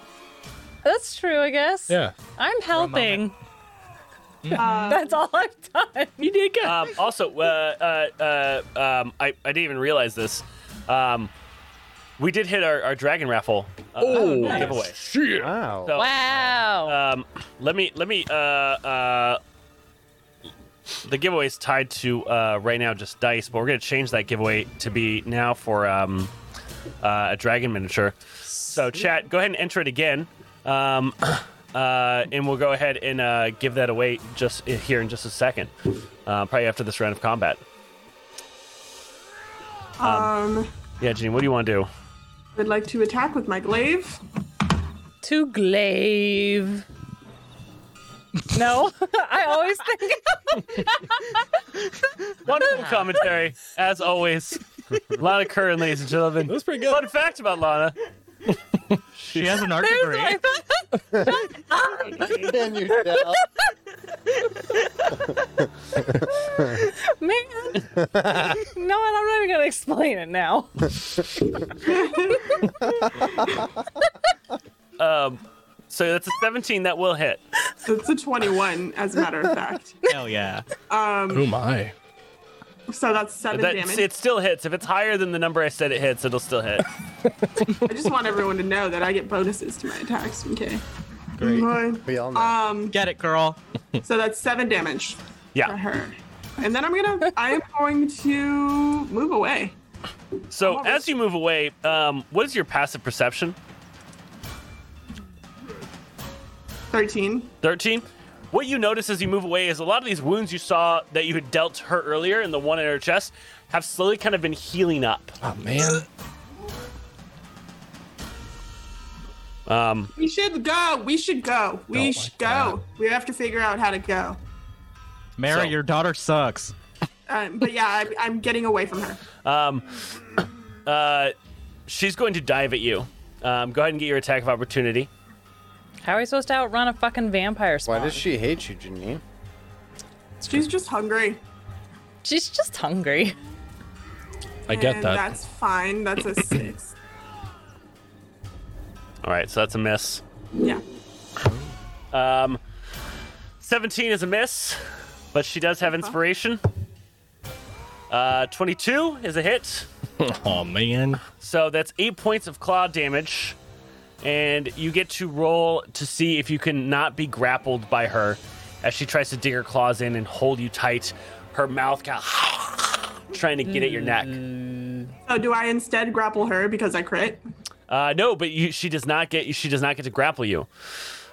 That's true, I guess.
Yeah.
I'm helping.
Uh,
That's all I've done. You did good.
um, also, uh, uh, uh, um, I, I didn't even realize this. Um, we did hit our, our dragon raffle uh,
Oh,
giveaway.
Shit.
Wow.
So,
wow.
um, let me let me uh, uh, the giveaway is tied to uh, right now just dice but we're gonna change that giveaway to be now for um, uh, a dragon miniature so chat go ahead and enter it again um, uh, and we'll go ahead and uh, give that away just here in just a second uh, probably after this round of combat
Um,
yeah Gene, what do you want to do
I'd like to attack with my glaive.
to glaive. No, I always think
wonderful commentary as always Lana Curran ladies and gentlemen
That was pretty
fun
good.
fact about Lana
She has an art degree.
Can you tell?
man. No, and I'm not even gonna explain it now.
Um, so that's a 17 that will hit
So it's a 21, as a matter of fact. Um,
Hell yeah.
Oh my.
So that's seven
That-
damage.
It still hits. If it's higher than the number I said it hits, it'll still hit.
I just want everyone to know that I get bonuses to my attacks. Okay.
Great.
Bye.
We all know.
Get it, girl.
Um, So that's seven damage to
Yeah.
her. And then I'm gonna I am going to move away.
So as you move away, um, what is your passive perception?
Thirteen.
13. What you notice as you move away is a lot of these wounds you saw that you had dealt her earlier and the one in her chest have slowly kind of been healing up.
Oh man.
Um,
We should go. We should go.
Oh
We
Don't
should
like that.
go. We have to figure out how to go.
Mara,
So-
your daughter sucks.
Um, but yeah, I, I'm getting away from her.
um, uh, she's going to dive at you. Um, go ahead and get your attack of opportunity.
How are we supposed to outrun a fucking vampire spawn?
Why does she hate you, Janine?
She's just hungry.
She's just hungry.
I get
and
that.
That's fine. That's a six.
All right, so that's a miss.
yeah.
Um, 17 is a miss, but she does
Uh-huh.
have inspiration. Uh, 22 is a hit.
Oh man.
So that's eight points of claw damage, and you get to roll to see if you can not be grappled by her as she tries to dig her claws in and hold you tight. Her mouth kind of trying to get at your neck.
So do I instead grapple her because I crit?
Uh, no, but you, she does not get she does not get to grapple you.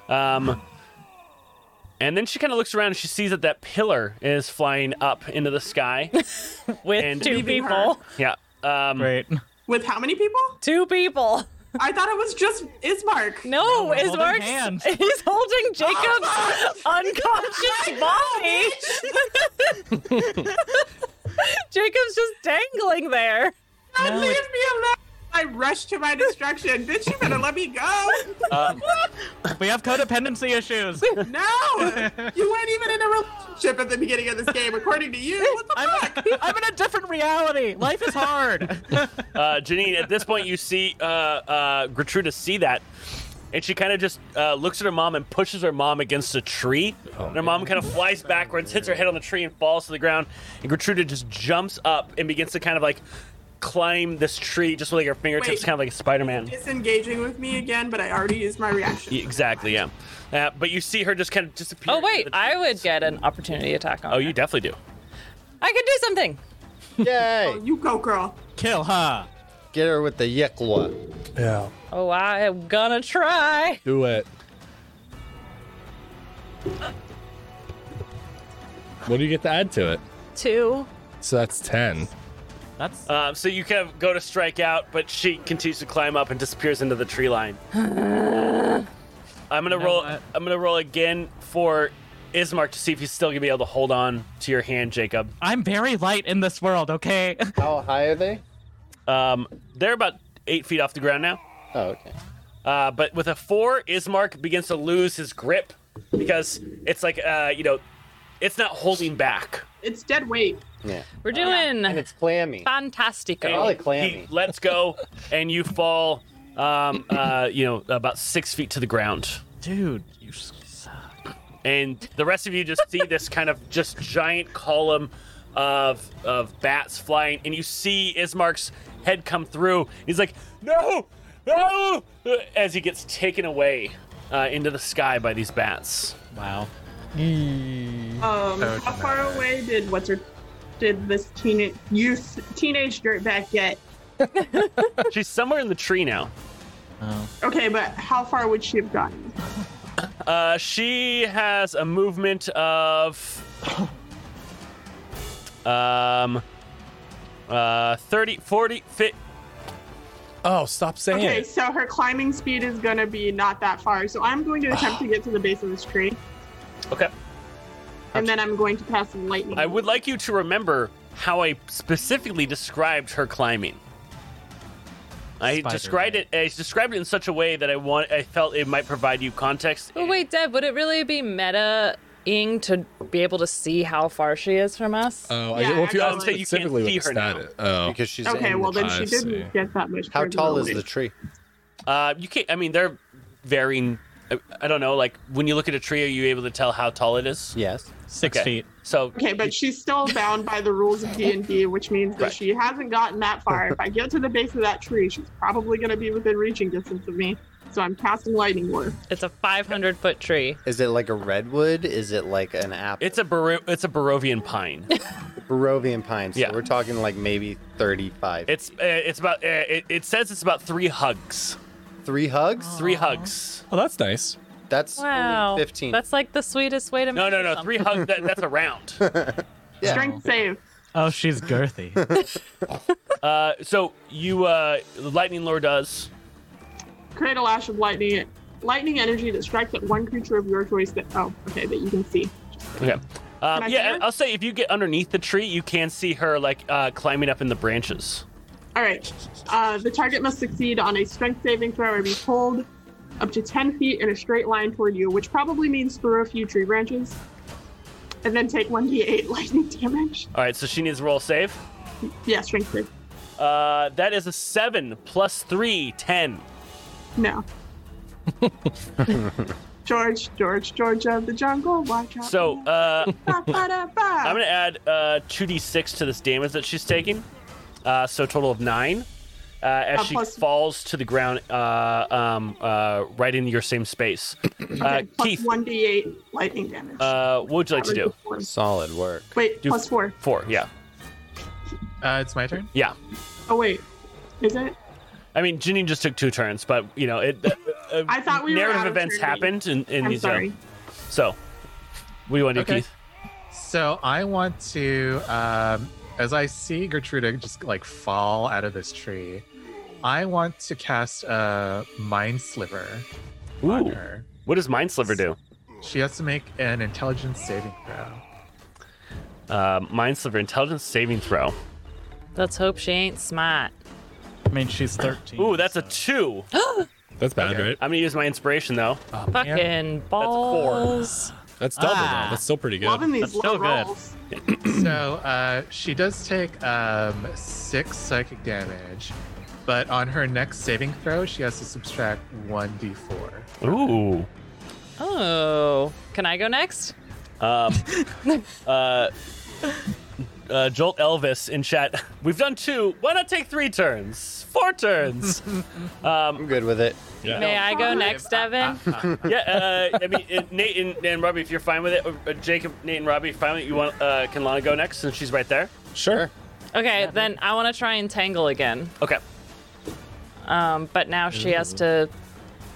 Um, and then she kind of looks around and she sees that that pillar is flying up into the sky.
With
And-
two
Leaving her.
people.
yeah. Um,
Great.
With how many people?
Two people.
I thought it was just Ismark.
No,
we're
is
holding
Mark
hands.
he's holding Jacob's unconscious body. Jacob's just dangling there.
God, leave me alone. I rush to my destruction. Bitch, you better let me go.
Um, We have codependency issues.
No! You weren't even in a relationship at the beginning of this game, according to you. What the
I'm, I'm in a different reality. Life is hard.
uh, Janine, at this point, you see uh, uh, Gertruda see that, and she kind of just uh, looks at her mom and pushes her mom against a tree. and her mom kind of flies backwards, hits her head on the tree, and falls to the ground. And Gertruda just jumps up and begins to kind of like climb this tree just with like her fingertips,
Wait.
kind of like a Spider Man.
disengaging with me again, but I already used my reaction.
E, Exactly, yeah. Uh, but you see her just kind of disappear.
Oh
into
wait,
the
I would get an opportunity attack on.
Oh,
that.
you definitely do.
I could do something.
Yay!
Oh, You go, girl.
Kill her.
Get her with the yikla.
Yeah.
Oh, I am gonna try.
Do it. What do you get to add to it?
Two.
So that's ten.
That's
Uh, so you kind of go to strike out, but she continues to climb up and disappears into the tree line. I'm gonna
know
roll.
what?
I'm gonna roll again for Ismark to see if he's still gonna be able to hold on to your hand, Jacob.
I'm very light in this world, okay?
How high are they?
Um, they're about eight feet off the ground now.
Oh, okay.
Uh, but with a four, Ismark begins to lose his grip because it's like uh, you know, it's not holding back.
It's dead weight.
Yeah.
We're doing
And it's clammy.
fantastico.
Probably clammy.
He lets go, and you fall. Um, uh, you know, about six feet to the ground.
Dude, you suck.
and the rest of you just see this kind of just giant column of of bats flying, and you see Ismark's head come through. He's like, "No, no!" as he gets taken away uh, into the sky by these bats.
Wow.
Um,
Oh,
how
no.
far away did what's her did this teen youth teenage dirtbag get?
She's somewhere in the tree now.
Oh.
Okay, but how far would she have gotten?
Uh, she has a movement of um uh 30 40 fit
Oh, stop saying
Okay,
it.
so her climbing speed is gonna be not that far. So I'm going to attempt to get to the base of this tree,
okay
and then I'm going to pass some lightning.
I would like you to remember how I specifically described her climbing. I
Spider
described
way.
it. I described it in such a way that I want. I felt it might provide you context.
But wait, Deb, would it really be meta ing to be able to see how far she is from us?
Oh,
Yeah,
I, well, if you
actually- So
asked
you
can't
specifically
see
what
her
stat
now.
it- Oh,
Because she's
Okay,
in
well
the
then
tree.
she
I
didn't
see.
get that much.
How
further
tall is
away.
the tree?
Uh, you can't. I mean, they're varying. I, I don't know. Like when you look at a tree, are you able to tell how tall it is?
Yes.
Six
Okay.
feet.
So
Okay, but she's still bound by the rules of D and D, which means that
Right.
she hasn't gotten that far. If I get to the base of that tree, she's probably gonna be within reaching distance of me. So I'm casting lightning ward.
It's a 500 foot tree.
Is it like a redwood? Is it like an apple?
it's a Bar- it's a Barovian pine.
Barovian pine. So
Yeah.
we're talking like maybe 35.
it's uh, it's about. Uh, it, it says it's about three hugs.
Three hugs?
Three hugs.
oh, that's nice.
That's only
Wow.
15.
That's like the sweetest way to
No, no,
measure
no. Three
something.
hugs. That, that's a round.
Yeah.
Strength save.
Oh, she's girthy.
Uh, so you uh, lightning lore does.
Create a lash of lightning lightning energy that strikes at one creature of your choice that oh, okay, that you can see.
Okay. Um,
I see
yeah,
her?
I'll say if you get underneath the tree, you can see her like uh, climbing up in the branches.
Alright. Uh, the target must succeed on a strength saving throw or be pulled up to ten feet in a straight line toward you, which probably means through a few tree branches. And then take one D eight lightning damage.
All right, so she needs a roll save.
Yeah, strength save.
Uh, that is a seven plus three, ten.
No. George, George, George of the jungle, watch out.
So uh,
Ba, ba, da, ba.
I'm gonna add uh, 2d6 to this damage that she's taking. Uh, so a total of nine. Uh, as
Uh,
she
plus-
falls to the ground, uh, um, uh, right in your same space. Uh,
Okay, plus
Keith,
1d8 lightning damage.
uh, what would you like to do?
Four.
Solid work.
Wait,
Do-
plus four.
Four, yeah,
Uh, it's my turn.
yeah.
Oh, wait. Is it?
I mean, Janine just took two turns, but you know, it. Uh, uh,
I thought we were
narrative
out of
events
turn
happened, and, and
I'm
these, uh,
sorry.
so, what do you want to do,
Okay.
Keith?
So I want to, um, as I see Gertruda just like fall out of this tree, I want to cast a mind sliver on
Ooh.
her.
What does Mind Sliver do?
She has to make an intelligence saving throw.
Uh, Mind Sliver, intelligence saving throw.
Let's hope she ain't smart.
I mean, she's 13.
Ooh, that's a two.
That's bad, right?
I'm gonna use my inspiration though.
Fucking balls.
That's double
Ah.
though. That's still pretty good.
Loving these
That's so
Oh,
low
good.
rolls.
so uh, she does take um, six psychic damage, but on her next saving throw, she has to subtract one d4.
Ooh.
Oh, can I go next?
Um, uh, uh, Jolt Elvis in chat. We've done two. Why not take three turns? Four turns. Um,
I'm good with it.
Yeah.
May I go next, Devin?
yeah. Uh, I mean, uh, Nate and, and Robbie, if you're fine with it, uh, uh, Jacob, Nate, and Robbie, finally, you want uh, can Lana go next since she's right there?
Sure.
Okay, then I want to try and tangle again.
Okay.
Um, but now she has to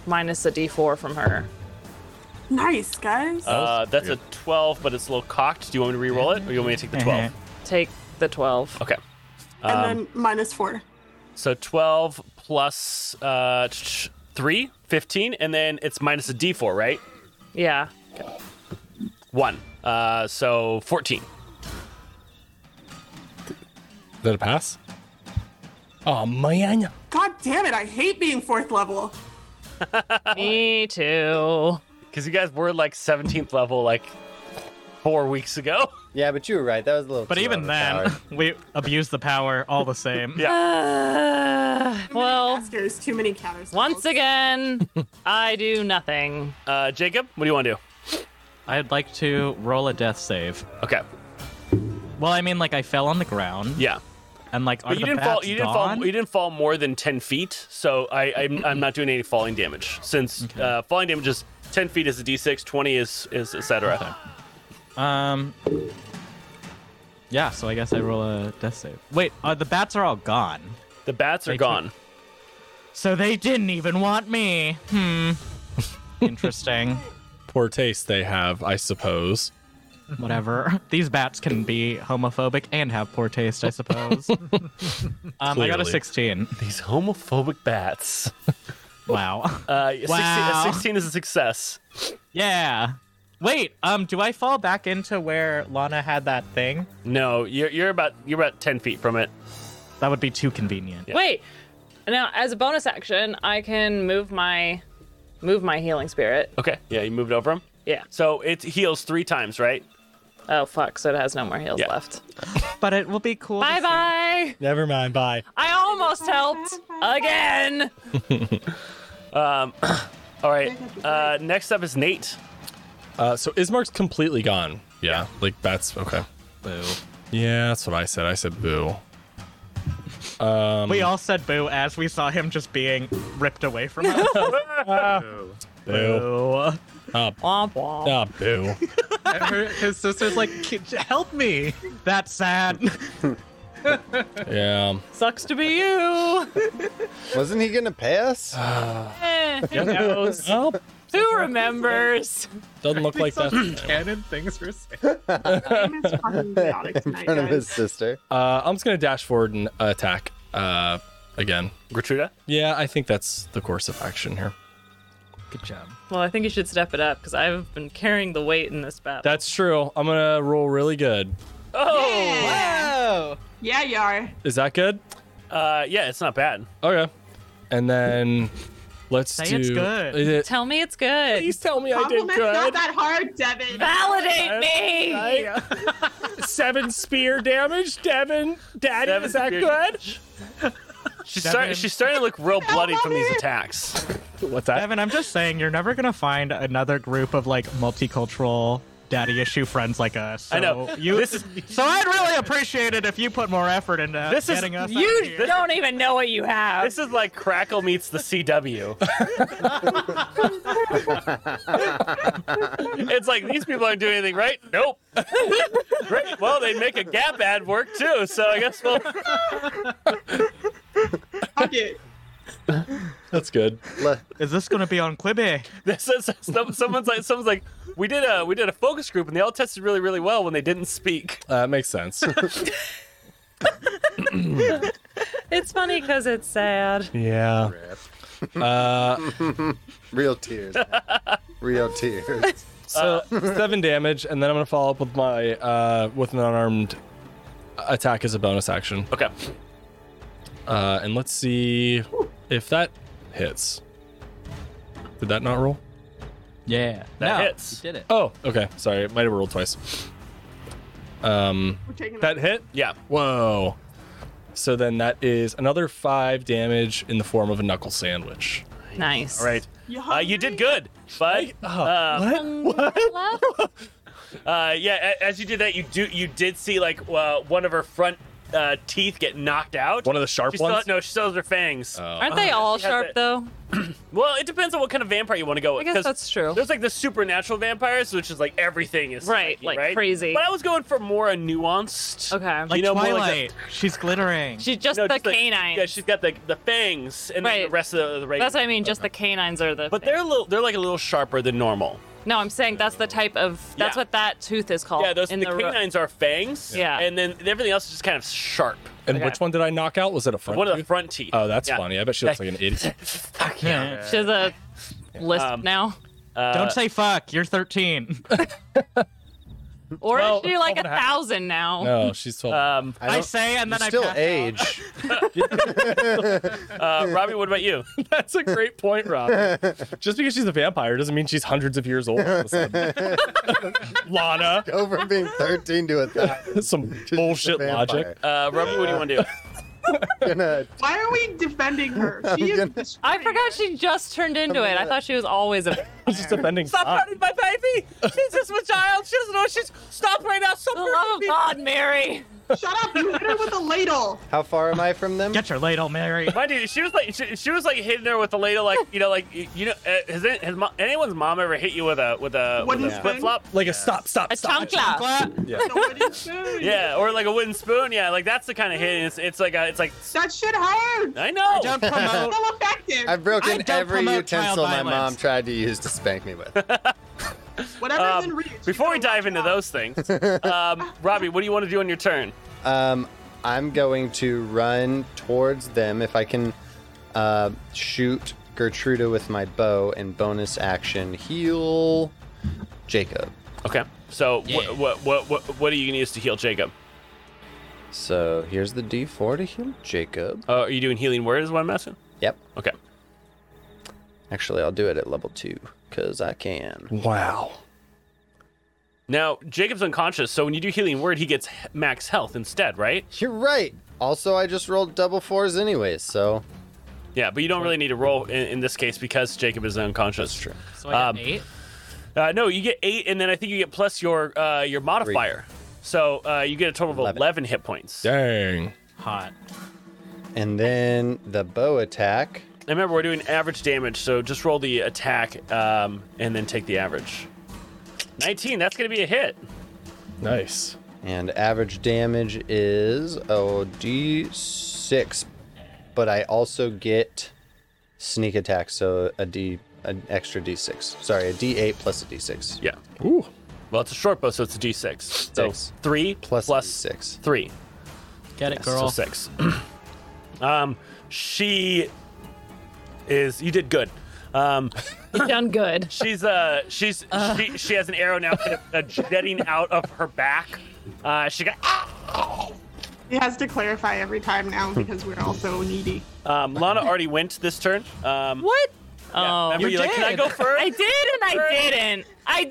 minus a d4 from her.
Nice, guys.
Uh, that's a 12, but it's a little cocked. Do you want me to re-roll it, or you want me to take the 12?
Take the 12.
Okay. Um,
and then minus four.
So 12 plus uh, ch- 3, 15, and then it's minus a d4, right?
Yeah.
1. Uh, so 14.
Is that a pass? Oh, man.
God damn it! I hate being fourth level.
Me too.
Because you guys were like 17th level like four weeks ago.
Yeah, but you were right. That was a little.
But
too
even then,
overpowered.
we abuse the power all the same.
Yeah.
Uh, well,
There's too many counters.
once again, I do nothing.
Uh, Jacob, what do you want to do?
I'd like to roll a death save.
Okay.
Well, I mean, like I fell on the ground,
Yeah.
and like are
But you
the
didn't fall.
bats
You didn't
gone?
fall. You didn't fall more than ten feet. So I, I'm, I'm not doing any falling damage since uh, falling damage is ten feet is a d6, twenty is is etc.
Um. Yeah, so I guess I roll a death save. Wait, uh, the bats are all gone.
The bats are
They took-
gone.
So they didn't even want me. Hmm. Interesting.
Poor taste they have, I suppose.
Whatever. These bats can be homophobic and have poor taste, I suppose. um, I got a
Clearly.
16.
These homophobic bats.
Wow.
Uh, 16, a
Wow.
16 is a success.
yeah. Wait, um, do I fall back into where Lana had that thing?
No, you're, you're about you're about ten feet from it.
That would be too convenient.
Wait. Now, as a bonus action, I can move my move my healing spirit.
Okay. Yeah, you moved over him.
Yeah.
So it heals three times, right?
Oh fuck, so it has no more heals
Yeah.
left.
But it will be cool. to
Bye
see-
bye.
Never mind. Bye.
I almost helped again.
Um, All right. Uh, next up is Nate.
Uh, so Ismark's completely gone. Yeah, like that's okay.
Boo.
Yeah, that's what I said. I said boo. Um,
we all said boo as we saw him just being ripped away from us.
Ooh.
Boo.
Boo.
Womp womp.
Ah, boo.
And her, his sister's like, "K- j- help me.
That's sad.
Yeah.
Sucks to be you.
Wasn't he gonna pay us?
Eh, who knows?
Well,
Who remembers?
Oh. doesn't look like that.
Canon things for sale.
Name is fucking chaotic
In
tonight,
front of his
guys.
sister.
Uh, I'm just gonna dash forward and attack uh, again.
Gertruda.
Yeah, I think that's the course of action here.
Good job.
Well, I think you should step it up because I've been carrying the weight in this battle.
That's true. I'm gonna roll really good.
Oh.
Yeah, you are.
Is that good?
Uh, yeah, it's not bad.
Okay. And then let's
Say
do.
it's good.
Is it-
Tell me it's good.
Please tell me I did
Compliments not
good.
that hard, Devin.
Validate me.
Seven spear damage, Devin. Daddy,
Seven
is that
spear
good?
She's starting. She's starting to look real bloody from these attacks.
What's that?
Evan, I'm just saying, you're never gonna find another group of like multicultural daddy issue friends like us. So
I know.
You,
This is-
so I'd really appreciate it if you put more effort into
This is-
getting us. out
You
of here.
don't even know what you have.
This is like Crackle meets the CW. it's like these people aren't doing anything right. Nope. Great. Well, they make a Gap ad work too, so I guess we'll.
Fuck it.
That's good.
Le-
Is this gonna be on Quibi?
This is, some- someone's like, someone's like, we did a we did a focus group and they all tested really really well when they didn't speak.
Uh, makes sense.
It's funny because it's sad.
yeah. Uh,
Real tears. Real tears.
So Uh, seven damage, and then I'm gonna follow up with my uh, with an unarmed attack as a bonus action.
Okay.
Uh, and let's see if that hits. Did that not roll?
Yeah,
That hits.
Did it?
Oh, okay. Sorry, it might have rolled twice. Um,
We're taking
that hit.
Yeah.
Whoa. So then that is another five damage in the form of a knuckle sandwich.
Nice.
All right.
You,
Uh, you did good, but uh, uh, yeah, a- as you did that, you do you did see like uh, one of her front uh, teeth get knocked out.
One of the sharp
she
ones. Oh.
Still, no, she still has her fangs.
Aren't they all
she has
sharp
it.
though?
Well, it depends on what kind of vampire you want to go with.
I guess
'cause
that's true.
There's like the supernatural vampires, which is like everything is
Right,
spiky,
like
right?
crazy.
But I was going for more a nuanced.
Okay.
Like
you know, more
Twilight.
like the-
She's glittering.
She's just
no,
the
just like-
canines.
yeah, she's got the the fangs and then
Right.
the rest of the, the regular.
That's what I mean. Just the canines are the.
but they're a little, they're like a little sharper than normal.
No, I'm saying that's the type of that's
Yeah.
what that tooth is called.
Yeah, those the,
in ro-
canines are fangs.
Yeah.
and then everything else is just kind of sharp.
And which one did I knock out? Was it a front?
One of the
tooth?
front teeth.
Oh, that's
Yeah.
funny. I bet she looks like an idiot.
Yeah. She's a list
Um,
now.
Don't say fuck. You're 13.
Or
well,
is she like a
12 and a half.
thousand now?
No, she's twelve.
Um,
I, say and then I
still
pass
age.
uh, Robbie, what about you?
That's a great point, Rob.
Um,
Just because she's a vampire doesn't mean she's hundreds of years old. all of a sudden. Lana,
Go from being 13 to a thousand.
some
She's a
bullshit logic.
vampire.
Uh, Robbie, what do you want to do?
Gonna-
Why are we defending her? She is.
I forgot she just turned into it. I thought she was always a.
She's just defending.
Stop
Scott.
hurting my baby! She's just a child. She doesn't know. She's stop right now. Stop
the love of Oh, God, Mary.
Shut up! You hit her with a ladle.
How far am I from them?
Get your ladle, Mary.
Mind you, she was like she, she was like hitting her with the ladle, like you know, like you you know, uh, has, it, has mo- anyone's mom ever hit you with a with a, with
Wooden
a
spoon?
flip flop?
Like a stop, stop,
A
stop.
chunkla.
Yeah, or like a wooden spoon. Yeah, like that's the kind of hit. and It's, it's like a, it's like
That shit hurts.
I know.
Don't promote.
So effective.
I've
I
broken
don't
every
promote child
utensil my mom
violence.
tried to use to spank me with.
Whatever's in
Um,
reach.
Before we
you gotta
dive into
watch out.
those things, um, Robbie, what do you want to do on your turn?
Um, I'm going to run towards them if I can uh, shoot Gertruda with my bow and bonus action heal Jacob.
Okay. So what, what what what what are you gonna use to heal Jacob?
So here's the D4 to heal Jacob.
Uh, are you doing healing word? Is what I'm asking.
Yep.
Okay.
Actually, I'll do it at level two because I can.
Wow.
Now Jacob's unconscious, so when you do healing word, he gets he- max health instead, right?
You're right. Also, I just rolled double fours anyways, so
Yeah, but you don't really need to roll in, in this case because Jacob is unconscious. That's true.
So I
Um,
got eight.
Uh, no, you get eight, and then I think you get plus your uh, your modifier. So uh, you get a total of 11,
11.
hit points.
Dang.
Hot.
and then the bow attack.
And remember, we're doing average damage, so just roll the attack um, and then take the average. 19, that's going to be a hit.
Nice.
And average damage is oh d6, but I also get sneak attack, so a d an extra d6. Sorry, a d8 plus a d6.
Yeah.
Ooh.
Well, it's a short bow, so it's a d6. So
Six.
3
Plus,
plus
d6.
3.
Get it,
So
girl.
6. um, she is. You did good. Um,
You done good.
She's uh she's she, she has an arrow now kind of uh, jetting out of her back. Uh, she got
He has to clarify every time now because we're all so needy.
um, Lana already went this turn. Um,
What?
yeah,
Oh,
remember you like, can I go first? Uh,
I did and I
Right.
didn't. I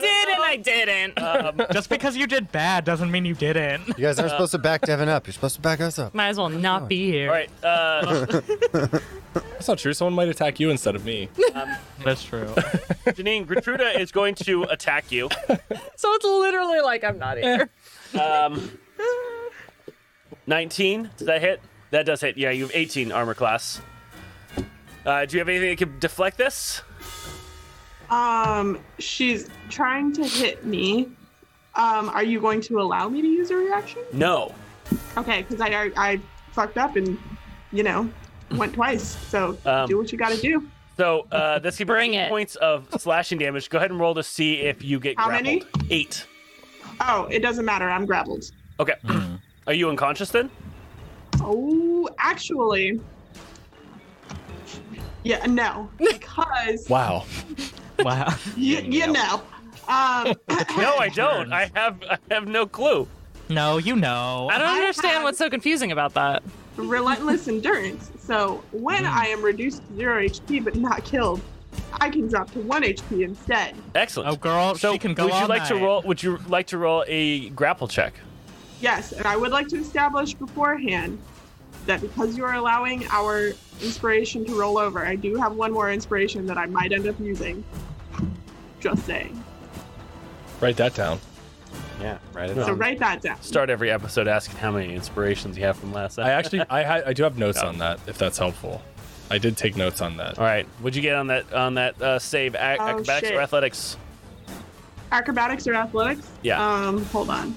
did and I didn't.
Just because you did bad doesn't mean you didn't.
You guys aren't supposed to back Devin up. You're supposed to back us up.
Might as well not be here.
All right, uh,
That's not true. Someone might attack you instead of me.
Um,
That's true.
Janine, Gertruda is going to attack you.
So it's literally like I'm not here.
Um, 19, does that hit? That does hit. Yeah, you have 18 armor class. Uh, do you have anything that can deflect this?
Um, she's trying to hit me. Um, are you going to allow me to use a reaction?
No.
Okay, because I, I I fucked up and you know went twice. So
Um,
do what you got to do.
So uh, this can
Bring it.
points of slashing damage. Go ahead and roll to see if you get
How many?
grappled. Eight.
Oh, it doesn't matter. I'm grappled.
Okay. Are you unconscious then?
Oh, actually. Yeah, no, because
Wow.
wow.
you, you know. Um,
No, I don't. I have I have no clue.
No, you know.
I don't
I
understand
have-
what's so confusing about that.
relentless endurance. So when I am reduced to zero HP but not killed, I can drop to one HP instead.
Excellent.
Oh, girl,
so
she can go
would you
all
like to
night.
roll? Would you like to roll a grapple check?
Yes, and I would like to establish beforehand that because you are allowing our inspiration to roll over, I do have one more inspiration that I might end up using. Just saying.
Write that down.
Yeah, right.
So
Um,
write that down.
Start every episode asking how many inspirations you have from last
I
time.
actually, I ha- I do have notes on that. If that's helpful, I did take notes on that.
All right. What'd you get on that on that uh, save? Ac-
Oh,
acrobatics
shit.
or athletics?
Acrobatics or athletics?
Yeah.
Um, hold on.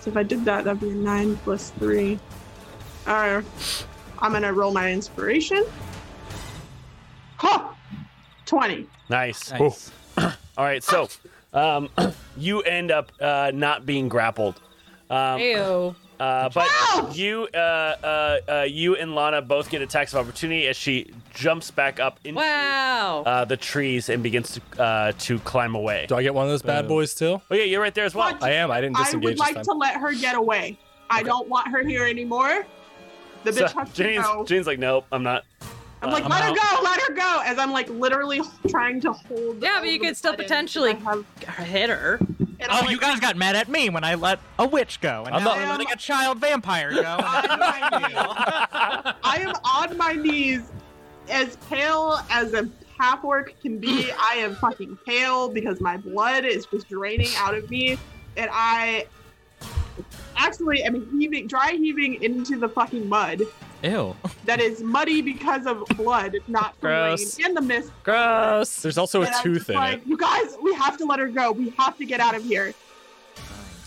So if I did that, that'd be a nine plus three. Uh, I'm gonna roll my inspiration. Huh! Twenty.
Nice.
Nice.
All right. So um, you end up uh, not being grappled. Um,
Ew.
uh, but you, uh, uh, uh, you and Lana both get attacks of opportunity as she jumps back up into
Wow.
uh, the trees and begins to uh, to climb away.
Do I get one of those bad boys too?
Oh yeah, you're right there as well.
I am. I didn't
I
disengage
would
this
like
time.
to let her get away. I don't want her here anymore. The bitch
So
has to
Jane's,
go.
Jane's like, nope, I'm not.
I'm like,
I'm
let her
out."
go, let her go, as I'm like literally trying to hold.
Yeah, but you could still potentially hit her.
And
Oh,
I'm
you guys got mad at me when I let a witch go, and
I'm
now
not-
I'm letting a child vampire go.
I am on my knees, as pale as a half orc can be. I am fucking pale because my blood is just draining out of me, and I actually am heaving, dry heaving into the fucking mud
Ew.
that is muddy because of blood, not from
Gross.
rain and the mist.
Gross.
There's also
And
a
I'm
tooth
just
in
like,
it.
You guys, we have to let her go. We have to get out of here.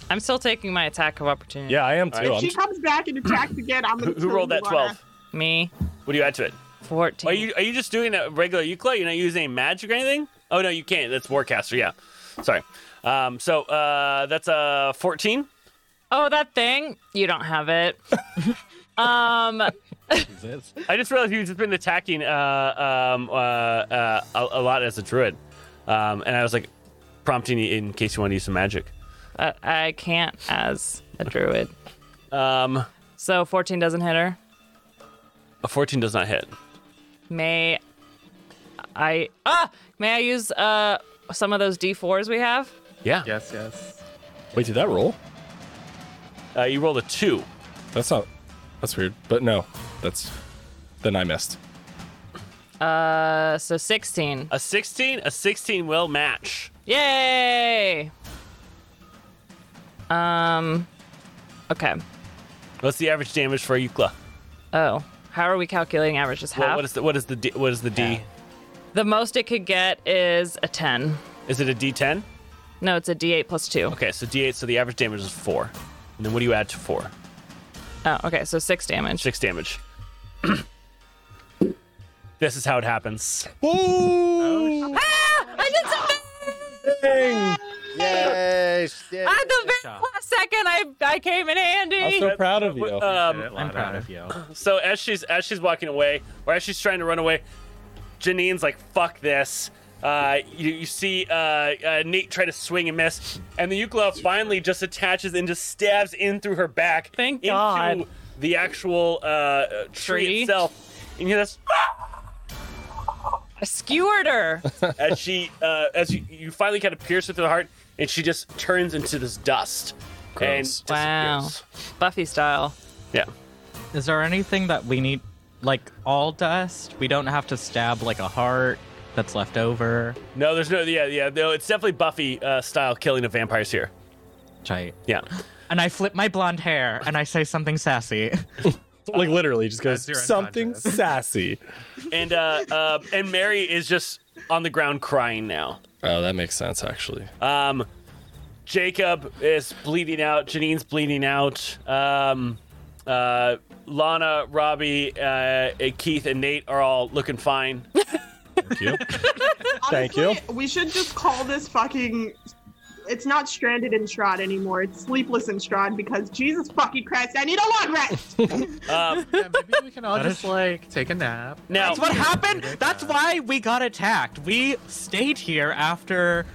I'm still taking my attack of opportunity.
Yeah, I am too.
if
I'm
she comes back and attacks again, I'm
Who,
gonna.
who
kill
rolled
you,
that
Lana.
twelve?
Me,
What do you add to it?
14.
Are you are you just doing a regular Euclid? You're not using any magic or anything? Oh no, you can't. That's Warcaster. Yeah, sorry. Um, so uh, that's a fourteen.
oh, that thing? You don't have it. um,
I just realized you've just been attacking uh, um, uh, uh, a, a lot as a druid, um, and I was like prompting you in case you want to use some magic.
but Uh, I can't as a druid.
Um,
So 14 doesn't hit her.
a fourteen does not hit.
May I ah may I use uh some of those D4s we have?
Yeah,
Yes, yes.
Wait, did that roll?
Uh, you rolled a two.
That's not. That's weird. But no, that's. Then I missed.
Uh so 16.
A sixteen. A sixteen will match.
Yay. Um okay.
What's the average damage for a Euclid?
Oh, how are we calculating average? Just half.
What, what is the what is the D, what is the D?
the most it could get is a 10.
Is it a D ten?
No, it's a D8 plus 2.
Okay, so D8, so the average damage is four. And then what do you add to four?
Oh, okay. So 6 damage.
Six damage. this is how it happens.
Ah, I did something.
Yay! shit.
At the very last second I I came in
I'm
handy.
so proud of you.
uh,
Um,
I'm proud of you.
so as she's as she's walking away, or as she's trying to run away, Janine's like, "Fuck this." Uh, you, you see uh, uh, Nate try to swing and miss, and the Eucla finally just attaches and just stabs in through her back.
Thank
into
God.
The actual uh, uh, tree,
Tree.
itself, and you hear this
I skewered her.
as she uh, as you, you finally kind of pierce her through the heart, and she just turns into this dust. And
Gross.
Wow.
disappears.
Buffy style.
Yeah.
Is there anything that we need, like all dust? We don't have to stab like a heart that's left over.
No, there's no. Yeah, yeah. No, it's definitely Buffy uh, style killing of vampires here.
Which I-
Yeah.
And I flip my blonde hair and I say something sassy.
like literally, just
As you're
goes something
unconscious."
sassy.
And uh, uh, and Mary is just on the ground crying now.
Oh, that makes sense actually.
Um, Jacob is bleeding out. Janine's bleeding out. Um, uh, Lana, Robbie, uh, and Keith, and Nate are all looking fine.
Thank you.
Honestly,
Thank you.
We should just call this fucking. It's not stranded in Strahd anymore. It's sleepless in Strahd because Jesus fucking Christ, I need a long rest.
Um,
Yeah, maybe we can all just like take a nap.
now,
That's what happened. That's why we got attacked. We stayed here after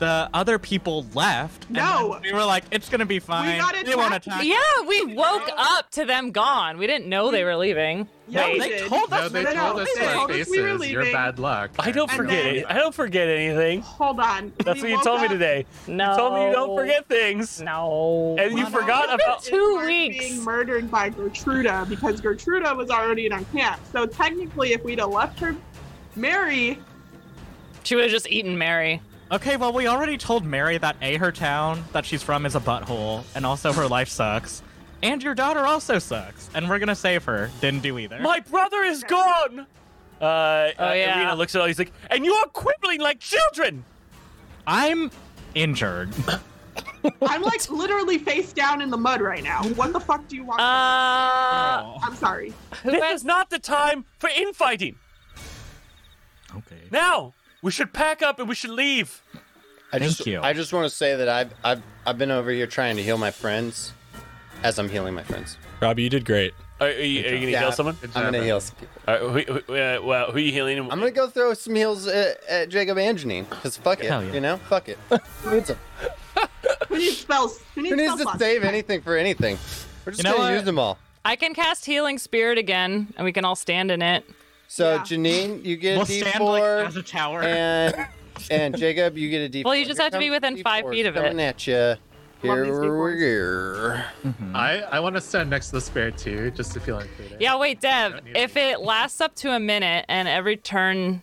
the other people left. and
No.
then we were like, it's gonna be fine.
got
They won't
attacked.
attack.
Yeah, we woke up to them gone. We didn't know they were leaving.
Yeah,
No,
we
they
did.
told
No,
us.
they
No, no,
told us
they
to our
told us we were
faces. You're
leaving.
bad luck.
I don't
And
forget
then-
it. I don't forget anything.
Hold on. We
That's what you
woke
told me
up-
today.
No.
You told me you don't forget things.
No.
And you forgot about.
Two
Mark
weeks.
being murdered by Gertruda because Gertruda was already in our camp. So technically, if we'd have left her, Mary,
She would have just eaten Mary.
Okay, well, we already told Mary that A, her town that she's from is a butthole, and also her life sucks. And your daughter also sucks, and we're gonna save her. Didn't do either.
My brother is gone. Uh, uh,
Oh,
Oh,
yeah.
Irina looks at all. He's like, and you are quibbling like children.
I'm injured.
I'm like literally face down in the mud right now. What the fuck do you want?
Uh,
Oh,
I'm sorry.
who
This
has
is not the time for infighting.
okay.
Now we should pack up and we should leave.
I
Thank
just,
you.
I just want to say that I've, I've I've been over here trying to heal my friends, as I'm healing my friends.
Robbie, you did great.
Are, are you, are you gonna
Yeah,
heal someone?
I'm gonna heal some people.
All right, who, who, uh, well, who are you healing?
I'm gonna go throw some heals at, at Jacob and Janine, cause fuck it,
Hell yeah.
you know, fuck it. Who needs 'em?
Who needs spells? Who needs,
Who needs
spell
to
slots?
save anything for anything? We're just
You know
gonna
what?
use them all.
I can cast Healing Spirit again, and we can all stand in it.
So
Yeah.
Janine, you get
We'll
a D4,
stand like as a tower.
and and Jacob, you get a D4.
Well, you just have to be within five feet of it.
Coming at you.
Love these
Here we go.
I, I want to stand next to the spirit too, just to feel included.
Yeah, wait, Dev.
need
If it lasts up to a minute and every turn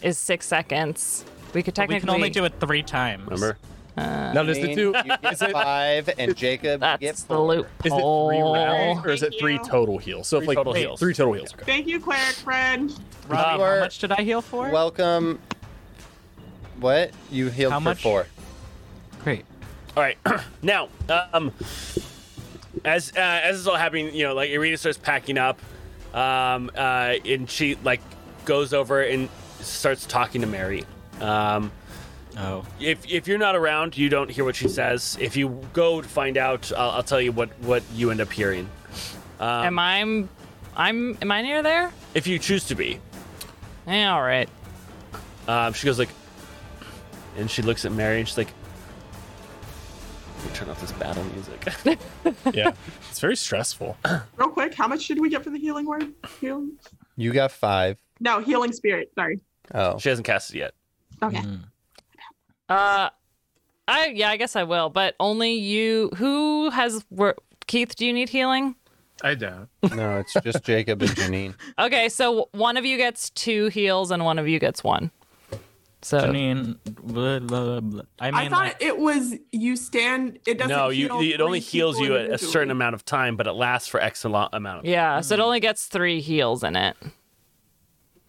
is six seconds, we could
But
technically.
we can only do it three times.
Remember?
Uh,
now, does the
Janine,
two?
You get five, and Jacob, you
That's
get
the
four.
loop.
Is it three rounds or is it
Thank
three
you.
total heals? So if
Three
like
total
hey,
heals.
three total heals. Okay.
Thank you, cleric friend.
Robbie,
Or-
how much did I heal for?
Welcome. What? You healed
How
for
much?
four.
great.
All right, now, um, as uh, as this is all happening, you know, like Irina starts packing up, um, uh, and she like goes over and starts talking to Mary. Um,
Oh.
if if you're not around, you don't hear what she says. If you go to find out, I'll, I'll tell you what what you end up hearing. Um,
am I? I'm. Am I near there?
If you choose to be,
Eh, all right.
um, she goes like, and she looks at Mary and she's like, "Let me "Turn off this battle music."
Yeah, it's very stressful.
Real quick, how much did we get for the healing word? Healing?
You got five.
No, healing spirit. Sorry.
Oh.
she hasn't cast it yet.
Okay.
Uh, I yeah, I guess I will, but only you. Who has? Were, Keith, do you need healing?
I don't.
No, it's just Jacob and Janine.
Okay, so one of you gets two heals and one of you gets one. So
Janine, blah, blah, blah. I mean,
I thought
like,
it was you stand. It doesn't.
no, you,
heal
you- it only
three
heals
people
you at a certain
individually.
amount of time, but it lasts for X alo- amount of
yeah, so
Hmm.
it only gets three heals in it.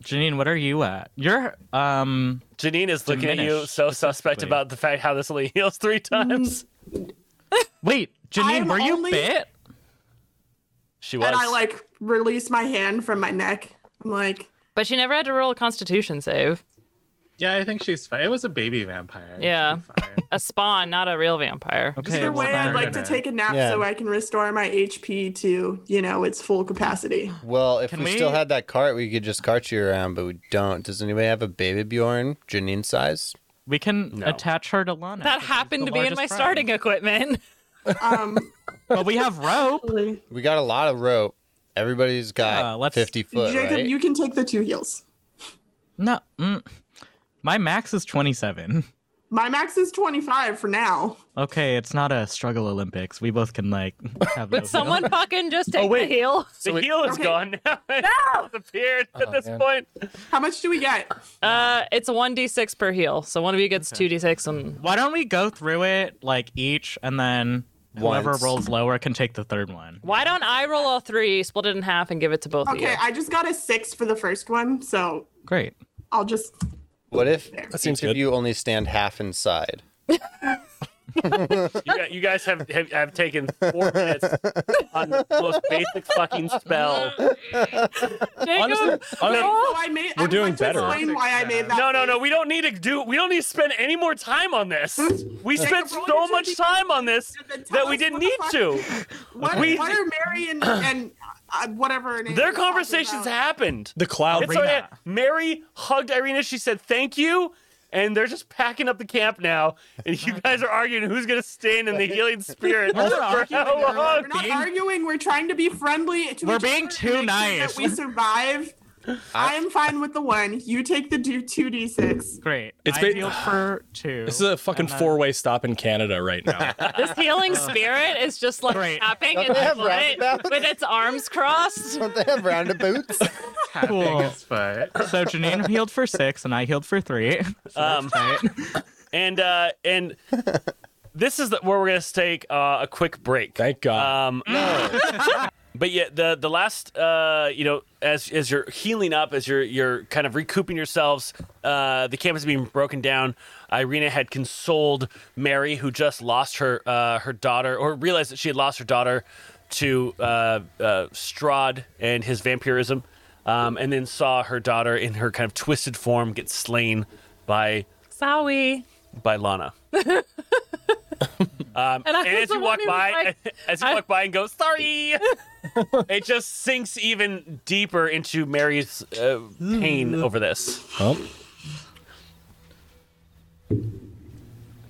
Janine, what are you at? You're um.
Janine is looking at you
Diminished,
so suspect
specifically.
about the fact how this only heals three times.
Wait, Janine,
I'm
were you
only-
bit?
She was.
And I like release my hand from my neck. I'm like,
But she never had to roll a Constitution save.
Yeah, I think she's fine. It was a baby vampire.
Yeah.
She'll be fine.
A spawn, not a real vampire.
is
Okay,
there a
well
way I'd
then-
like to take a nap
Yeah.
so I can restore my HP to you know its full capacity?
Well, if
Can
we,
we-
still had that cart, we could just cart you around, but we don't. Does anybody have a baby Bjorn, Janine size?
we can
No.
attach her to Lana.
That
because she's
happened
the
to be in
largest
my
friend.
starting equipment.
Um,
But we have rope.
really.
We got a lot of rope. Everybody's got
Yeah, let's-
50 foot,
Jacob,
right?
you can take the two heals.
No, mm, my max is twenty-seven.
My max is 25 for now.
Okay, it's not a struggle Olympics. We both can like have. no
Would
heal.
someone fucking just take the heal?
the heel is
Okay.
gone Oh, now. No! it's disappeared
Oh,
at this point.
How much do we get?
Uh, it's a 1d6 per heal. So one of you gets 2d6 and
Why don't we go through it like each, and then whoever
Once.
rolls lower can take the third one.
why don't I roll all three, split it in half, and give it to both of
Okay,
you?
I just got a six for the first one, so
Great.
I'll just.
What if
seems
each of
good.
you only stand half inside?
You, got- you guys have, have, have taken four minutes on the most basic fucking spell.
Jacob,
Honestly, honestly,
So "Oh, I made. I
We're
would
doing
like to
better.
Explain why I made that.
No, no, no. We don't need to do. We don't need to spend any more time on this. We spent
roll
so
your
much
2d6
time on this
and then tell
that we
us
didn't need
what the
to.
What,
We-
what are Mary and, and uh, whatever her name
Their
is talking
conversations
about?
happened.
The cloud.
It's alright. Mary hugged Irina. She said thank you, and they're just packing up the camp now. And you guys are arguing who's gonna stand in the healing spirit
We're not
for
arguing,
how
we're
long?
We're not
Being-
arguing. We're trying to be friendly. To
We're
each
being
other
too
and make sure
nice.
That we survive. I am fine with the one. You take the do two d six.
Great.
It's
I
ba-
heal for two.
This is a fucking
and then-
four-way stop in Canada right now.
this healing spirit is just like
Great.
tapping
Don't
its
they have
foot
roundabouts?
with its arms crossed.
Don't they have rounded boots?
Tapping
Cool.
his foot.
So Janine healed for six, and I healed for three.
Um, and uh, and this is the, where we're gonna take uh, a quick break.
Thank God.
Um, but yeah, the the last uh, you know, as as you're healing up, as you're you're kind of recouping yourselves, uh, the camp is being broken down. Irina had consoled Mary, who just lost her uh, her daughter, or realized that she had lost her daughter to uh, uh, Strahd and his vampirism, um, and then saw her daughter in her kind of twisted form get slain by
Sorry.
by Lana. um, and
I was
as
the
you
one
walk
who was
by,
like-
as you
I-
walk by and go, sorry, it just sinks even deeper into Mary's uh, pain
Mm.
over this.
Well,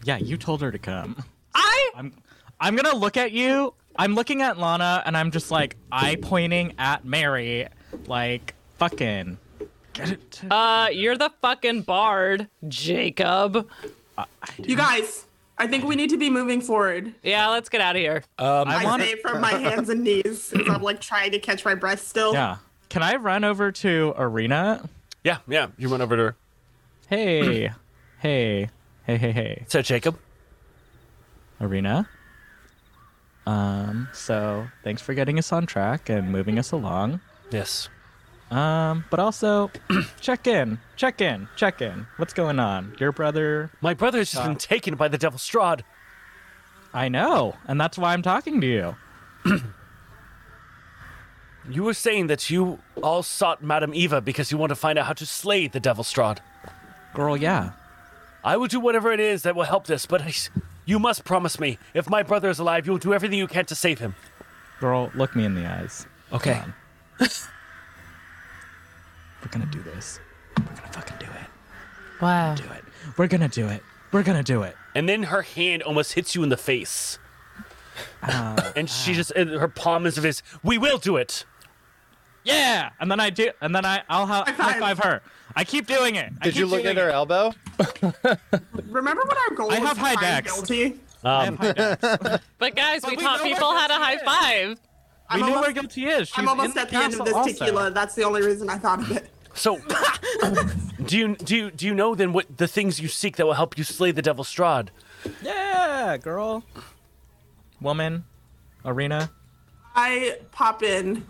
Yeah, you told her to come.
I
I'm I'm gonna look at you. I'm looking at Lana and I'm just like eye pointing at Mary. Like, fucking get it to
Uh, you're the fucking bard, Jacob.
You guys, I think we need to be moving forward.
Yeah, let's get out of here.
I,
wanna-
say from my hands and knees as I'm like trying to catch my breath still.
Yeah. Can I run over to Arena?
Yeah, yeah. You went over to her.
Hey. hey. Hey, hey, hey.
So, Jacob,
Arena. Um, so thanks for getting us on track and moving us along.
yes.
Um, but also check in, check in, check in. What's going on? Your brother Uh,
My brother's just been taken by the Devil Strahd.
I know, Oh, and that's why I'm talking to you.
You were saying that you all sought Madame Eva because you want to find out how to slay the Devil Strahd.
Girl, yeah.
I will do whatever it is that will help this, but I s you must promise me, if my brother is alive, you'll do everything you can to save him.
Girl, look me in the eyes.
Okay.
Come on. We're gonna do this. We're gonna fucking do it.
Wow.
Do it. We're gonna do it. We're gonna do it.
And then her hand almost hits you in the face.
Oh,
and she just, and her palm is of his, we will do it.
Yeah. And then I do. And then I, I'll ha-
High five.
high five her. I keep doing it. I
Did
keep
you look
doing
at her
it.
elbow?
Remember what our goal
I
was
have
to
high
find
dex.
guilty?
Um,
But guys, we,
we
taught
know where
people how to high five.
I'm
We know
almost,
where guilty is. She's
I'm almost
in
at the end of
castle
this
also.
tequila. That's the only reason I thought of it.
so, do you do you, do you know then what the things you seek that will help you slay the Devil Strahd?
Yeah, girl. Woman. Arena.
I pop in.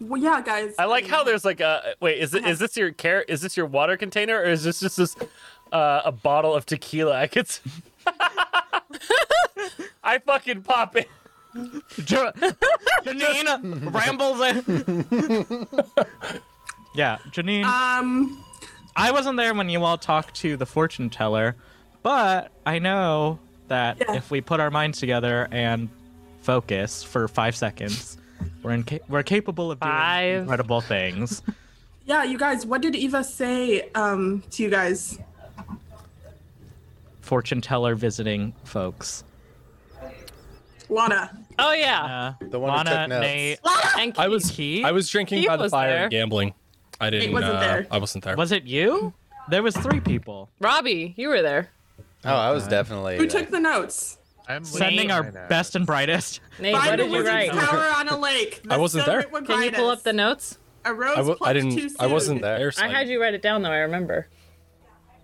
Well, yeah, guys.
I like how there's like a wait. Is it is this your care? Is this your water container or is this just this uh, a bottle of tequila? I could. s- I fucking pop it.
Jo- Janine rambles in. yeah, Janine.
Um,
I wasn't there when you all talked to the fortune teller, but I know that
Yeah.
if we put our minds together and focus for five seconds, we're inca- we're capable of doing
Five.
incredible things.
yeah, you guys. What did Eva say um to you guys?
fortune teller visiting folks.
Lana.
Oh yeah.
Uh,
The one who
Lana,
took notes.
Nate,
and
I was
He-
I was drinking
he
by the
was
fire
there.
and gambling. I didn't.
wasn't
uh,
there.
I wasn't there.
was it you? There was three people
Robbie, you were there.
Oh, I was definitely.
Who took the notes?
I'm looking
sending our
right now.
best and brightest.
Nate,
Find
what
a
did you
wizard's
write?
tower on a lake.
I wasn't there.
Can you pull up the notes?
A rose
I, w- I
plucked too
didn't. I
soon.
wasn't there.
I had you write it down though. I remember.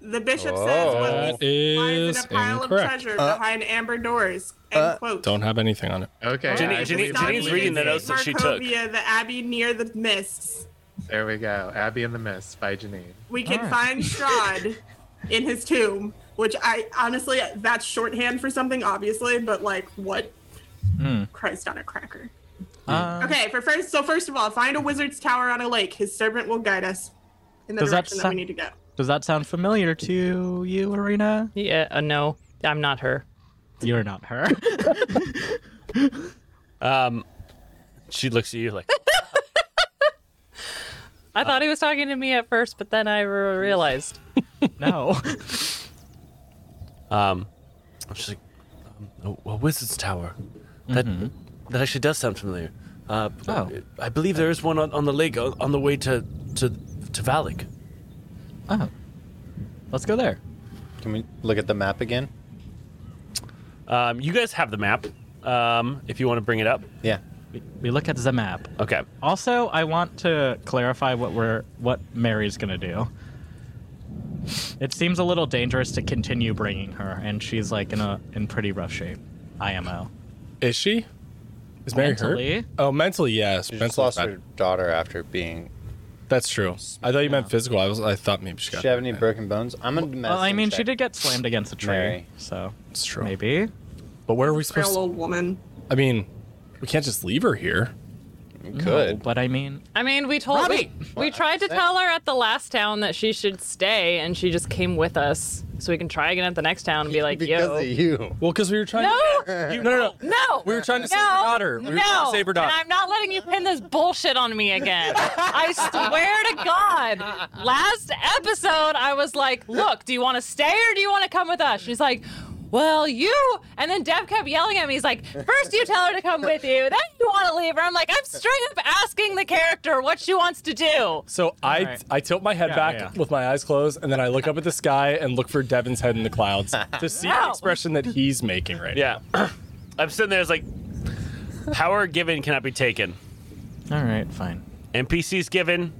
The bishop
Oh.
says
That
what lies
is
in a pile of
incorrect.
treasure
Uh,
behind amber doors. End
Uh,
quote.
Don't have anything on it.
Okay.
Jenny-
I
Jenny-
believe
Jenny's
it.
uh, reading the notes that she took.
Markovia, the abbey near the mists.
There we go. Abby and the Mist by Janine.
We can
Alright.
find Strahd in his tomb, which I honestly, that's shorthand for something, obviously, but like, what?
Hmm.
Christ on a cracker.
Um,
Okay, for first, so first of all, find a wizard's tower on a lake. His servant will guide us in the
Does that
direction that, we
sou-
need to go.
Does that sound familiar to you, Arena?
Yeah. Uh, no, I'm not her.
You're not her.
Um, She looks at you like,
I thought he was talking to me at first, but then I re- realized.
no.
um, she's like, um, a, a wizard's tower. That that actually does sound familiar. Uh,
Mm-hmm. Oh.
I believe there is one on, on the lake on, on the way to to to Valik.
Oh. Let's go there.
Can we look at the map again?
Um, you guys have the map. Um, if you want to bring it up.
Yeah.
We, we look at the map.
Okay.
Also, I want to clarify what we're what Mary's gonna do. It seems a little dangerous to continue bringing her, and she's like in a in pretty rough shape. IMO.
Is she? Is Mary hurt?
Mentally.
Oh, mentally, yes.
She just
Mentally
lost
bad.
her daughter after being.
That's true. I thought you meant physical. I was. I thought maybe she
Does
got.
she have any broken bones? I'm gonna.
Well, I
medicine
mean, she
check.
did get slammed against a tree,
Mary.
so
It's true.
maybe.
But where are we
Frail
supposed?
old woman.
I mean, we can't just leave her here.
You could.
but I mean,
I mean, we told we, we tried to tell her at the last town that she should stay, and she just came with us, so we can try again at the next town and be like,
because
"Yo,
of you.
Well, because we were trying.
no,
To, no, no, no.
no."
We were trying to save
no,
her daughter. We were
no,
trying to save her
and
daughter.
I'm not letting you pin this bullshit on me again. I swear to God. Last episode, I was like, "Look, do you want to stay or do you want to come with us?" She's like, "Well, you." And then Deb kept yelling at me. He's like, first you tell her to come with you, then you want to leave her." I'm like, "I'm straight up asking the character what she wants to do."
So I
right.
I tilt my head
Yeah,
back
yeah.
with my eyes closed, and then I look up at the sky and look for Devin's head in the clouds to see the
No.
expression that he's making right
Yeah. I'm sitting there, it's like, power given cannot be taken.
all right, fine.
NPCs given,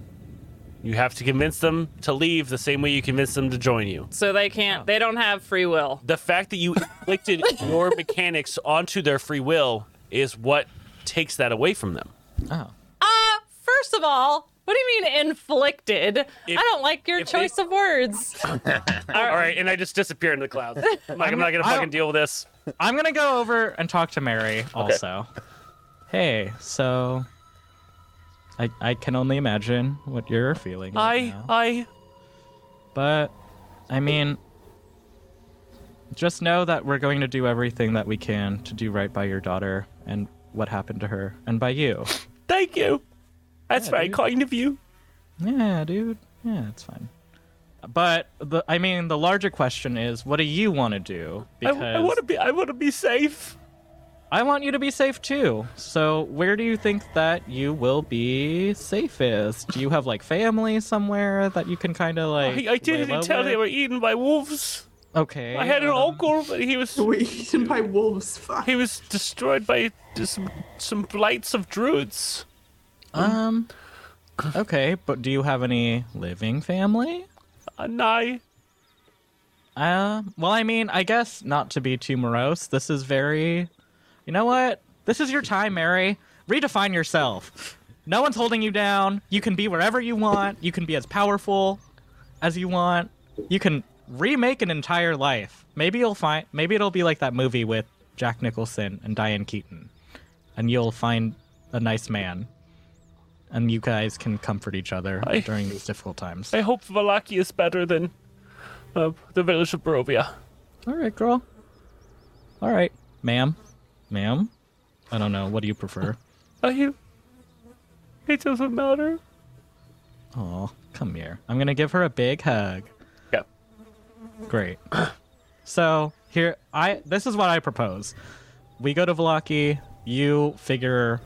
you have to convince them to leave the same way you convince them to join you.
So they can't. They don't have free will.
The fact that you inflicted your mechanics onto their free will is what takes that away from them.
Oh,
Uh, first of all, what do you mean inflicted? I don't like your
if they-
choice of words.
All right, and I just disappear into the clouds. I'm like, I'm not gonna
I
fucking
don't-
deal with this.
I'm gonna go over and talk to Mary also. Hey, so I I can only imagine what you're feeling. right
I,
now.
I,
But I mean, just know that we're going to do everything that we can to do right by your daughter and what happened to her and by you.
thank you. That's very
dude.
kind of you.
Yeah, dude. Yeah, it's fine. But the I mean, the larger question is, what do you want to do?
I, I want to be, I want to be safe.
I want you to be safe too. So, where do you think that you will be safest? Do you have like family somewhere that you can kind of like?
I, I didn't
lay low
tell they
with?
were eaten by wolves.
Okay.
I had an
um,
uncle, but he was
We're eaten by wolves. Fuck.
he was destroyed by some some blights of druids.
Um. Okay, but do you have any living family?
And I,
Uh, well, I mean, I guess not to be too morose. This is very. You know what? This is your time, Mary. Redefine yourself. No one's holding you down. You can be wherever you want. You can be as powerful as you want. You can remake an entire life. Maybe you'll find. Maybe it'll be like that movie with Jack Nicholson and Diane Keaton, and you'll find a nice man, and you guys can comfort each other
I-
during these difficult times.
I hope Valaki is better than uh, the village of Barovia.
All right, girl. All right, ma'am. Ma'am? I don't know. What do you prefer?
Are you? It doesn't matter.
Oh, come here. I'm going to give her a big hug.
Yeah.
Great. So, here I this is what I propose. We go to Vlaki, you figure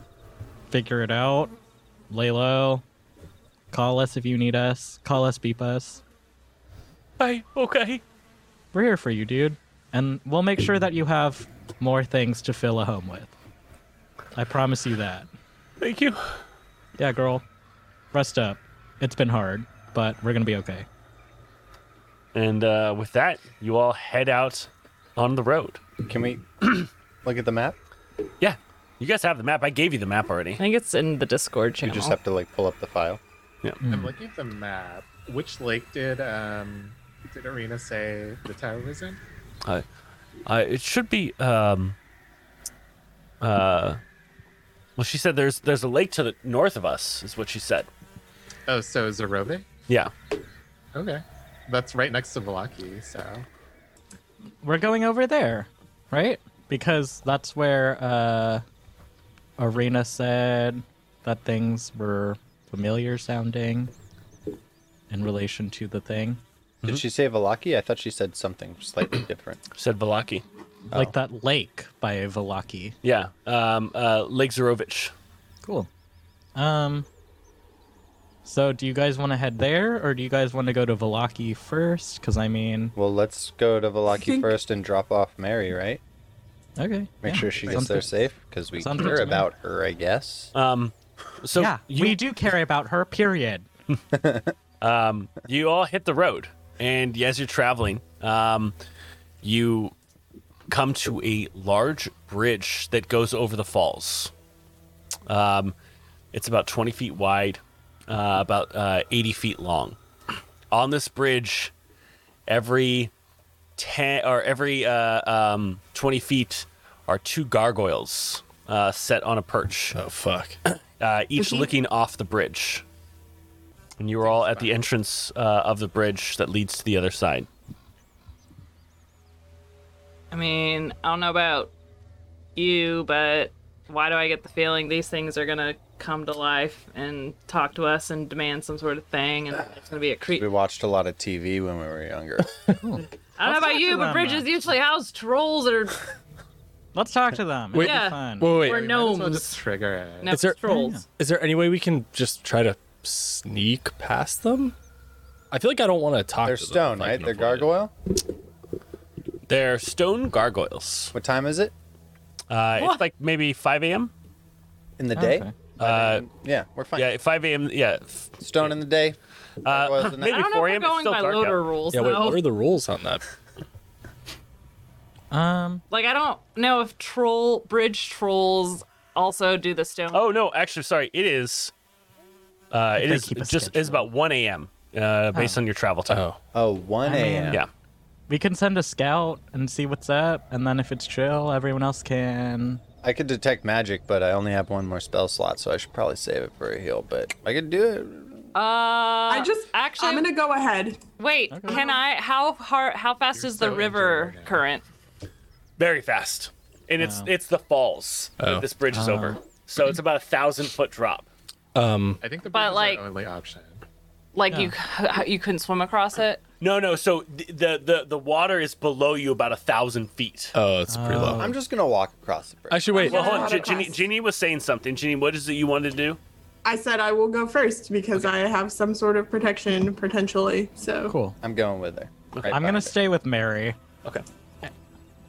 figure it out. Lay low. Call us if you need us. Call us, beep us.
I okay.
We're here for you, dude. And we'll make sure that you have more things to fill a home with. I promise you that.
Thank you.
Yeah, girl. Rest up. It's been hard, but we're gonna be okay.
And uh, with that, you all head out on the road.
Can we look at the map?
Yeah. You guys have the map. I gave you the map already.
I think it's in the Discord
You
channel.
just have to like pull up the file.
Mm-hmm.
I'm looking at the map. Which lake did um did Arena say the tower was in?
Uh, uh, it should be. Um, uh, well, she said there's there's a lake to the north of us, is what she said.
Oh, so Zorove?
Yeah.
Okay. That's right next to Velaki, so
We're going over there, right? Because that's where uh Arena said that things were familiar sounding in relation to the thing.
Did she say Valaki? I thought she said something slightly different.
Said Oh. Velaki.
Like that lake by Velaki.
Yeah. Um, uh, Lake Zorovich.
Cool. Um so do you guys want to head there or do you guys want to go to Velaki first? Cuz I mean,
Well, let's go to Valaki
Think-
first and drop off Mary, right?
okay.
Make
yeah,
sure she gets
sounds
there
good.
safe because we
Sounds good
care
to me.
about her, I guess.
Um, so
yeah,
you,
we do care about her. Period.
Um, you all hit the road, and as you're traveling, um, you come to a large bridge that goes over the falls. Um, it's about 20 feet wide, uh, about uh, 80 feet long. On this bridge, every 10 or every uh, um, 20 feet are two gargoyles uh, set on a perch.
Oh fuck!
Uh, each
Okay.
looking off the bridge, and you are all at the entrance uh, of the bridge that leads to the other side.
I mean, I don't know about you, but why do I get the feeling these things are gonna come to life and talk to us and demand some sort of thing, and it's gonna be a creep.
We watched a lot of TV when we were younger.
I don't know about you, but
them,
bridges usually house trolls that are
Let's talk to them.
Wait,
Yeah.
Fun.
wait, wait.
or
So I'll
gnomes.
just trigger it.
No,
Is there-
trolls.
Is there any way we can just try to sneak past them? I feel like I don't want to talk.
They're
to them
stone,
if I
right?
can
They're
avoid it.
gargoyle.
They're stone gargoyles.
What time is it?
Uh, it's
What?
like maybe 5 a.m.
In the day?
Okay.
Uh,
Yeah, we're fine.
yeah, 5 a.m. Yeah, f-
Stone in the day.
Uh,
gargoyles in the night.
I don't know
4
if we're
a.m., it's
going
still
by
dark
loader
out.
rules
Yeah. Wait.
though.
What are the rules on that?
Um,
Like I don't know if troll bridge trolls also do the stone.
Oh no, actually, sorry. It is. Uh, it
they
is
keep a
just
schedule.
it's about one a.m. Uh, based on your travel time.
Oh.
Oh, 1 a.m.
Yeah,
we can send a scout and see what's up, and then if it's chill, everyone else can.
I could detect magic, but I only have one more spell slot, so I should probably save it for a heal. But I could do it.
Uh, I
I just
actually
I'm gonna go ahead.
wait. Can I? How hard? How fast is the
so
river
enjoying it.
current?
very fast, and it's it's the falls
Oh.
that this bridge is over. So it's about a thousand foot drop.
Um.
I think the
But,
bridge is
like-
our only option.
Like you, you couldn't swim across it.
No, no. So th- the the the water is below you about a thousand feet.
Oh, it's pretty low.
I'm just gonna walk across the bridge.
Actually, wait.
well, hold on.
Not
J-
across.
Ginny, Ginny was saying something. Ginny, what is it you wanted to do?
I said I will go first because I have some sort of protection potentially. So
Cool.
I'm going with her. Right
I'm gonna
behind her.
stay with Mary.
Okay.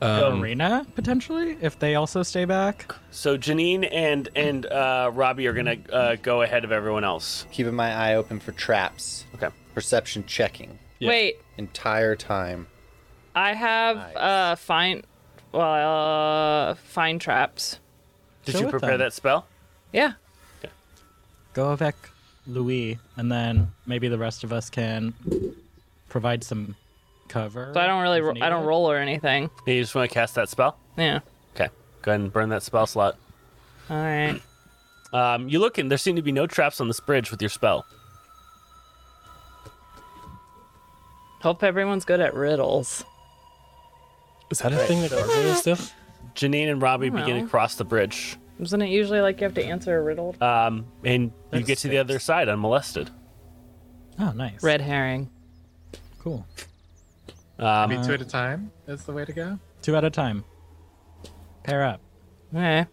Um,
Arena potentially, if they also stay back.
So Janine and and uh, Robbie are gonna uh, go ahead of everyone else.
keeping my eye open for traps,
Okay.
perception checking
Wait,
entire time.
I have
Nice.
uh fine, well uh, fine traps.
Did
Go
you
with
prepare
them.
that spell?
Yeah.
Go avec Louis, and then maybe the rest of us can provide some cover.
So I don't really,
if
ro- I don't
needed.
roll or anything.
You just want to cast that spell?
Yeah.
Okay. Go ahead and burn that spell slot.
All right.
Um, you look and there seem to be no traps on this bridge with your spell.
Hope everyone's good at riddles.
is that a thing that gargoyles do?
Janine and Robbie begin
Well.
to cross the bridge,
Isn't it usually like you have to answer a riddle?
um, and you
That's
get to the other
fixed.
side unmolested.
Oh, nice.
Red herring.
Cool.
Um,
Maybe two at a time is the way to go.
Two at a time. Pair up.
Okay.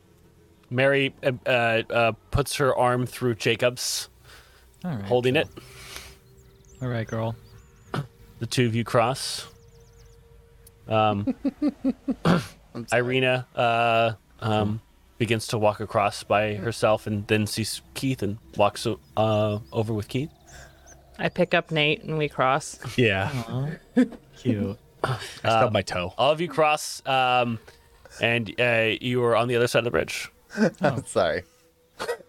Mary uh, uh, uh, puts her arm through Jacob's,
All right.
holding it.
All right, girl.
The two of you cross. Um, Irina uh, um, begins to walk across by herself, and then sees Keith and walks uh, over with Keith.
I pick up Nate and we cross.
Yeah.
Cute.
I stubbed my toe.
Uh, All of you cross, um, and uh, you are on the other side of the bridge.
I'm sorry.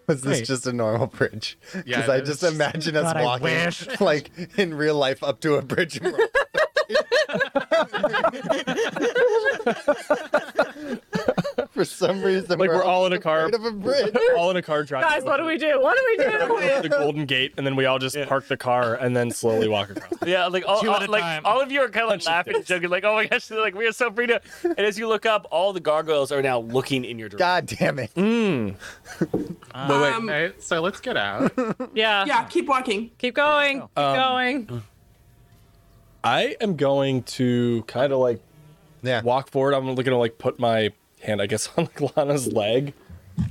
Was this
Great.
just a normal bridge? Because
Yeah,
I
it was
just imagine us
God, I
walking
wish.
like in real life up to a bridge. and we're- For some reason,
Like we're all in a car,
afraid of a bridge.
all in a car driving.
Guys, what do we do? What do we do?
the Golden Gate, and then we all just park the car and then slowly walk across.
Yeah, like all,
Two at
all-
a
like
time.
all of you are kind of like laughing, and joking, like, "Oh my gosh!" They're like, "We are so free to." And as you look up, all the gargoyles are now looking in your direction.
God damn it!
Hmm.
Um,
All right, so let's get out.
Yeah.
yeah, keep walking.
Keep going. Keep
Um,
going.
I am going to kind of like
Yeah,
walk forward. I'm looking to like put my hand, I guess, on like Lana's leg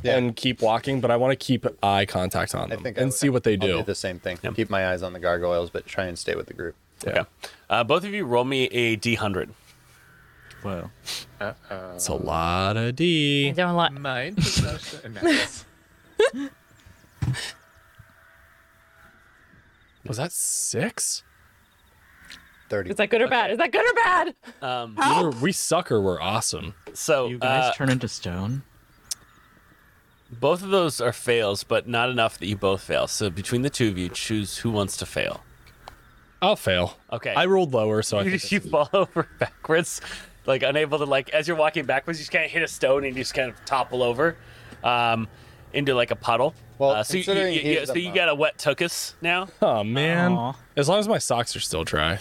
Yeah.
and keep walking, but I want to keep eye contact on
I
them
think I
and
would-
see what they
I'll
do.
do the same thing. Keep my eyes on the gargoyles, but try and stay with the group.
Yeah.
Uh, both of you roll me a d hundred.
Whoa.
It's a lot of
I
D.
don't like.
Mind possession. Nice.
Was that six?
Thirty.
Is that good or bad? Is that good or bad?
Um,
Either we suck or we're awesome.
so
You guys
uh,
turn into stone.
both of those are fails, but not enough that you both fail. So between the two of you, choose who wants to fail.
I'll fail.
Okay.
I rolled lower, so I
You,
think
you fall over backwards, like unable to like as you're walking backwards, you just kind of hit a stone and you just kind of topple over. um, into like a puddle.
Well,
uh, so you,
considering
you-
he's
you-
the
so you
mom.
got a wet tuchus now.
Oh man.
Aw.
As long as my socks are still dry.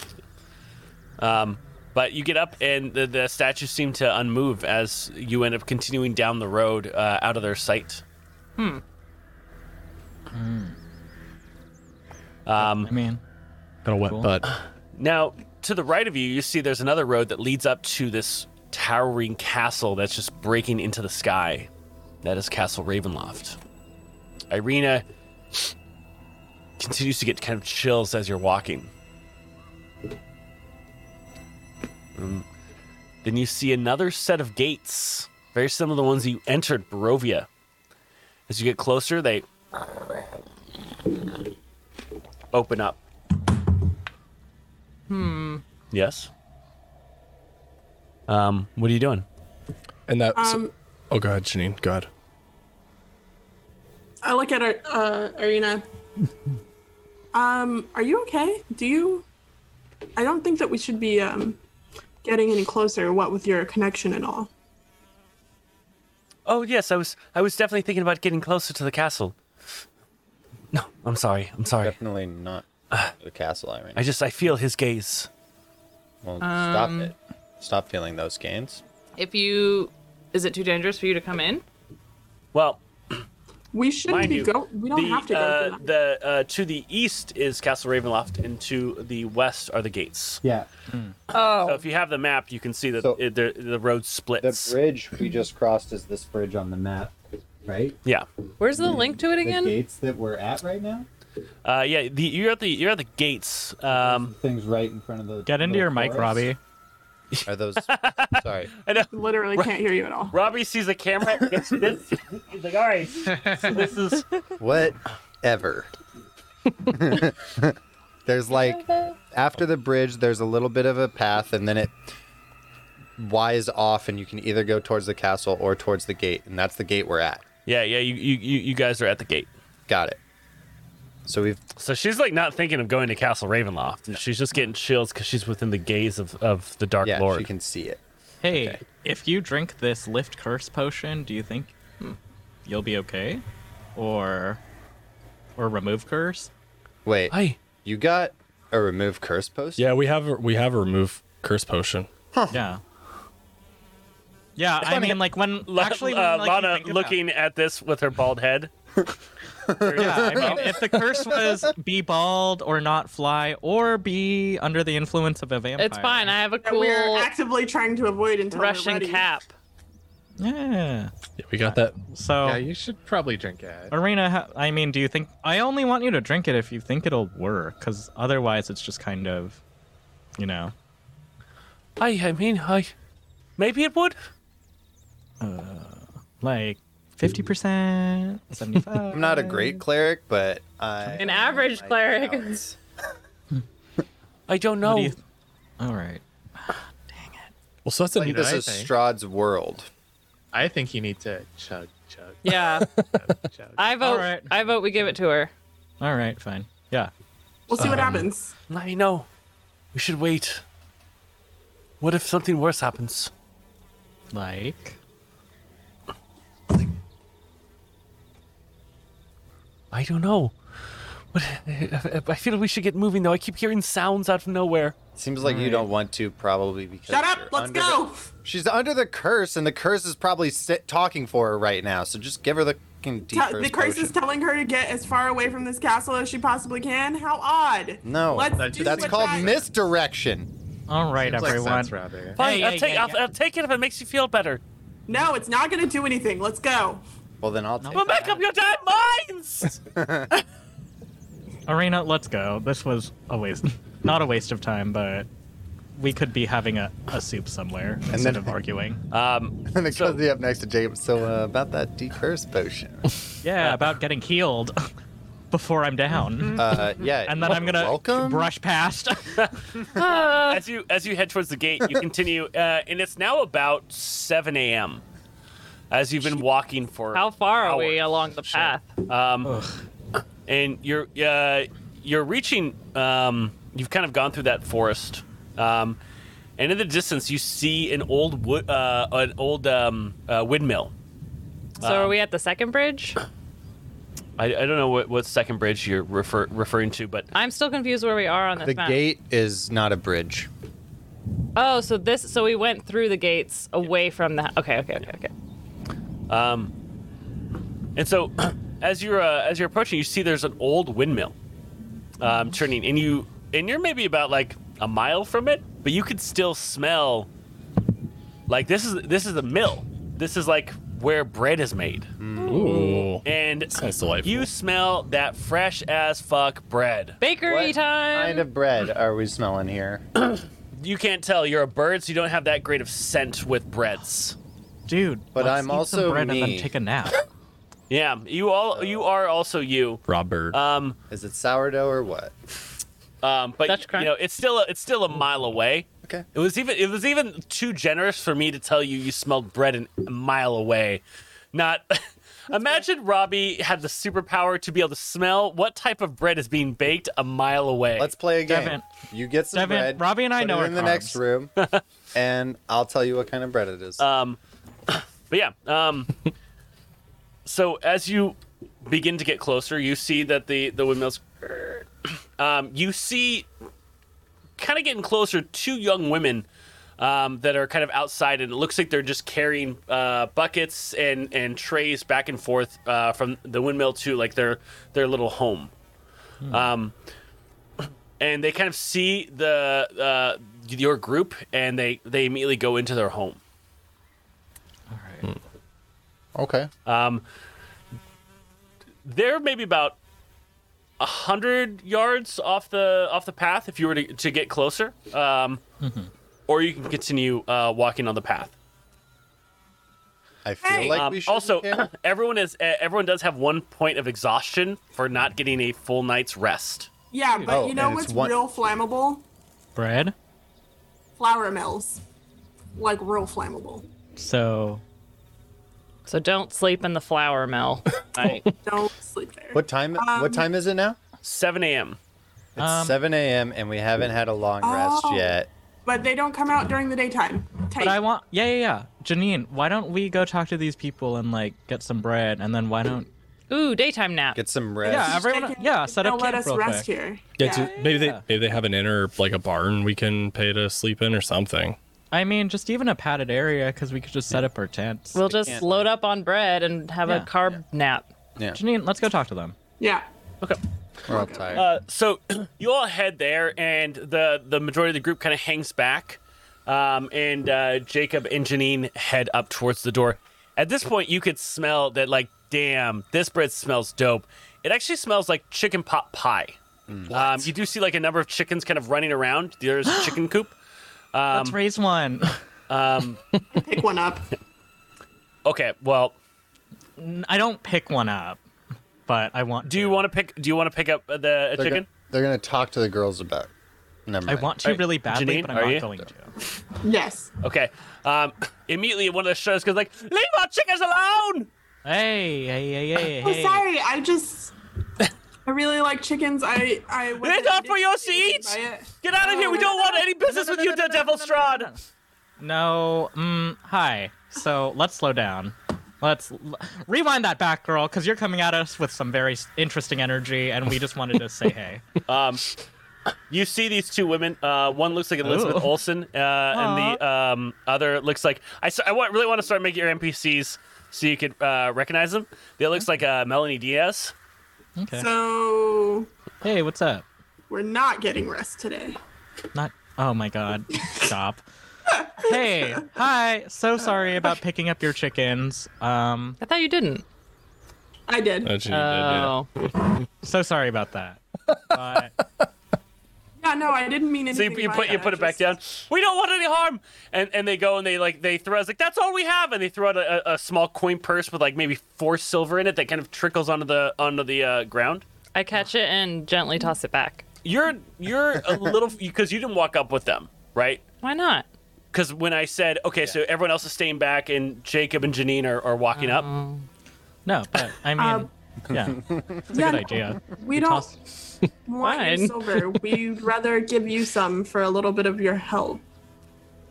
Um, but you get up, and the, the statues seem to unmove as you end up continuing down the road uh, out of their sight. Hmm. Um,
I mean,
Got a wet butt.
now, to the right of you, you see there's another road that leads up to this towering castle that's just breaking into the sky. That is Castle Ravenloft. Irina continues to get kind of chills as you're walking. Um, then you see another set of gates, very similar to the ones you entered Barovia. As you get closer, they open up. Hmm. Yes. Um, what are you doing?
And that so-
Um,
Oh god, Janine, god.
I look at our, uh, Arena. um, are you okay? Do you? I don't think that we should be um, getting any closer. What with your connection and all.
Oh yes, I was I was definitely thinking about getting closer to the castle. No, I'm sorry. I'm sorry.
Definitely not the castle Irene.
I just I feel his gaze.
Um,
Well, stop it. Uh, Stop feeling those gains.
If you, is it too dangerous for you to come in?
Well,
We shouldn't
Mind
be
you,
go. We don't
the,
have to go.
uh,
through that.
the uh, to the east is Castle Ravenloft, and to the west are the gates.
Yeah.
Oh.
So if you have the map, you can see that
So-
it, the the road
The
splits.
bridge we just crossed is this bridge on the map, right?
yeah,
Where's the
Hmm.
link to it
The
again?
gates that we're at right now.
uh, yeah. The, you're at the you're at the gates. Um,
Things right in front of the.
get into
little
your mic,
forest.
Robbie.
Are those? sorry.
Literally can't hear you at all.
Robbie sees the camera. Gets this. He's like, all right, so this is
Whatever. there's like after the bridge, there's a little bit of a path, and then it wise off, and you can either go towards the castle or towards the gate, and that's the gate we're at.
yeah, yeah. You you you you guys are at the gate.
Got it. So we've
So she's like not thinking of going to Castle Ravenloft. She's just getting chills because she's within the gaze of, of the Dark
yeah,
Lord.
she can see it.
Hey, if you drink this lift curse potion, do you think hmm, you'll be okay, or or remove curse?
Wait,
Hi.
you got a remove curse post?
Yeah, we have a, we have a remove curse potion.
Yeah. Yeah, I mean, like when actually, when,
uh,
like, you
Lana
think about-
looking at this with her bald head.
Yeah, I mean, if the curse was be bald or not fly or be under the influence of a vampire,
It's fine. I have a
That we're
cool
actively trying to avoid until we're
Russian
ready.
cap.
Yeah.
Yeah, we got that.
So,
Yeah, you should probably drink it.
Arena, ha- I mean, do you think? I only want you to drink it if you think it'll work, because otherwise, it's just kind of, you know.
I, I mean, I. Maybe it would.
uh, like 50%, 75.
I'm not a great cleric, but I
An average cleric.
I don't know.
do you- All right.
Well, so that's a,
Like
this
I
is
think.
Strahd's world.
I think you need to chug, chug,
Yeah.
chug, chug.
I vote.
right.
I vote we give it to her.
All right, fine. Yeah. Um,
We'll see what happens.
I know. We should wait. What if something worse happens?
Like
I don't know. But uh, I feel we should get moving though. I keep hearing sounds out of nowhere.
Seems like you don't want to, probably because.
Shut up.
you're
Let's
under
go.
the- she's under the curse, and the curse is probably sit, talking for her right now. So just give her the fucking deep
Te- the curse is
potion.
telling her to get as far away from this castle as she possibly can. How odd.
No,
Let's
that's,
do what
called
that-
misdirection.
All right,
Seems like
everyone.
sense, rather.
Fine,
Hey,
I'll,
hey,
take,
hey,
I'll,
yeah.
I'll take it if it makes you feel better.
No, it's not going to do anything. Let's go.
Well, then I'll take.
But make up your damn minds!
Arena, let's go. This was a waste. Not a waste of time, but we could be having a, a soup somewhere instead
then-
of arguing.
um,
And it
So-
comes up next to Jacob. So uh, about that decurse potion.
Yeah, about getting healed before I'm down.
Uh, yeah.
and then I'm going to
welcome.
brush past.
as you as you head towards the gate, you continue, uh, and it's now about 7 a.m. As you've been walking for
How far are we
hours. Um,
along the path?
and you're uh, you're reaching. Um, you've kind of gone through that forest, um, and in the distance you see an old wood, uh, an old um, uh, windmill
So are we at the second bridge?
I, I don't know what, what second bridge you're refer, referring to, but
I'm still confused where we are on this
The
map.
gate is not a bridge.
Oh, so this so we went through the gates away from the Okay, okay, okay, okay.
Um, and so, as you're uh, as you're approaching, you see there's an old windmill um, turning, and you and you're maybe about like a mile from it, but you could still smell like this is this is a mill. This is like where bread is made.
Mm.
Ooh.
And
sounds delightful.
you smell that fresh as fuck bread.
Bakery time.
Kind of bread are we smelling here?
You can't tell. You're a bird, so you don't have that great of scent with breads.
Dude,
But
let's
I'm
eat some
also
bread and
me.
then take a nap.
Yeah, you all you are also you.
Robert.
Um,
Is it sourdough or what?
Um, but
Dutch
you
crunch?
know, it's still a, it's still a mile away.
Okay.
It was even it was even too generous for me to tell you you smelled bread an, a mile away. Not imagine Robbie had the superpower to be able to smell what type of bread is being baked a mile away.
Let's play a game.
Devin.
You get some
Devin,
bread.
Robbie and I
put
know
it
our
in the next room, and I'll tell you what kind of bread it is.
Um, but yeah. Um, so as you begin to get closer, you see that the the windmills. Um, you see, kind of getting closer, two young women um, that are kind of outside, and it looks like they're just carrying uh, buckets and and trays back and forth uh, from the windmill to like their their little home. Um, and they kind of see the uh, your group, and they they immediately go into their home.
okay.
Um, they're maybe about a hundred yards off the off the path if you were to, to get closer, um, or you can continue uh, walking on the path.
I feel
Hey.
like
Um,
we should.
also, everyone is eh, everyone does have one point of exhaustion for not getting a full night's rest.
Yeah, but
Oh,
you know
and
what's
it's one-
real flammable?
bread?
Flour mills. Like real flammable.
So,
So don't sleep in the flour mill.
Right.
Don't sleep there.
what time?
um,
what time is it now?
Seven a.m.
It's
Um,
7 a.m. and we haven't had a long rest
Oh.
yet.
But they don't come out during the daytime. Tight.
but I want. Yeah, yeah, yeah. Janine, why don't we go talk to these people and, like, get some bread and then why don't.
Ooh, daytime nap.
Get some rest.
Yeah, everyone.
Taking-
Yeah, set
They'll
up
let
camp
us
real
rest
quick.
here.
Yeah, do- maybe they maybe they have an inn or like a barn we can pay to sleep in or something.
I mean, just even a padded area because we could just set up our tents.
We'll just load up on bread and have
Yeah.
a carb nap.
Yeah,
Janine, let's go talk to them.
yeah.
we're all tired.
Uh, so you all head there, and the the majority of the group kind of hangs back, um, and uh, Jacob and Janine head up towards the door. At this point, you could smell that like, damn, this bread smells dope. It actually smells like chicken pot pie.
Mm.
Um, you do see like a number of chickens kind of running around. There's a chicken coop. Um,
let's raise one.
Pick one up.
Okay, well,
I don't pick one up, but I want.
do you want to pick? Do you want to pick up uh, the a
they're,
chicken?
Gonna, they're gonna talk to the girls about. Never
I
mind.
want to
Alright,
really badly,
Janine,
but I'm
are
not
you?
going to.
Yes.
Okay. Um, immediately, one of the shutters goes like, "Leave our chickens alone!"
Hey, hey, hey, hey,
Oh,
hey.
sorry. I just. I really like chickens. I. I wasn't
not for yours to
intimidated
eat!
by it.
Get out of here! We don't want any business with you, the Devil Strahd!
No, mm, hi. So let's slow down. Let's l- rewind that back, girl, because you're coming at us with some very s- interesting energy, and we just wanted to say hey.
Um, You see these two women. Uh, one looks like Elizabeth
Ooh.
Olsen, uh, and the um, other looks like I. s- I want, really want to start making your NPCs so you could uh, recognize them. The other looks like uh, Melanie Diaz.
Okay.
So.
hey, what's up?
We're not getting rest today.
Not. Oh my God. Stop. hey. Hi. So sorry about picking up your chickens. Um.
I thought you didn't.
I did.
That's what you did, yeah.
Oh.
So sorry about that. But
Yeah, no, I didn't mean
So
anything.
you, you
by
put you
that.
put
I
it back
just-
down. We don't want any harm. And and they go and they like they throw. I was like, that's all we have. And they throw out a, a- a small coin purse with like maybe four silver in it that kind of trickles onto the onto the uh, ground.
I catch it and gently toss it back.
You're you're a little because you didn't walk up with them, right?
Why not?
because when I said, okay, so everyone else is staying back and Jacob and Janine are, are walking up.
Oh.
no. But I mean,
Um,
yeah. It's a
yeah,
good
no,
idea.
We don't
Toss-
want your
Fine.
silver. We'd rather give you some for a little bit of your help.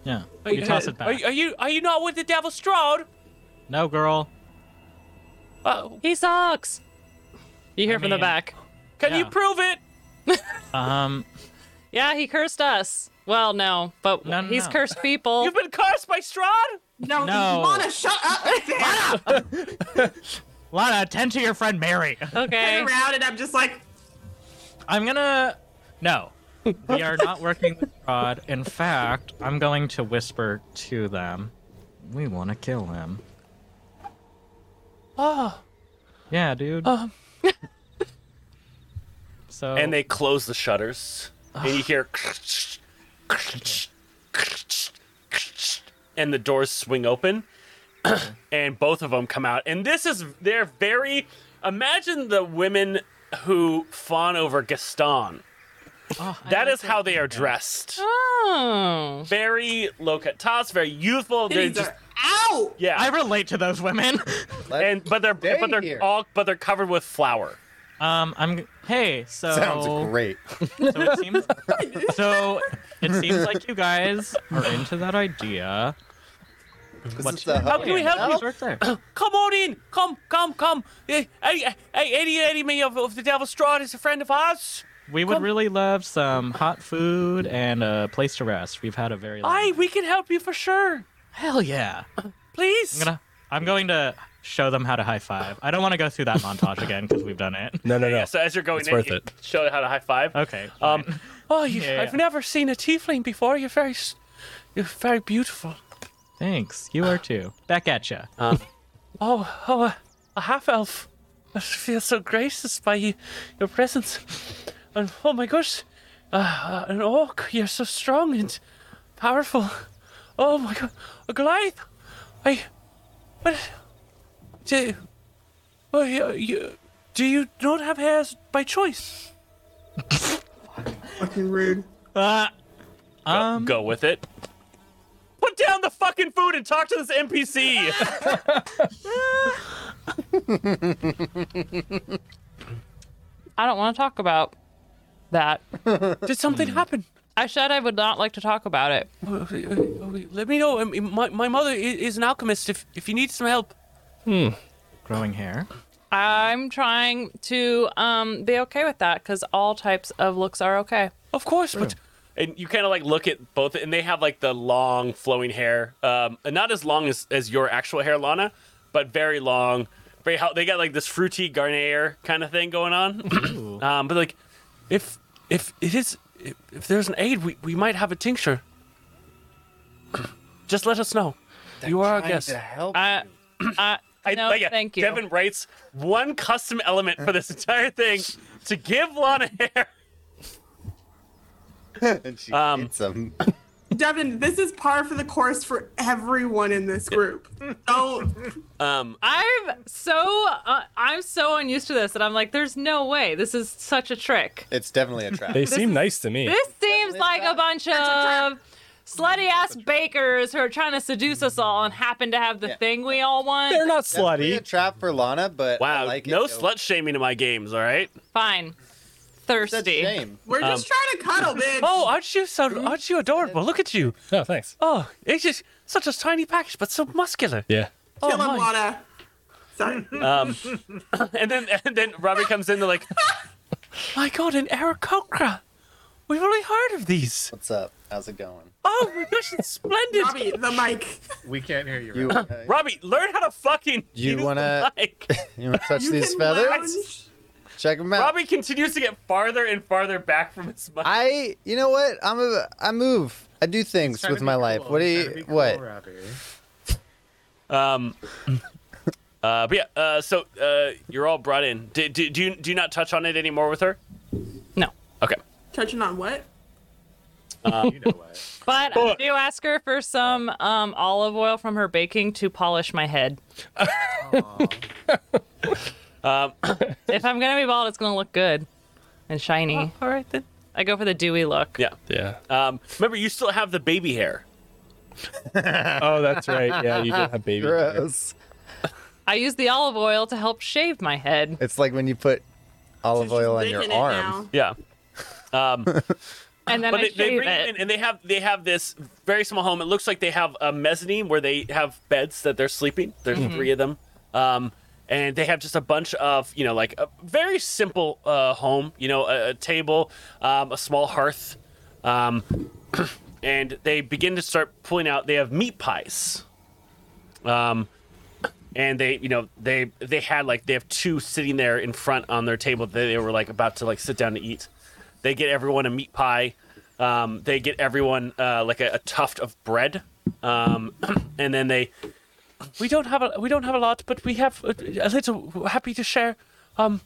Yeah. You toss it
Are,
back.
you- are you are you not with the Devil Stroud?
No, girl.
He
uh,
sucks. You hear from the
mean,
back.
Can you
yeah.
prove it?
Um,
Yeah, he cursed us. Well, no, but
no,
he's
no.
cursed people.
You've been cursed by Strahd?
No,
No.
Lana, shut up. Lana,
Lana, attend to your friend Mary.
Okay.
turn around, and I'm just like,
I'm gonna. No, we are not working with Rod. In fact, I'm going to whisper to them. We want to kill him.
Oh.
Yeah, dude.
Uh.
so
And they close the shutters, and you hear. And the doors swing open, and both of them come out. And this is, they're very. Imagine the women who fawn over Gaston.
Oh,
that is how they are dressed.
Oh.
Very low cut tops, very youthful. They're
titties
just,
are out.
yeah.
I relate to those women.
and but they're but they're
here.
all but they're covered with flour.
Um, I'm. Hey, so
Sounds great.
So it seems. so it seems like you guys are into that idea.
This
What
is the
How can we help you?
Please work there.
Come on in. Come, come, come. Hey, hey, hey, any enemy of, of the Devil Strahd is a friend of ours.
We would
Come-
really love some hot food and a place to rest. We've had a very long
Aye, we can help you for sure.
hell yeah. I'm
Please.
gonna I'm going to show them how to high five. I don't want to go through that montage again because we've done it.
No, no, no.
Yeah, so as you're going
It's
in,
worth
you
it.
show how to high five.
Okay.
Um, oh, you,
Yeah,
I've
yeah.
never seen a tiefling before. You're very, s- you're very beautiful.
Thanks. You are too. Back at ya.
Oh, oh, a, a half elf. I feel so gracious by you, your presence. And oh my gosh, uh, an orc. You're so strong and powerful. Oh my god, a Goliath. I, what? Do, oh, you, you, do you not have hairs by choice?
fucking rude.
Uh,
Ah,
Um, go with it. Put down the fucking food and talk to this NPC.
I don't want to talk about that. Hmm.
Did something happen?
I said I would not like to talk about it.
Let me know. My, my mother is an alchemist. If if you need some help,
growing hair.
I'm trying to um, be okay with that because all types of looks are okay.
Of course, but and you kind of like look at both, and they have like the long flowing hair, um, and not as long as as your actual hair, Lana, but very long, very. How they got like this fruity Garnier kind of thing going on, um, but like if if it is if, if there's an aid, we we might have a tincture. Just let us know. you are our guest.
I, I, no,
like, yeah,
thank you.
Devin writes one custom element for this entire thing to give Lana hair.
And she
Um,
eats 'em.
Devin, this is par for the course for everyone in this group.
Mm.
Don't
Um,
I'm so uh, I'm so unused to this, and I'm like, there's no way this is such a trick.
It's definitely a trap.
They seem nice to me.
This seems like a bunch of slutty ass bakers who are trying to seduce us all and happen to have the
Yeah.
thing we all want.
They're not
Definitely a
slutty.
trap for Lana, but I
Wow,
like it,
no
though.
slut shaming in my games, all right?
Fine,
That's a
thirsty.
shame.
We're just trying to cuddle, bitch.
Oh, aren't you so aren't you adorable? Look at you.
Oh, thanks.
Oh, it's just such a tiny package, but so muscular. Oh,
Yeah.
kill him,
my.
Lana. Sorry.
Um, and then and then Robbie comes in. They're like, "My God, an Aarakocra! We've only heard of these.
What's up? How's it going?
Oh my gosh, it's splendid! Robbie,
Robbie, the mic.
We can't hear you.
You,
Rob.
uh,
learn how to fucking
You
use the
wanna-
mic.
you want to touch
You
these
can
feathers?
lounge.
Check them out.
Robbie continues to get farther and farther back from his mic.
I, you know what? I'm a, I move. I do things
Trying to
with
be
my
cool.
life. What do
Trying to
you?
be cool,
what?
Oh, Robbie.
Um, uh, but yeah, uh, so uh, you're all brought in. Do, do, do you do you not touch on it anymore with her?
No,
Okay.
Touching on what?
you know what?
but I do ask her for some um, olive oil from her baking to polish my head. Um, if I'm gonna be bald, it's gonna look good and shiny.
All right then.
I go for the dewy look.
Yeah.
Yeah.
Um, remember, you still have the baby hair.
Oh, that's right. Yeah, you did have baby. hair.
Gross.
I use the olive oil to help shave my head.
It's like when you put olive
She's
oil on your
living it
arm.
Yeah. Um,
And then
but
I
they, they
shave
bring you
it.
in, and they have they have this very small home. It
Mm-hmm.
looks like they have a mezzanine where they have beds that they're sleeping. There's three of them. Um, and they have just a bunch of you know like a very simple uh, home. You know, a, a table, um, a small hearth, um, and they begin to start pulling out. They have meat pies. Um, and they you know they they had like they have two sitting there in front on their table that they were like about to like sit down to eat they get everyone a meat pie um, they get everyone uh, like a, a tuft of bread um, and then they we don't have a we don't have a lot but we have a, a little We're happy to share um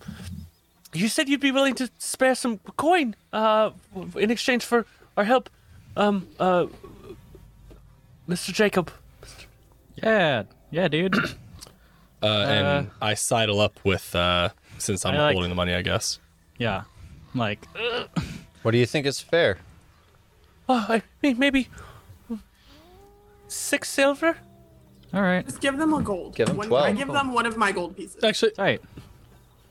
you said you'd be willing to spare some coin uh in exchange for our help um uh mr jacob
Yeah, yeah, dude.
Uh, and I sidle up with, uh, since I'm
I like-
holding the money, I guess.
yeah, like
What do you think is fair?
oh, i mean maybe six silver
all right
Just give them a gold.
Give them
One-
12.
I
Oh.
give them one of my gold pieces.
Actually,
all right.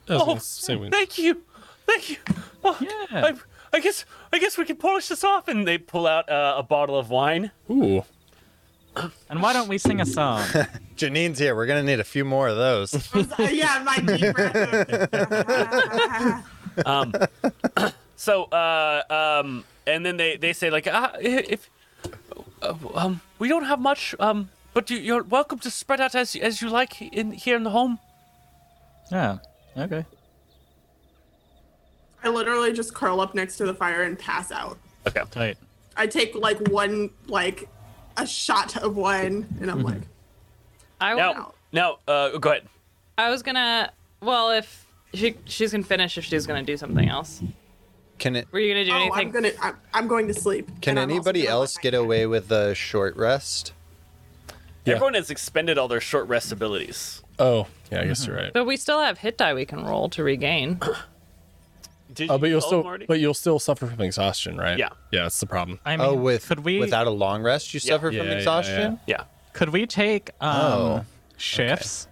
oh thank you thank you oh,
Yeah.
I, I guess i guess we can polish this off and they pull out uh, a bottle of wine
Ooh.
And why don't we sing a song?
Janine's here. We're gonna need a few more of those.
Uh, yeah, my deep breath.
um, so uh, um, and then they they say like ah, i- if uh, um, we don't have much um, but you, you're welcome to spread out as as you like in here in the home
yeah. Okay.
I literally just curl up next to the fire and pass out.
okay
Tight.
I take like one, like a shot of wine, and
Mm-hmm.
I'm like,
I
now
want-
now uh, go ahead
I was gonna. Well, if she she's gonna finish, if she's gonna do something else.
Can it?
Were you gonna do
oh,
anything?
I'm gonna, I'm, I'm going to sleep.
Can
and I'm also
anybody
gonna let
else
my-
get away with a short rest?
Yeah.
everyone has expended all their short rest abilities
Oh, yeah, I guess you're right.
But we still have hit die we can roll to regain.
Did
Oh, but
you
you'll
all
still,
already?
but you'll still suffer from exhaustion, right?
Yeah.
Yeah, that's the problem.
I mean,
oh, with
could we
without a long rest, you
Yeah.
suffer
Yeah,
from
yeah,
exhaustion.
yeah
could we take um
Oh,
shifts?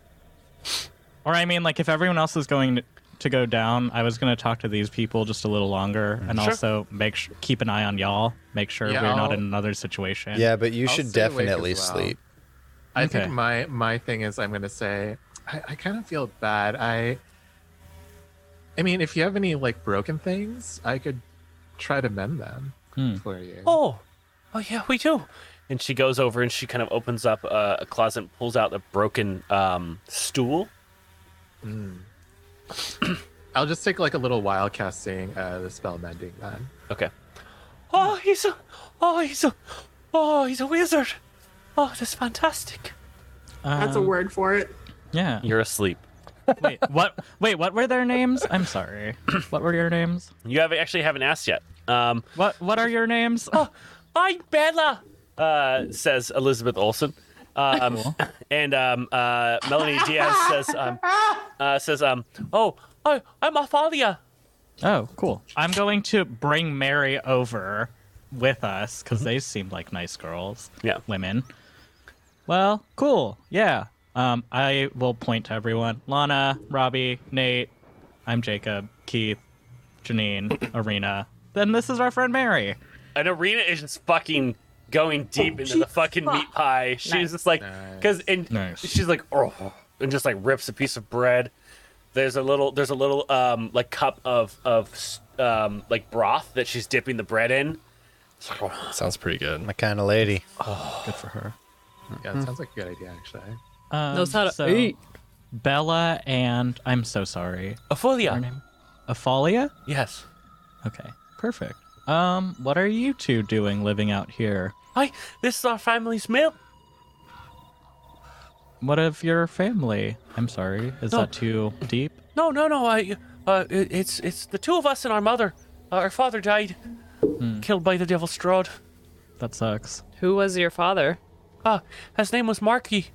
Or I mean, like if everyone else is going to, to go down, I was gonna talk to these people just a little longer, and
Sure.
also make sure keep an eye on y'all, make sure
Yeah,
we're not
I'll-
in another situation.
Yeah, but you
I'll
should
stay awake as
definitely
well.
sleep.
I
Okay.
think my my thing is I'm gonna say I, I kind of feel bad. I I mean, if you have any like broken things, I could try to mend them
Hmm.
for you.
oh oh yeah we do and she goes over and she kind of opens up uh, a closet and pulls out a broken um, stool
I'll just take like a little while casting uh, the spell mending then.
Okay. Oh, he's a, oh, he's a, oh, he's a wizard. Oh, that's fantastic.
That's
Um,
a word for it.
Um, Yeah.
You're asleep.
wait, what? Wait, what were their names? I'm sorry. What were your names?
You have actually haven't asked yet. Um,
What What are your names? Oh,
I'm Bella, uh, says Elizabeth Olsen. Um, And um, uh, Melanie Diaz says, um, uh, says, um, oh, I, I'm Afalia.
Oh, cool. I'm going to bring Mary over with us because they seem like nice girls.
Yeah.
Women. Well, cool. Yeah. Um, I will point to everyone. Lana, Robbie, Nate. I'm Jacob, Keith, Janine, Arena. Then this is our friend Mary.
An arena is just fucking going deep into the fucking meat pie. She's
Oh, Nice.
just like, because and
Nice.
she's like, oh, and just like rips a piece of bread. There's a little, there's a little um like cup of of s- um like broth that she's dipping the bread in. oh,
Sounds pretty good.
My kind of lady.
Good for her.
Yeah,
Hmm.
that sounds like a good idea actually.
Um,
Knows how to
so
eat.
Bella and I'm so sorry. Her
Ophelia.
name? Aphalia?
Yes.
Okay, perfect. Um, what are you two doing living out here?
Hi. This is our family's meal.
What of your family? I'm sorry, is that too deep?
No, no, no. I. Uh, it- it's it's the two of us and our mother. Uh, our father died,
Hmm.
killed by the devil's Strahd.
That sucks.
Who was your father?
Uh, his name was Marky.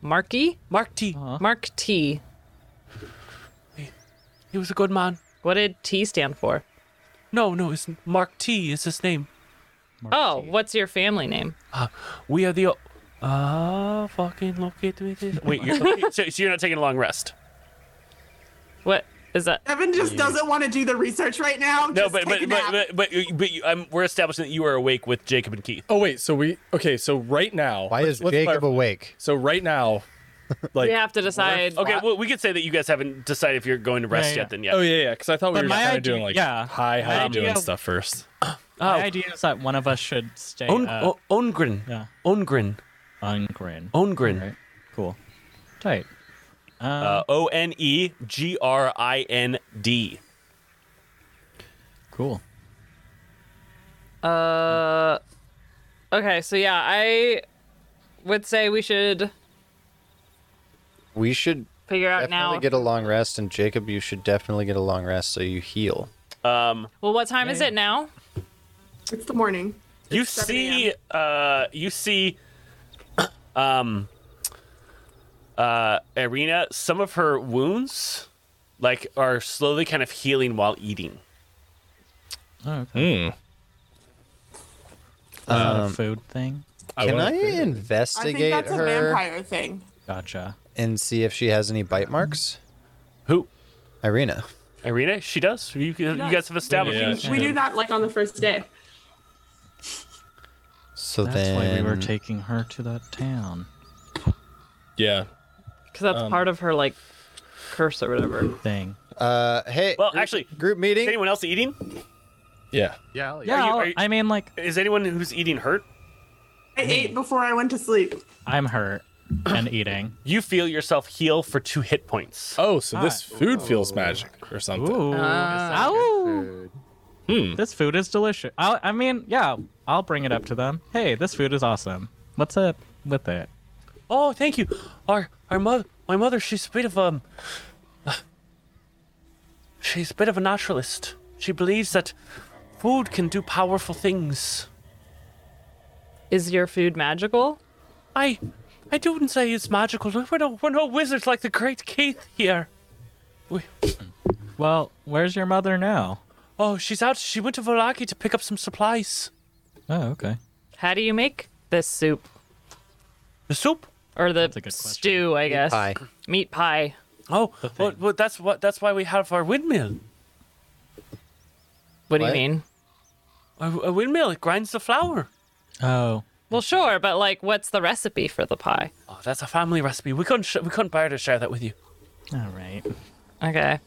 Marky?
Mark T.
Mark T.
He was a good man.
What did T stand for?
No, no, it's Mark T. Is his name.
oh, what's your family name?
We are the. Ah, uh, fucking look at me. This. Wait, you're, okay, so, so you're not taking a long rest?
What is that?
Evan just doesn't want to do the research right now.
No,
Just
but
take a
but
nap.
but but, but, you- but you, um, we're establishing that you are awake with Jacob and Keith.
Oh wait, so we okay? So right now,
Why
let's-
is
let's
Jacob
clarify.
awake?
So right now, Like,
we have to decide.
Okay, well, we could say that you guys haven't decided if you're going to rest
Yeah,
yet. Then yeah.
Oh yeah, yeah. Because I thought we
But
were
my
kind of
idea-
doing like
yeah.
hi, how
My
you doing
idea-
stuff Oh. first.
My idea is that one of us should stay.
On,
up.
oh.
o- Ongrin.
uh, Yeah.
Ongrin.
Ongrin.
Ongrin.
Alright, Cool. Tight. Um,
Uh, o N E G R I N D.
cool.
Uh, okay, so yeah, I would say we should
We should
figure out
definitely
now.
get a long rest, and Jacob, you should definitely get a long rest so you heal.
Um,
well, what time is it now?
It's the morning.
you see, uh, you see, um, uh, Irina. Some of her wounds, like, are slowly kind of healing while eating.
Oh, okay.
Hmm.
Uh, food thing.
Can I,
wanna-
I think
investigate
that's a
her
vampire thing.
Gotcha.
and see if she has any bite marks?
Who?
Irina.
Irina? She does. You, you guys have established.
Yeah,
that.
she
We
did.
do that like on the first day.
So
That's why
then
we were taking her to that town
Yeah.
Because that's
Um,
Um,
part of her like curse or whatever.
thing.
uh hey
Well, actually,
group
is
meeting.
anyone else eating?
Yeah.
Yeah, I'll eat.
Yeah,
you-
I'll-
are you-
I mean, like,
Is anyone who's eating hurt?
I ate before I went to sleep.
I'm hurt and eating.
You feel yourself heal for two hit points.
Oh, so this food feels magic or something.
Ooh.
Ah,
Ow.
Hmm.
This food is delicious. I, I mean, yeah, I'll bring it up to them. Hey, this food is awesome. What's up with it?
Oh, thank you. Our our mother, my mother, she's a bit of um, she's a bit of a naturalist. She believes that food can do powerful things.
Is your food magical?
I, I don't say it's magical. We're no we're no wizards like the great Keith here.
Well, where's your mother now?
Oh, she's out. She went to Volaki to pick up some supplies.
Oh, okay.
How do you make this soup
The soup.
or the
a good question.
stew? I guess
pie.
Meat pie.
Oh, well, well, that's what that's why we have our windmill.
What?
What, do you mean?
A, a windmill it grinds the flour.
Oh,
Well, sure, but like, what's the recipe for the pie?
Oh, that's a family recipe. We couldn't sh- we couldn't bear to share that with you.
all right.
Okay.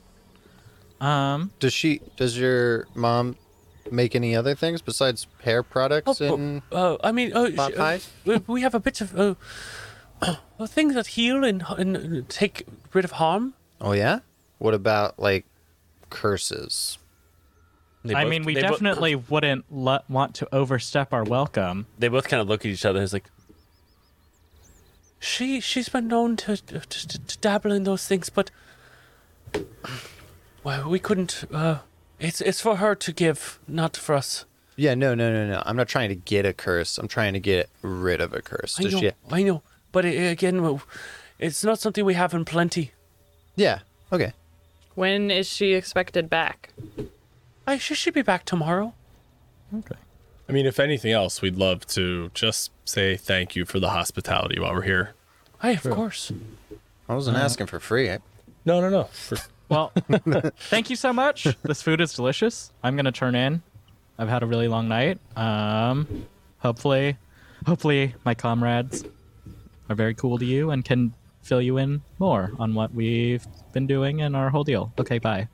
Um,
Does she? Does your mom make any other things besides hair products?
Oh,
and
oh, I mean, oh,
pot
sh-
pies?
uh, we- we have a bit of uh, uh, things that heal and, and take rid of harm.
oh yeah. What about like curses?
They
I
both-
mean, we
they bo-
definitely wouldn't le- want to overstep our welcome.
they both kind of look at each other. It's like she she's been known to to, to, to dabble in those things, but well, we couldn't. Uh, it's it's for her to give, not for us.
Yeah, no, no, no, no. I'm not trying to get a curse. I'm trying to get rid of a curse.
I
Does
know,
she?
I know, but it, again, well, it's not something we have in plenty.
Yeah. Okay.
When is she expected back?
I she should be back tomorrow.
Okay.
I mean, if anything else, we'd love to just say thank you for the hospitality while we're here. Um,
I of course.
I wasn't
"Mm,
asking for free. I,
No, no, no. For-
Well, thank you so much. This food is delicious. I'm gonna turn in. I've had a really long night. Um, hopefully, hopefully my comrades are very cool to you and can fill you in more on what we've been doing and our whole deal. Okay, bye.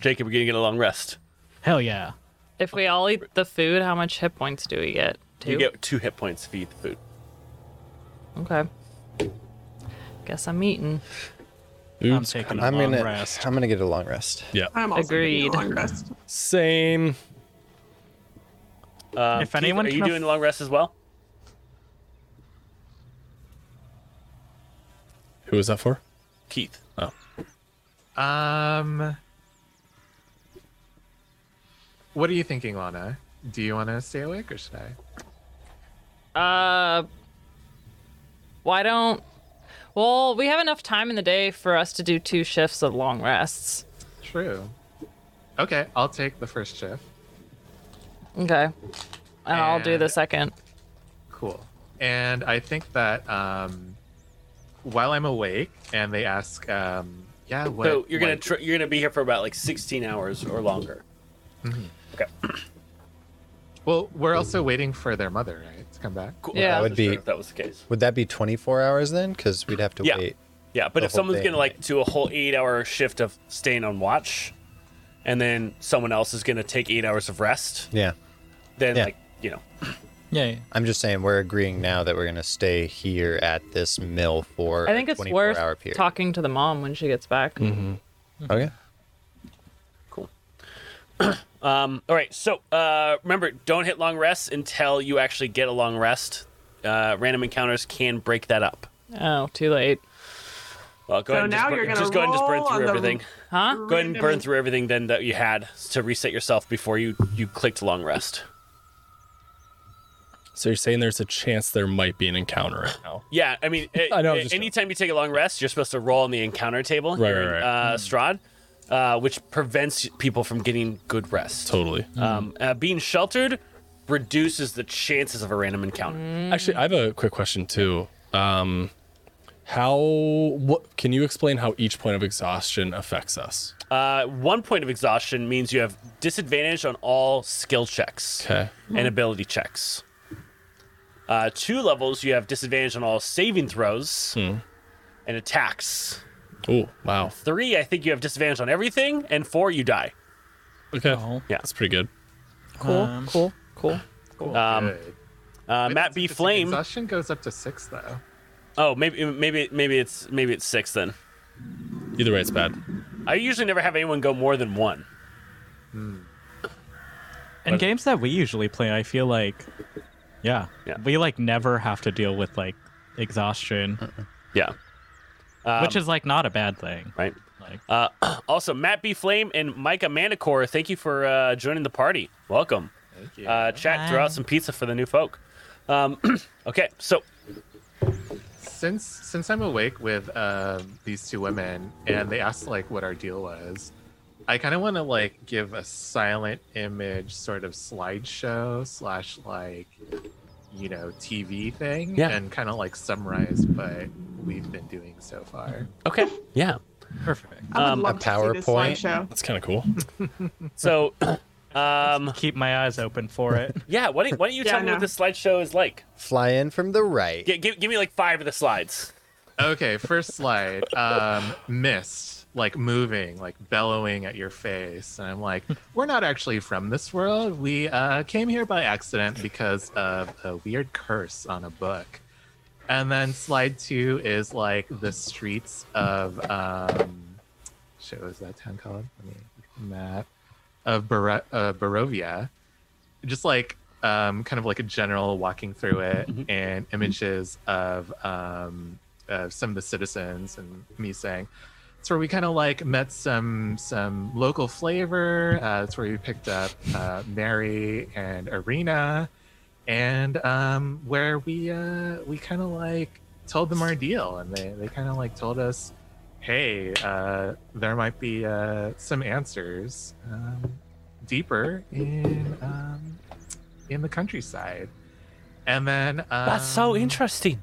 Jacob, we're gonna get a long rest.
Hell yeah.
If we all eat the food, how much hit points do we get? Two.
You get two hit points if you eat the food.
Okay. Guess I'm eating.
I'm taking a
I'm
long
gonna.
rest.
I'm gonna get a long rest.
yeah.
I'm also taking
Agreed.
a long rest.
Same.
Um,
If anyone
are
can
you
aff-
doing long rest as well?
Who was that for?
Keith.
Um, what are you thinking, Lana? Do you want to stay awake or should I?
Uh, why don't? Well, we have enough time in the day for us to do two shifts of long rests.
True. Okay, I'll take the first shift.
Okay. And I'll do the
And-
second.
Cool. And I think that um, while I'm awake, and they ask, um, yeah, what?
so you're gonna
like-
tr- you're gonna be here for about like 16 hours or longer.
Mm-hmm.
well, we're also waiting for their mother, right? to come back.
Cool.
Yeah.
that would be
If that was the case.
Would that be 24 hours then? Because we'd have to
yeah.
wait.
Yeah, but
the
if
whole
someone's
day.
gonna like do a whole eight hour shift of staying on watch, and then someone else is gonna take eight hours of rest,
yeah,
then
Yeah.
like you know,
yeah.
I'm just saying we're agreeing now that we're gonna stay here at this mill for
I think
a
it's
24
worth
hour period.
talking to the mom when she gets back.
Okay.
Um, all right, so uh, remember, don't hit long rests until you actually get a long rest. Uh, random encounters can break that up.
Oh, too late.
Well, go
So
ahead and just,
now
bur-
you're gonna
just go ahead and just burn
roll on
through
the
everything.
Huh?
Go ahead and burn
random-
through everything then that you had to reset yourself before you you clicked long rest.
So you're saying there's a chance there might be an encounter right now.
Yeah, I mean, it,
I know, I'm
it-
just
anytime you take a long rest, you're supposed to roll on the encounter table
Right,
here
right,
in,
right. Mm.
Uh, Strahd, uh, which prevents people from getting good rest.
Totally.
Um, uh, being sheltered reduces the chances of a random encounter.
Mm.
Actually, I have a quick question too. Um, how what can you explain how each point of exhaustion affects us?
Uh, one point of exhaustion means you have disadvantage on all skill checks
Okay.
and ability checks. Uh, two levels, you have disadvantage on all saving throws and attacks.
Oh, Hmm. wow.
Three, I think you have disadvantage on everything, and four, you die.
Okay.
Oh.
Yeah.
That's pretty good.
Cool, cool, cool.
Um, uh, Matt B. Flame.
Exhaustion goes up to six though.
Oh, maybe maybe maybe it's maybe it's six then.
Either way, it's bad.
I usually never have anyone go more than one.
In games that we usually play, I feel like, yeah, we like never have to deal with like exhaustion,
Yeah. Um,
which is like not a bad thing.
right.
Like,
Uh, also, Matt B. Flame and Micah Manticore, thank you for uh, joining the party. Welcome. Thank you. Uh, chat, throw out some pizza for the new folk. Um, okay, so
Since since I'm awake with um, these two women and they asked like what our deal was, I kind of want to like give a silent image sort of slideshow slash like you know TV thing
Yeah.
and kind of like summarize what we've been doing so far.
okay, yeah.
perfect.
I would
Um,
love to see this slideshow.
That's kind of cool.
So, um,
Keep my eyes open for it.
yeah. Why don't, why don't you
Yeah,
tell
I
me what
know.
this slideshow is like?
Fly in from the right.
G- give, give me like five of the slides.
Okay, first slide. Um, mist, like moving, like bellowing at your face, and I'm like, we're not actually from this world. We uh, came here by accident because of a weird curse on a book. And then slide two is like the streets of um, shit. What is that town called? Let me map of Bar- uh, Barovia just like um, kind of like a general walking through it and images of um, of some of the citizens and me saying it's where we kind of like met some some local flavor uh, it's where we picked up uh, mary and arena and um, where we uh, we kind of like told them our deal and they, they kind of like told us hey uh, there might be uh, some answers um, deeper in um, in the countryside. And then um,
interesting.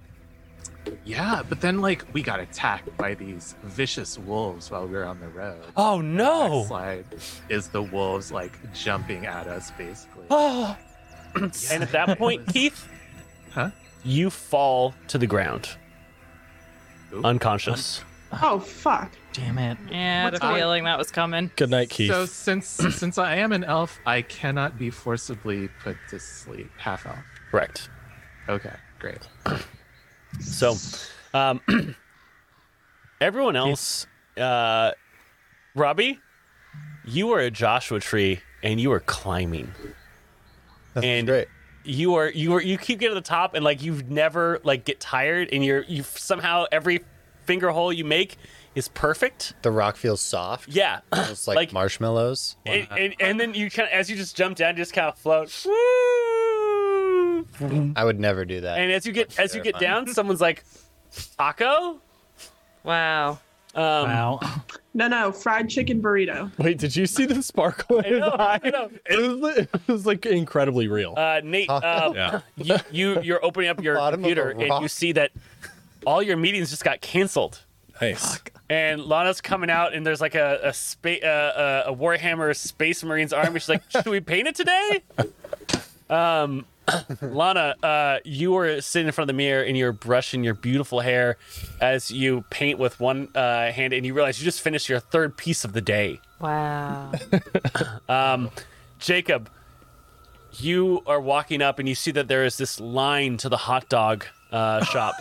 e-,
Yeah, but then like we got attacked by these vicious wolves while we were on the road.
Oh
Next
no!
slide is the wolves like jumping at us basically.
Oh. and at that point, Keith,
Huh?
you fall to the ground,
Oop.
unconscious.
Oh fuck!
Damn it.
Yeah, I had a
What's up?
feeling that was coming.
Good night, Keith.
So since since I am an elf, I cannot be forcibly put to sleep. Half elf.
Correct.
Okay, great.
So, um, everyone else, uh, Robbie, you are a Joshua tree and you are climbing.
That's
And-
great.
You are you are you keep getting to the top and like you've never like get tired and you're you somehow every finger hole you make is perfect.
The rock feels soft.
Yeah.
It's like,
Like-
marshmallows.
and, and, and then you kind of as you just jump down, just kind of float. Woo!
I would never do that.
And as you get as you get
Terrifying.
down, someone's like, "Taco."
Wow.
Um,
Wow.
No, no, fried chicken burrito.
Wait, did you see the sparkle in his
know, I
eye?
know.
It was, li- it was like incredibly real.
Uh, Nate, uh,
Yeah.
you, you you're opening up your
Bottom of a
computer and you
rock.
see that all your meetings just got canceled.
Nice.
And Lana's coming out and there's like a a, spa- uh, a, a Warhammer Space Marines army. She's like, "Should we paint it today?" Um, Lana, uh, you were sitting in front of the mirror and you're brushing your beautiful hair as you paint with one uh, hand, and you realize you just finished your third piece of the day.
Wow.
Um, Jacob, you are walking up and you see that there is this line to the hot dog uh, shop,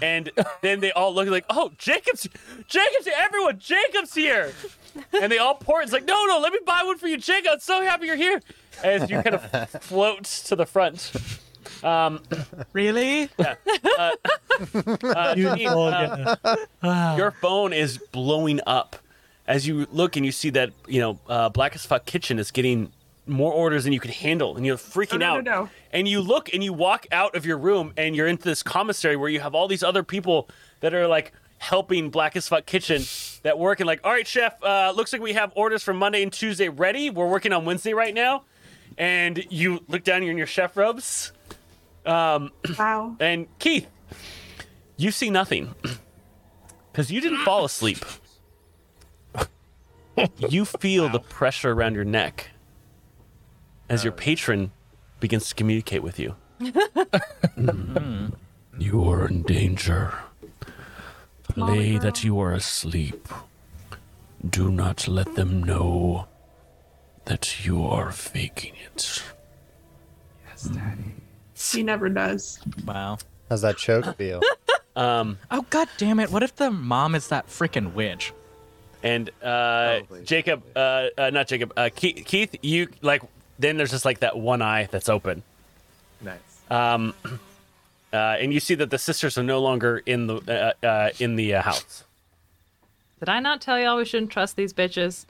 and then they all look like, "Oh, Jacob's, Jacob's here! Everyone, Jacob's here!" And they all pour. It's like, "No, no, let me buy one for you, Jacob. I'm so happy you're here." As you kind of float to the front. Um,
really?
Yeah. Uh, uh,
You-
Janine,
oh,
uh, your phone is blowing up as you look and you see that you know uh, black as fuck kitchen is getting more orders than you can handle and you're freaking
Oh, No, no,
out
no, no.
and you look and you walk out of your room and you're into this commissary where you have all these other people that are like helping black as fuck kitchen that work and like all right chef uh, looks like we have orders for monday and tuesday ready we're working on wednesday right now and you look down you're in your chef robes um,
wow
and keith you see nothing because you didn't fall asleep. you feel the pressure around your neck as your patron begins to communicate with you.
Mm-hmm.
You are in danger. Play that you are asleep. Do not let them know that you are faking it.
Yes, Daddy. He never does.
Wow.
How's that choke feel?
Um.
Oh god damn it! What if the mom is that freaking witch?
And uh, Jacob, uh, uh, not Jacob, uh, Keith, Keith, you like. Then there's just like that one eye that's open.
Nice.
Um, uh, and you see that the sisters are no longer in the uh, uh, in the uh, house.
Did I not tell y'all we shouldn't trust these bitches?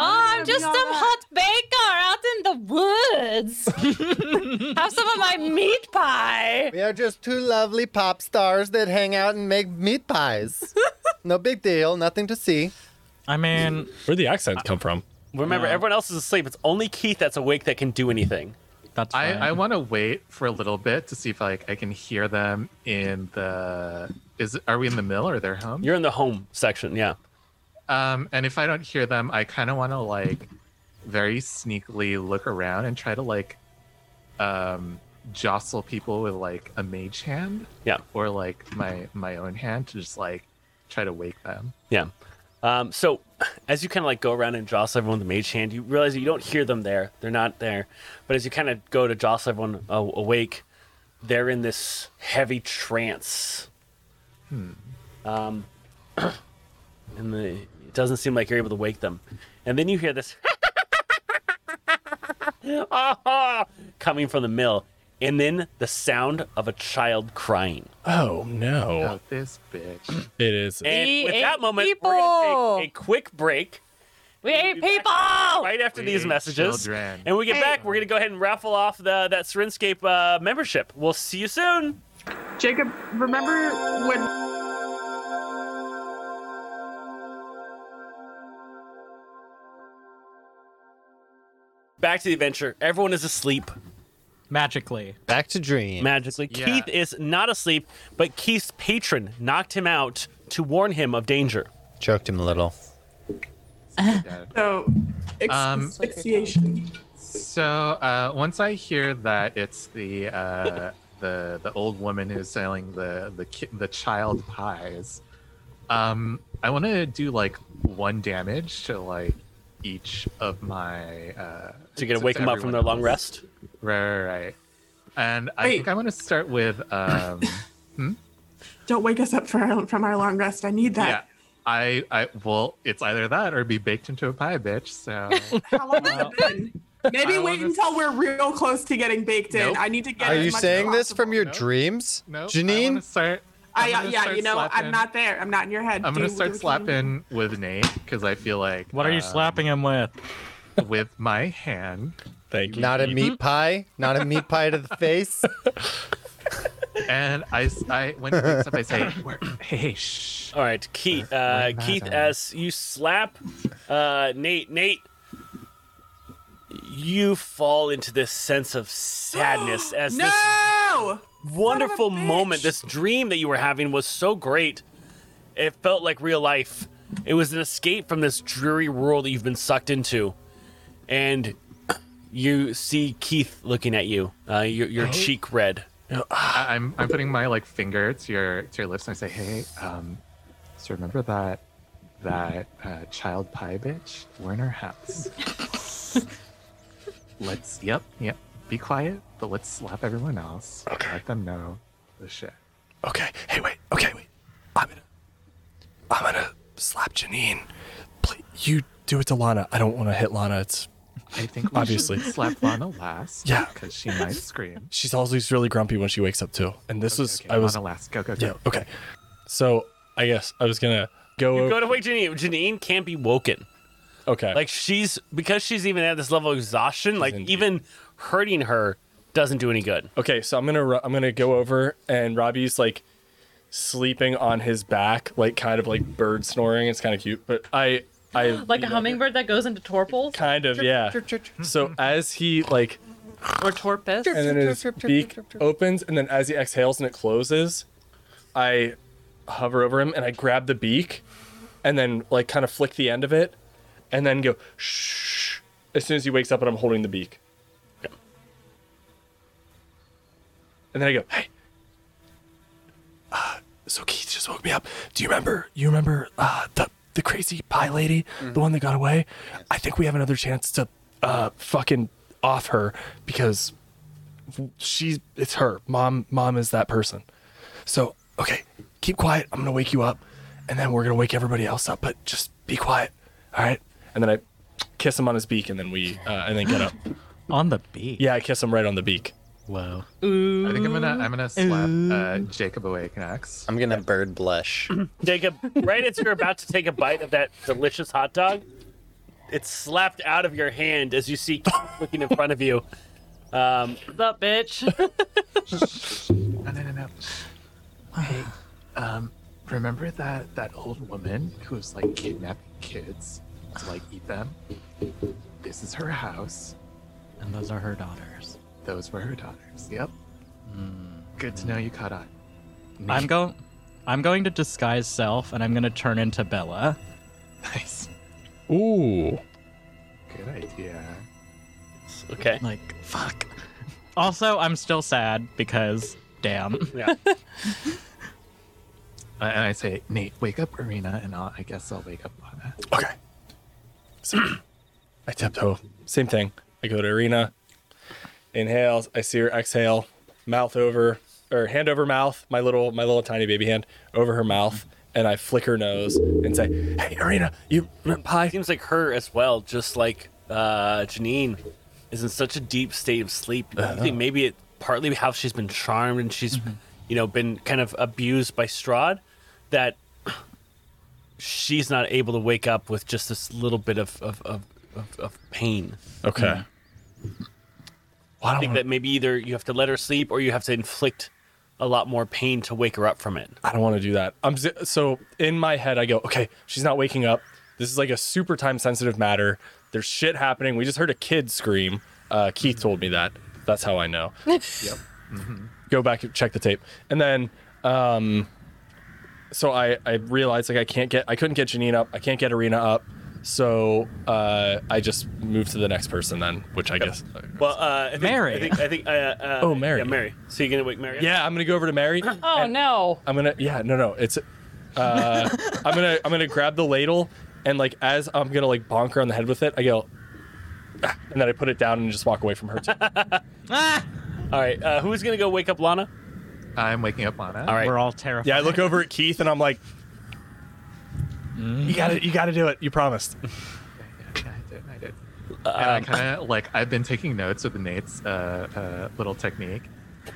Oh, I'm just some hot baker out in the woods. Have some of my meat pie.
We are just two lovely pop stars that hang out and make meat pies. no big deal, nothing to see.
I mean,
where'd the accent come from?
Remember, everyone else is asleep. It's only Keith that's awake that can do anything.
That's
I,
fine.
I want to wait for a little bit to see if like I can hear them in the is are we in the mill or their home?
You're in the home section, yeah.
Um, and if I don't hear them, I kind of want to like very sneakily look around and try to like um jostle people with like a mage hand,
Yeah.
or like my my own hand to just like try to wake them.
Yeah. Um, so as you kind of like go around and jostle everyone with the mage hand, you realize that you don't hear them there. They're not there. But as you kind of go to jostle everyone uh, awake, they're in this heavy trance.
Hmm.
Um, and the, it doesn't seem like you're able to wake them. And then you hear this coming from the mill, and then the sound of a child crying.
Oh no!
this bitch.
It is.
And with that moment,
people.
we're going to take a quick break.
We ate people.
Right after
We
these
ate
messages,
children.
and we get back, we're gonna go ahead and raffle off the that Sirenscape uh, membership. We'll see you soon.
Jacob, remember when?
Back to the adventure. Everyone is asleep.
Magically.
Back to dream.
Magically,
Yeah.
Keith is not asleep, but Keith's patron knocked him out to warn him of danger.
Choked him a little.
So, ex-
Um,
asphyxiation.
So uh, once I hear that it's the uh, the the old woman who's selling the the ki- the child pies, um, I want to do like one damage to like each of my uh,
So you're gonna wake 'em up from
everyone
their long
else.
rest?
Right, right, right. And I
Wait.
think I want to start with um,
Don't wake us up for our, from our long rest. I need
yeah.
that.
I I well, it's either that or be baked into a pie, bitch. So
How long has it been? Maybe
I
wait until we're real close to getting baked in.
Nope.
I need to get.
Are
as
you
much
saying
as
this
possible.
from your
Nope.
dreams?
no, I
Janine?
want to start.
I,
I'm
uh,
gonna
yeah,
start
you know,
slapping.
I'm not there. I'm not in your head.
I'm gonna
Do-
start
do-
slapping with Nate because I feel like
What are you
uh,
slapping him with?
with my hand.
Thank you.
Not a meat pie? Not a meat pie to the face?
And I, s- I when he wakes up, I say, "Where- "Hey, hey, shh."
All right, Keith. Uh, Keith, as you slap uh, Nate, Nate, you fall into this sense of sadness as this
No.
wonderful moment, this dream that you were having was so great. It felt like real life. It was an escape from this dreary world that you've been sucked into. And you see Keith looking at you. Uh, your your
Hey.
cheek red.
I- I'm I'm putting my like finger to your to your lips and I say, hey, um, so remember that that uh, child pie bitch? We're in our house. let's yep yep. Be quiet, but let's slap everyone else. Okay. Let them know the shit.
Okay. Hey, wait. Okay, wait. I'm gonna, I'm gonna slap Janine. Please, you do it to Lana. I don't want to hit Lana. It's
I think we
obviously
should slap Lana last.
Yeah.
because she might scream.
She's always really grumpy when she wakes up too. And this was I was
Lana last. Go go go.
yeah okay. So I guess I was gonna go.
You
over
go to wake Janine. Janine can't be woken.
okay.
Like she's because she's even at this level of exhaustion. like even hurting her doesn't do any good.
Okay, so I'm gonna ru- I'm gonna go over and Robbie's like sleeping on his back, like kind of like bird snoring. It's kind of cute, but I I
Like a hummingbird that goes into torpils?
kind of yeah. So as he like
Or torpus.
and then his beak opens, and then as he exhales and it closes, I hover over him and I grab the beak, and then like kind of flick the end of it, and then go shh. As soon as he wakes up, and I'm holding the beak, and then I go hey. Uh, so Keith just woke me up. Do you remember? You remember uh, the the crazy pie lady, the one that got away? I think we have another chance to uh, fucking off her because she's it's her mom. Mom is that person. So okay, keep quiet. I'm gonna wake you up, and then we're gonna wake everybody else up. But just be quiet, all right? And then I kiss him on his beak, and then we uh, and then get up
on the beak.
Yeah, I kiss him right on the beak.
Wow. I think I'm gonna I'm gonna slap uh, Jacob awake next.
I'm gonna bird blush.
Jacob, right as you're about to take a bite of that delicious hot dog, it's slapped out of your hand as you see Keith looking in front of you. Um,
What's up, bitch?
No, no, no, no. Hey, um, remember that that old woman who was like kidnapping kids to like eat them? This is her house.
And those are her daughters.
Those were her daughters. Yep. Good to know you caught on.
I'm going. I'm going to disguise self, and I'm going to turn into Bella.
Nice.
Ooh.
Good idea.
Okay.
Like fuck. Also, I'm still sad because damn.
Yeah.
Uh, and I say, Nate, wake up Arena, and I'll, I guess I'll wake up Lana.
Okay. So I tiptoe. Same thing. I go to arena. Inhales. I see her exhale. Mouth over or hand over mouth. My little my little tiny baby hand over her mouth, and I flick her nose and say, "Hey, arena, you pie."
Seems like her as well, just like uh, Janine is in such a deep state of sleep. I think maybe it partly how she's been charmed and she's,
Mm-hmm.
you know, been kind of abused by Strahd that she's not able to wake up with just this little bit of of, of, of, of pain.
Okay.
I think that maybe either you have to let her sleep or you have to inflict a lot more pain to wake her up from it.
I don't want to do that. I'm zi- so in my head, I go, okay, she's not waking up. This is like a super time sensitive matter. There's shit happening. We just heard a kid scream. Uh, Keith told me that. That's how I know. yep. Go back and check the tape, and then, um, so I I realized like I can't get I couldn't get Janine up. I can't get Arena up. So uh, I just moved to the next person then, which I guess.
Well, uh, I think,
Mary.
I think, I think uh, uh,
Oh, Mary.
Yeah, Mary. So you're gonna wake Mary? up?
Yeah, I'm gonna go over to Mary.
oh no.
I'm gonna yeah no no it's uh, I'm gonna I'm gonna grab the ladle and like as I'm gonna like bonk her on the head with it I go "Ah," and then I put it down and just walk away from her. Too.
All right. Uh, who's gonna go wake up Lana?
I'm waking up Lana.
All right.
We're all terrified.
yeah I look over at Keith and I'm like you got to you got to do it you promised.
Yeah, I did. I did. and
Um,
I kind of like I've been taking notes of Nate's uh, uh, little technique,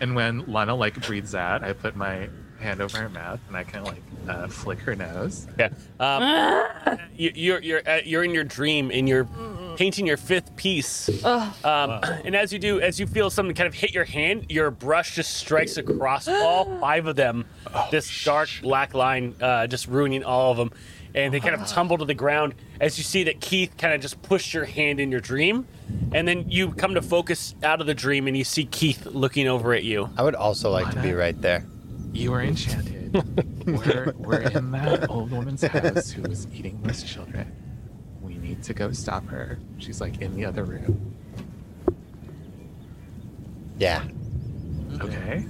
and when Lana like breathes out, I put my hand over her mouth and I kind of like uh, flick her nose.
Yeah. Um, you, you're you're uh, you're in your dream and you're painting your fifth piece.
Ugh.
Um, And as you do, as you feel something kind of hit your hand, your brush just strikes across all five of them.
Oh,
this dark black line, uh, just ruining all of them, and they kind of tumble to the ground. As you see that Keith kind of just pushed your hand in your dream, and then you come to focus out of the dream and you see Keith looking over at you.
I would also like to be
Lana.
right there.
You are enchanted. we're, we're in that old woman's house who was eating those children. We need to go stop her. She's like in the other room.
Yeah.
Okay.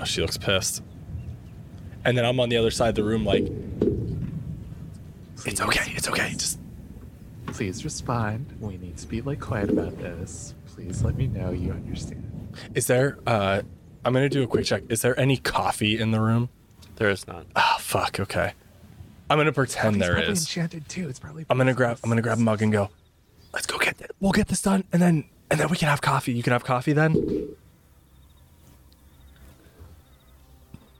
Oh, she looks pissed. And then I'm on the other side of the room, like, it's okay, it's okay. Just
please respond. We need to be like quiet about this. Please let me know you understand.
Is there? uh I'm gonna do a quick check. Is there any coffee in the room?
There is not.
Ah, fuck. Okay. I'm gonna pretend there
probably
is.
enchanted too. It's probably
I'm gonna grab. I'm gonna grab a mug and go. Let's go get. Th- we'll get this done, and then and then we can have coffee. You can have coffee then.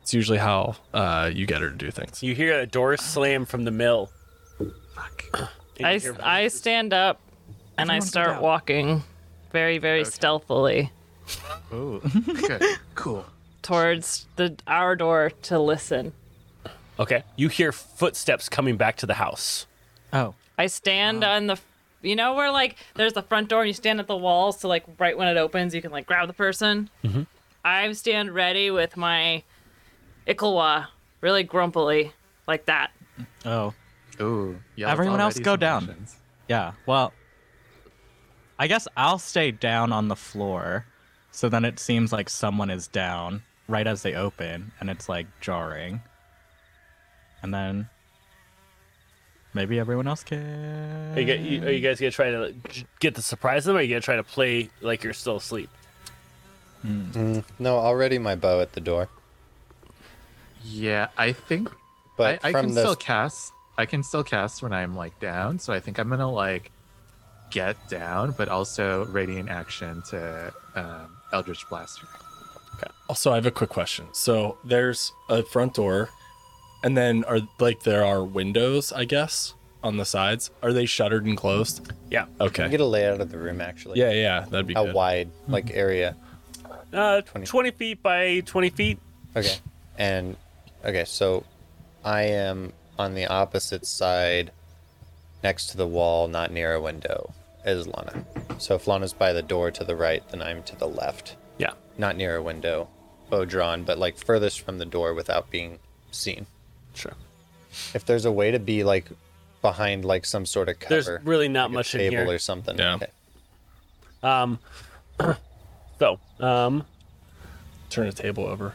It's usually how uh, you get her to do things.
You hear a door slam from the mill. Fuck.
I, I stand up and I
Everyone get
start
out.
walking very, very stealthily
Oh, good. Cool.
towards the our door to listen.
Okay. You hear footsteps coming back to the house.
Oh.
I stand
Uh-huh.
on the, you know, where like there's the front door and you stand at the wall, so like right when it opens, you can like grab the person.
Mm-hmm.
Mhm.
I stand ready with my Ikawa really grumpily, like that.
Oh.
Ooh. Yeah.
Everyone else
already
go
some
down.
options.
Yeah. Well, I guess I'll stay down on the floor. So then it seems like someone is down right as they open and it's like jarring. And then maybe everyone else can.
Are you, gu- you- are you guys gonna try to like, j- get to surprise them, or are you gonna try to play like you're still asleep?
Hmm.
Mm, no, already my bow at the door.
Yeah, I think.
But
I, I
from
can
the-
still cast. I can still cast when I'm like down. So I think I'm gonna like get down, but also radiant action to um, Eldritch Blaster.
Also, I have a quick question. So there's a front door, and then are like there are windows, I guess, on the sides. Are they shuttered and closed?
Yeah.
Okay.
Get a layout of the room actually.
Yeah, yeah, that'd be
how
good.
wide like area.
Uh, 20. feet by 20 feet.
Okay. And okay, so I am on the opposite side next to the wall, not near a window, is Lana. So if Lana's by the door to the right, then I'm to the left.
Yeah.
Not near a window, bow drawn, but like furthest from the door without being seen.
Sure.
If there's a way to be like behind like some sort of cover.
There's really not
like a
much in
table
here.
or something. Yeah. Okay.
Um, so, um,
turn a table over.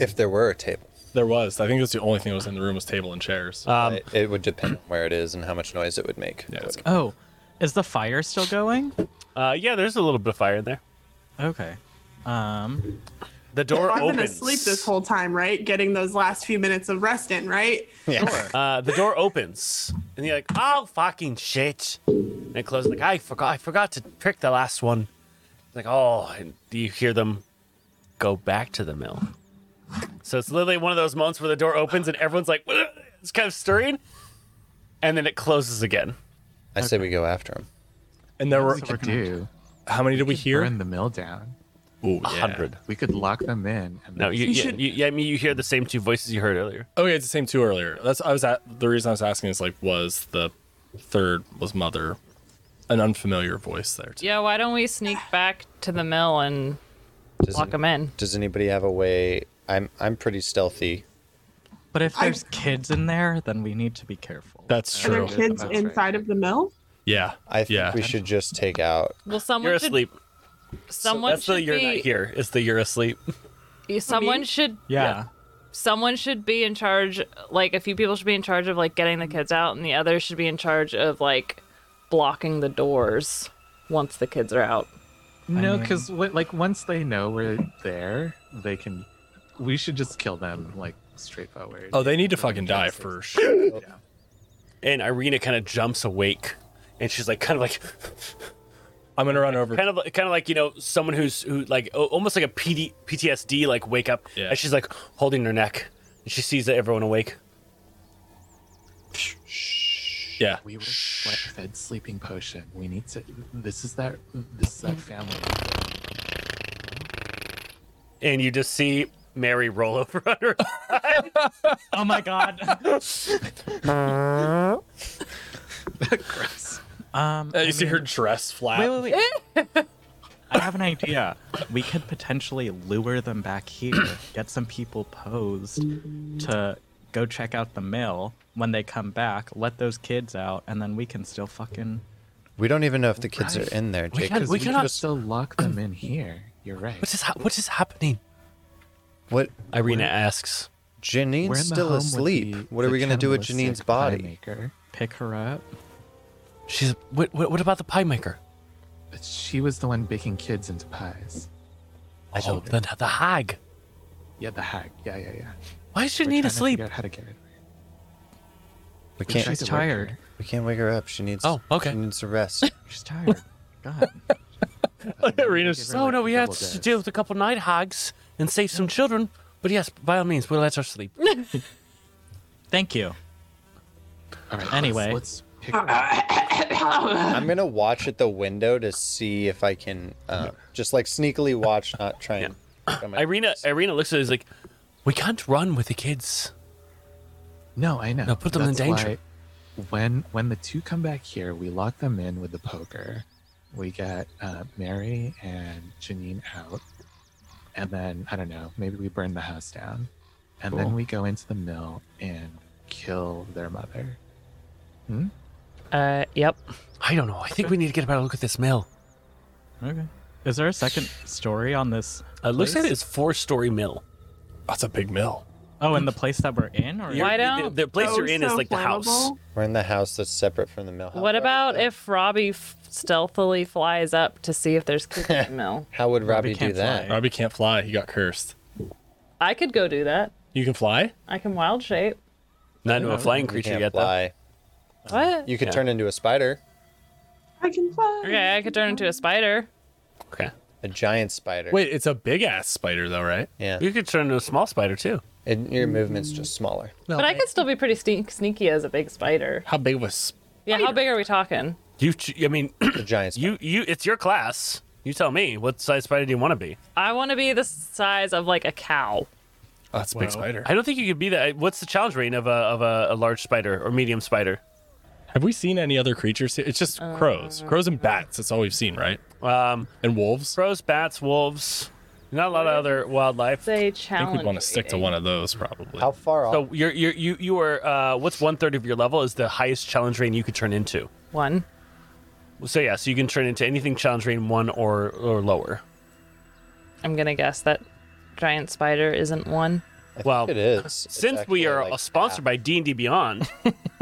If there were a table.
There was. I think that's the only thing that was in the room was table and chairs.
Um,
it, it would depend on where it is and how much noise it would make. Yeah,
Oh, is the fire still going?
Uh, yeah, there's a little bit of fire in there.
Okay. Um,
the door
I've been
opens.
asleep this whole time, right? Getting those last few minutes of rest in, right?
Uh, the door opens, and you're like, "Oh fucking shit!" And it closes. Like, I forgot. I forgot to pick the last one. Like, oh, and you hear them go back to the mill. So it's literally one of those moments where the door opens and everyone's like, "Ugh," it's kind of stirring, and then it closes again.
I say we go after him.
And there were
we could do.
How many did we, hear?
Burn the mill down.
Ooh,
yeah. 100.
We could lock them in. And
No, you,
yeah,
yeah, you, yeah, I mean, you hear the same two voices you heard earlier.
Oh yeah, it's the same two earlier. That's I was at the reason I was asking is like was the third was mother an unfamiliar voice there too.
Yeah, why don't we sneak back to the mill and lock them in?
Does anybody have a way? I'm I'm pretty stealthy.
but if
I-
there's kids in there, then we need to be careful.
That's
Are there kids inside of the mill?
Yeah.
I think
Yeah.
we should just take out.
Well, someone
You're
should,
asleep.
Someone
That's
should
the you're
be,
not here. It's the you're asleep.
Someone should
Yeah.
someone should be in charge like a few people should be in charge of like getting the kids out and the others should be in charge of like blocking the doors once the kids are out
No, because like once they know we're there, they can. We should just kill them like straightforward.
Oh, they need to fucking die for sure.
And Irina kind of jumps awake, and she's like, kind of like,
I'm gonna run over.
kind of, kind of like you know, someone who's who like o- almost like a PD, PTSD like wake up,
Yeah.
and she's like holding her neck, and she sees that everyone awake.
Yeah.
We were sle- fed sleeping potion. We need to. This is that. This is that family.
and you just see Mary roll over on her.
oh my god. Um,
Uh, you see her dress flap.
Wait, wait, wait. I have an idea. We could potentially lure them back here, get some people posed to go check out the mill. When they come back, let those kids out, and then we can still fucking
We don't even know if the kids are in there,
We,
Jake.
can,
'cause
we
you
cannot
just-
still lock them in here. You're right.
What is ha- what is happening?
What
Irina asks.
We're
Janine's
in the
still
home with
asleep.
the-
what are
the
we gonna do with
cannibalistic
Janine's body?
pie maker.
Pick her up.
She's what? What, what about the pie maker?
She was the one baking kids into pies.
I don't. Oh, The, the hag.
Yeah, the hag. Yeah, yeah, yeah.
Why is
We're
Janine
trying to
asleep?
figure out how to get it.
We
We
can't.
tried to wake her. tired.
We can't wake her up. She needs.
Oh, okay.
She needs to rest.
She's tired. God.
Irina's just,
her,
oh
like,
no, we had
double
to
dose."
deal with a couple night hags and save some children. But yes, by all means, we'll let her sleep.
Thank you.
All right.
Anyway.
Let's, let's pick her up.
I'm gonna watch at the window to see if I can, uh, just like sneakily watch, not try and. come in.
Irina, Irina looks at it is like, we can't run with the kids.
No, I know.
No, put them in
That's
danger.
why When when the two come back here, we lock them in with the poker. We get uh, Mary and Janine out, and then I don't know. Maybe we burn the house down, and
Cool.
then we go into the mill and kill their mother.
Uh, yep.
I don't know. I think we need to get a better look at this mill.
Okay. Is there a second story on this?
Uh, It looks like
place?
it's four story mill. That's a big mill.
Oh, and the place that we're in, or
Why don't?
The, the place you're
Oh,
in is
so
like the house.
flammable.
We're in the house that's separate from the mill. How
What
far
about
is that?
if Robbie f- stealthily flies up to see if there's kids in the mill?
How would Robbie,
Robbie
do
can't
that?
fly.
Robbie can't fly. He got cursed.
I could go do that.
You can fly?
I can wild shape.
Not into a flying
You
creature
can't
yet, though.
fly.
What?
Uh, You could turn into a spider,
I can fly.
Okay, I could turn into a spider.
Okay.
a giant spider.
Wait, it's a big ass spider though, right?
Yeah.
You could turn into a small spider too.
And your movement's just smaller.
but I could still be pretty sneak- sneaky as a big spider.
How big was
Yeah, how big are we talking?
You, ch- I mean,
A giant
you,
spider.
you. It's your class. You tell me. What size spider do you want to be?
I want to be the size of like a cow.
oh, that's a big spider?
I don't think you could be that. What's the challenge rating of a of a, a large spider or medium spider?
Have we seen any other creatures? here? It's just
Uh,
crows, crows and bats. That's all we've seen, right?
Um,
And wolves.
crows, bats, wolves. Not a lot of other wildlife.
Say
I
challenge.
think we'd want to stick to
rating.
one of those probably.
How far off?
So you're, you're you you are uh, what's one third of your level is the highest challenge rating you could turn into.
One.
So yeah, so you can turn into anything challenge rating one or or lower.
I'm gonna guess that giant spider isn't one.
Well,
it is. It's
since we
actually,
are
like,
uh sponsored by D and D Beyond,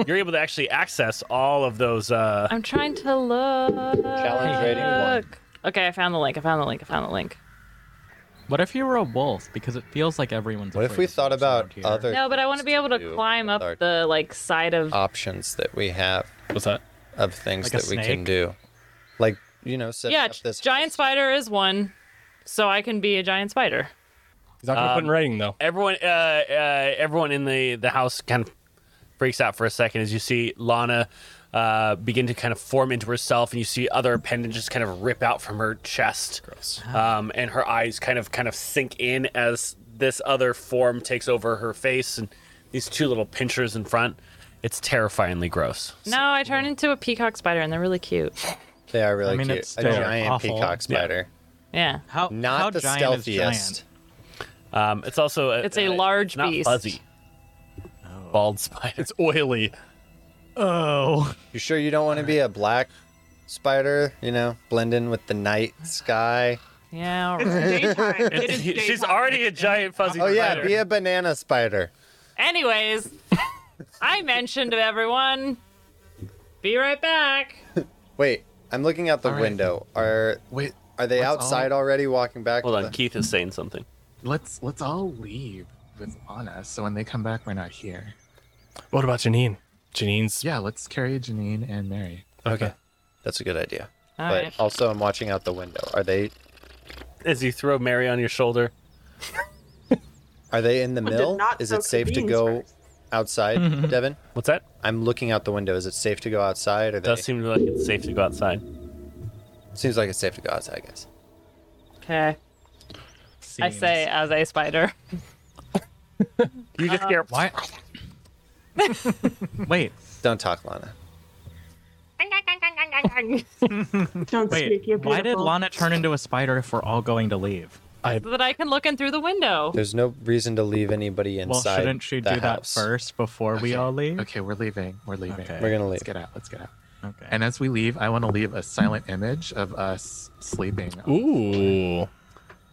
you're able to actually access all of those. Uh,
I'm trying to look. Challenge
rating one.
Okay, I found the link. I found the link. I found the link.
What if you were a wolf? Because it feels like everyone's.
What if
afraid
we
of
thought
wolves around
about
here.
other
No, but I want to be able to
do
climb up
with our-
the like side of.
options that we have
What's that?
of things
Like a
that we can
snake?
do? Like you know, setting
yeah,
up this
giant spider is one, so I can be a giant spider.
He's not gonna put
Um,
in writing though.
um, everyone, uh, uh, everyone in the the house kind of breaks out for a second as you see Lana uh, begin to kind of form into herself, and you see other appendages kind of rip out from her chest, um, and her eyes kind of kind of sink in as this other form takes over her face, and these two little pinchers in front. It's terrifyingly gross.
No, I turn into a peacock spider, and they're really cute.
They are really
I mean,
cute.
it's
A
still
giant
awful.
peacock spider,
Yeah.
How
not
how
the
giant
stealthiest. Uh,
Um, it's also a,
It's a large
not
beast.
fuzzy, bald spider.
It's oily.
Oh,
You sure you don't want to be a black spider? You know, blend in with the night sky.
Yeah. all
It's
right.
daytime. It is daytime.
She's already a giant fuzzy
Oh yeah,
spider.
be a banana spider.
Anyways, I mentioned to everyone. Be right back.
Wait, I'm looking out the
All right.
window. Are
Wait,
are they
What's
outside already? Walking back.
Hold
to
on,
the-
Keith is saying something.
let's let's all leave with Anna. So when they come back, we're not here.
What about Janine? Janine's.
Yeah, let's carry Janine and Mary.
Okay.
That's a good idea.
All
but
right.
also, I'm watching out the window. Are they
As you throw Mary on your shoulder,
Are they in the
did
mill?
not
Is
soak
it
the
safe to
beans
go
first.
outside, Devin?
what's that?
I'm looking out the window. Is it safe to go outside? Or they...
Does seem like it's safe to go outside.
seems like it's safe to go outside, I guess.
Okay. I say as a spider.
You just hear
Uh,
Why?
Wait,
Don't talk, Lana.
Don't
wait.
speak. You're
Why did
beautiful.
Lana turn into a spider if we're all going to leave?
so that I can look in through the window.
There's no reason to leave anybody
Oh. Well,
inside.
shouldn't she
the
do that
house.
first before we all leave?
Okay, we're leaving. We're leaving.
Okay.
We're gonna
Let's
leave.
get out. Let's get out.
Okay.
And as we leave, I want to leave a silent image of us sleeping.
Ooh.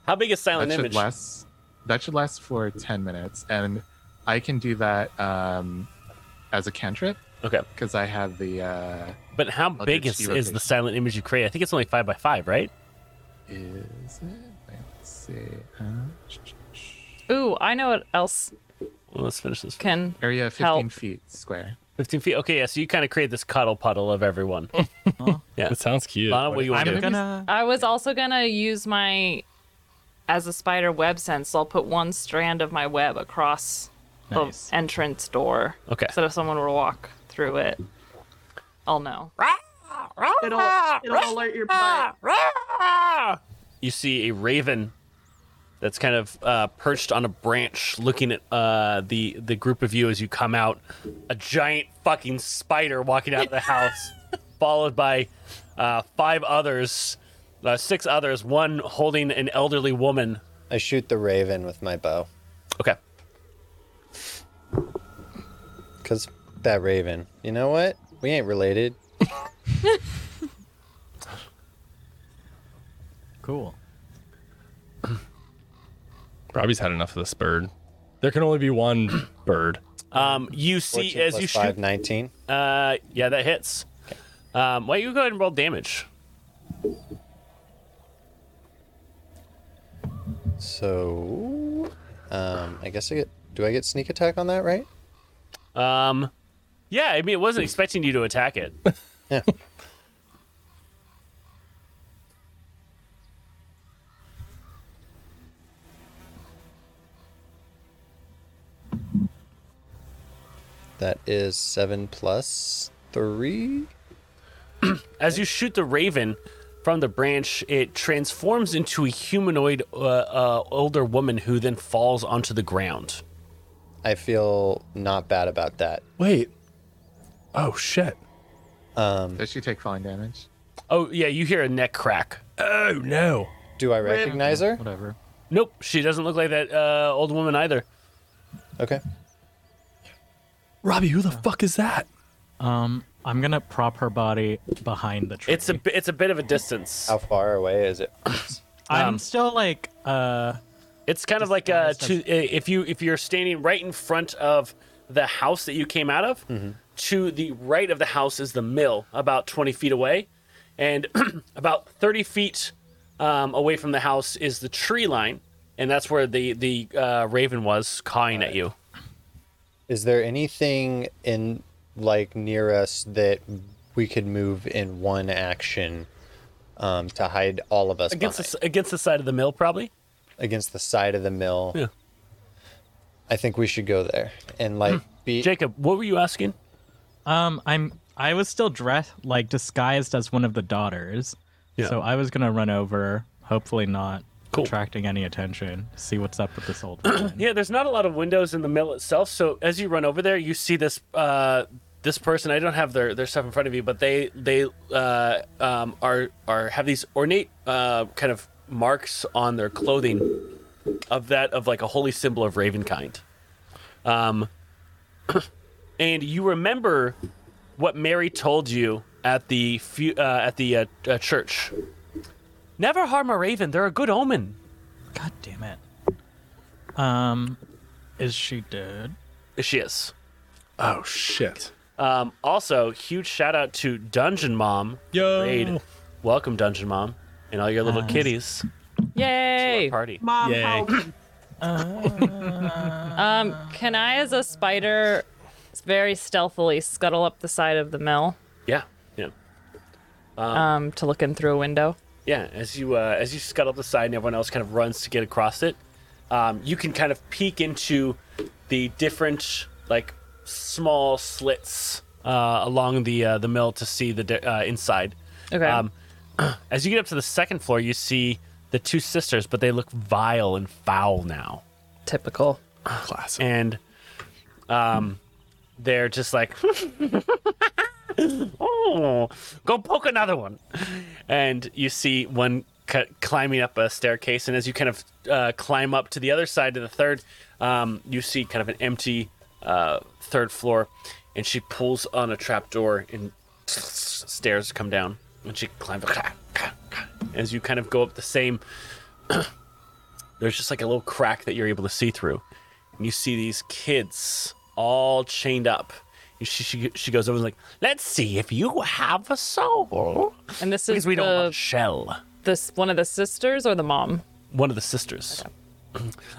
How big is silent
that should
image?
Last, that should last for 10 minutes. And I can do that um, as a cantrip.
Okay.
Because I have the. Uh,
But how
Eldritch
big is, is
evocation.
the silent image you create? I think it's only five by five, right?
Is it? Let's see. Uh,
Ooh, I know what else
Well, let's finish this.
can
area 15
help.
feet square.
15 feet. Okay, yeah, so you kind of create this cuddle puddle of everyone. yeah.
That sounds cute.
Lana, what do you want to
I'm
do?
gonna.
I was also gonna use my as a spider web sense. I'll put one strand of my web across
Nice.
the entrance door.
Okay.
So that if someone were to walk through it, I'll know.
It'll, it'll alert your butt.
You see a raven that's kind of uh, perched on a branch looking at uh, the, the group of you as you come out. A giant fucking spider walking out of the house, followed by uh, five others, uh, six others, one holding an elderly woman.
I shoot the raven with my bow.
Okay.
Because that raven, you know what? We ain't related.
Cool.
Robbie's had enough of this bird. There can only be one bird.
Um, you see
14
as
plus
you shoot.
5, 19.
Uh, yeah, that hits. Um, why don't you go ahead and roll damage?
So, um, I guess I get. Do I get sneak attack on that, right?
Um, yeah, I mean, it wasn't expecting you to attack it.
Yeah. that is seven plus three.
As you shoot the raven from the branch, it transforms into a humanoid uh, uh, older woman who then falls onto the ground.
I feel not bad about that.
Wait. Oh shit.
Um,
Does she take falling damage?
Oh, yeah, you hear a neck crack.
Oh no.
do I recognize her?
Whatever.
Nope, she doesn't look like that uh, old woman either.
Okay.
Robbie, who the fuck is that?
Um, I'm gonna prop her body behind the tree.
It's a bi- it's a bit of a distance.
How far away is it?
I'm
um,
still like uh
It's kind of like uh,
honest,
to, if you if you're standing right in front of the house that you came out of. To the right of the house is the mill, about 20 feet away, and about 30 feet um, away from the house is the tree line, and that's where the the uh, raven was cawing at you.
Is there anything in like near us that we could move in one action um, to hide all of us
Against the,
behind?
s- against the side of the mill, probably.
against the side of the mill?
Yeah.
I think we should go there and like be.
Hmm. Jacob, what were you asking?
um I'm I was still dressed like disguised as one of the daughters.
Yeah.
So I was gonna run over, hopefully not
Cool.
attracting any attention, see what's up with this old woman.
Yeah, there's not a lot of windows in the mill itself. So as you run over there, you see this uh, this person. I don't have their, their stuff in front of you, but they they uh, um, are are have these ornate uh, kind of marks on their clothing of that of like a holy symbol of raven kind. Um, and you remember what Mary told you at the fu- uh, at the uh, uh, church. Never harm a raven; they're a good omen.
God damn it. Um is she dead?
She is.
Oh shit.
Um, also, huge shout out to Dungeon Mom.
Yo.
Raid. Welcome, Dungeon Mom, and all your little
Nice.
kitties to
Yay!
our party.
Mom,
Yay.
help.
Um, can I, as a spider, very stealthily scuttle up the side of the mill
Yeah, yeah, Uh.
um, to look in through a window?
yeah. As you uh, as you scuttle up the side, and everyone else kind of runs to get across it, um, you can kind of peek into the different like small slits uh, along the uh, the mill to see the di- uh, inside.
Okay.
Um, as you get up to the second floor, you see the two sisters, but they look vile and foul now.
Typical.
Classic.
and um, they're just like, oh, go poke another one. And you see one c- climbing up a staircase, and as you kind of uh, climb up to the other side to the third, um, you see kind of an empty uh, third floor, and she pulls on a trapdoor and stairs come down, and she climbs. As you kind of go up the same, there's just like a little crack that you're able to see through, and you see these kids all chained up. And she, she she goes over and like, let's see if you have a soul.
And this
because
is
we
the,
don't want shell.
this one of the sisters or the mom.
One of the sisters.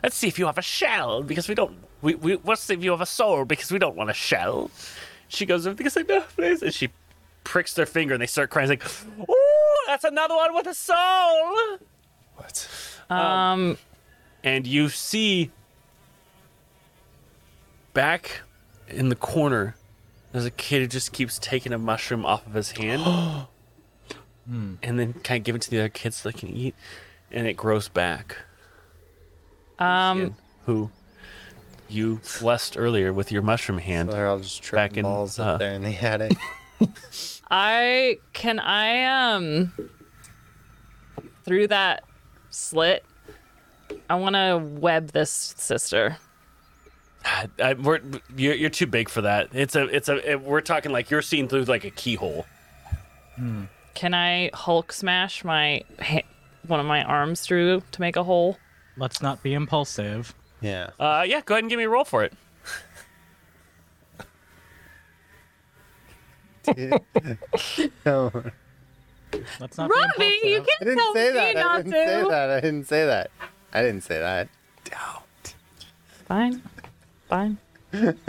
Let's see if you have a shell because we don't. We we let's see if you have a soul because we don't want a shell. She goes over because like no please, and she pricks their finger and they start crying like, ooh, that's another one with a soul. What? Um, and you see back in the corner, there's a kid who just keeps taking a mushroom off of his hand Hmm. and then kind of give it to the other kids so they can eat, and it grows back.
Um,
Who you blessed earlier with your mushroom hand? they're all just back in, uh, balls up there in the attic.
I can I um through that slit. I want to web this sister.
I, we're, you're, you're too big for that. It's a, it's a. it- we're talking like you're seeing through like a keyhole.
Can I Hulk smash my ha- one of my arms through to make a hole?
Let's not be impulsive.
Yeah.
Uh, yeah. Go ahead and give me a roll for it.
no.
Let's
not
Robbie, you
I
can
didn't
tell
say
me
that. I
not
didn't
to.
say that. I didn't say that. I didn't say that.
Fine, fine. I'm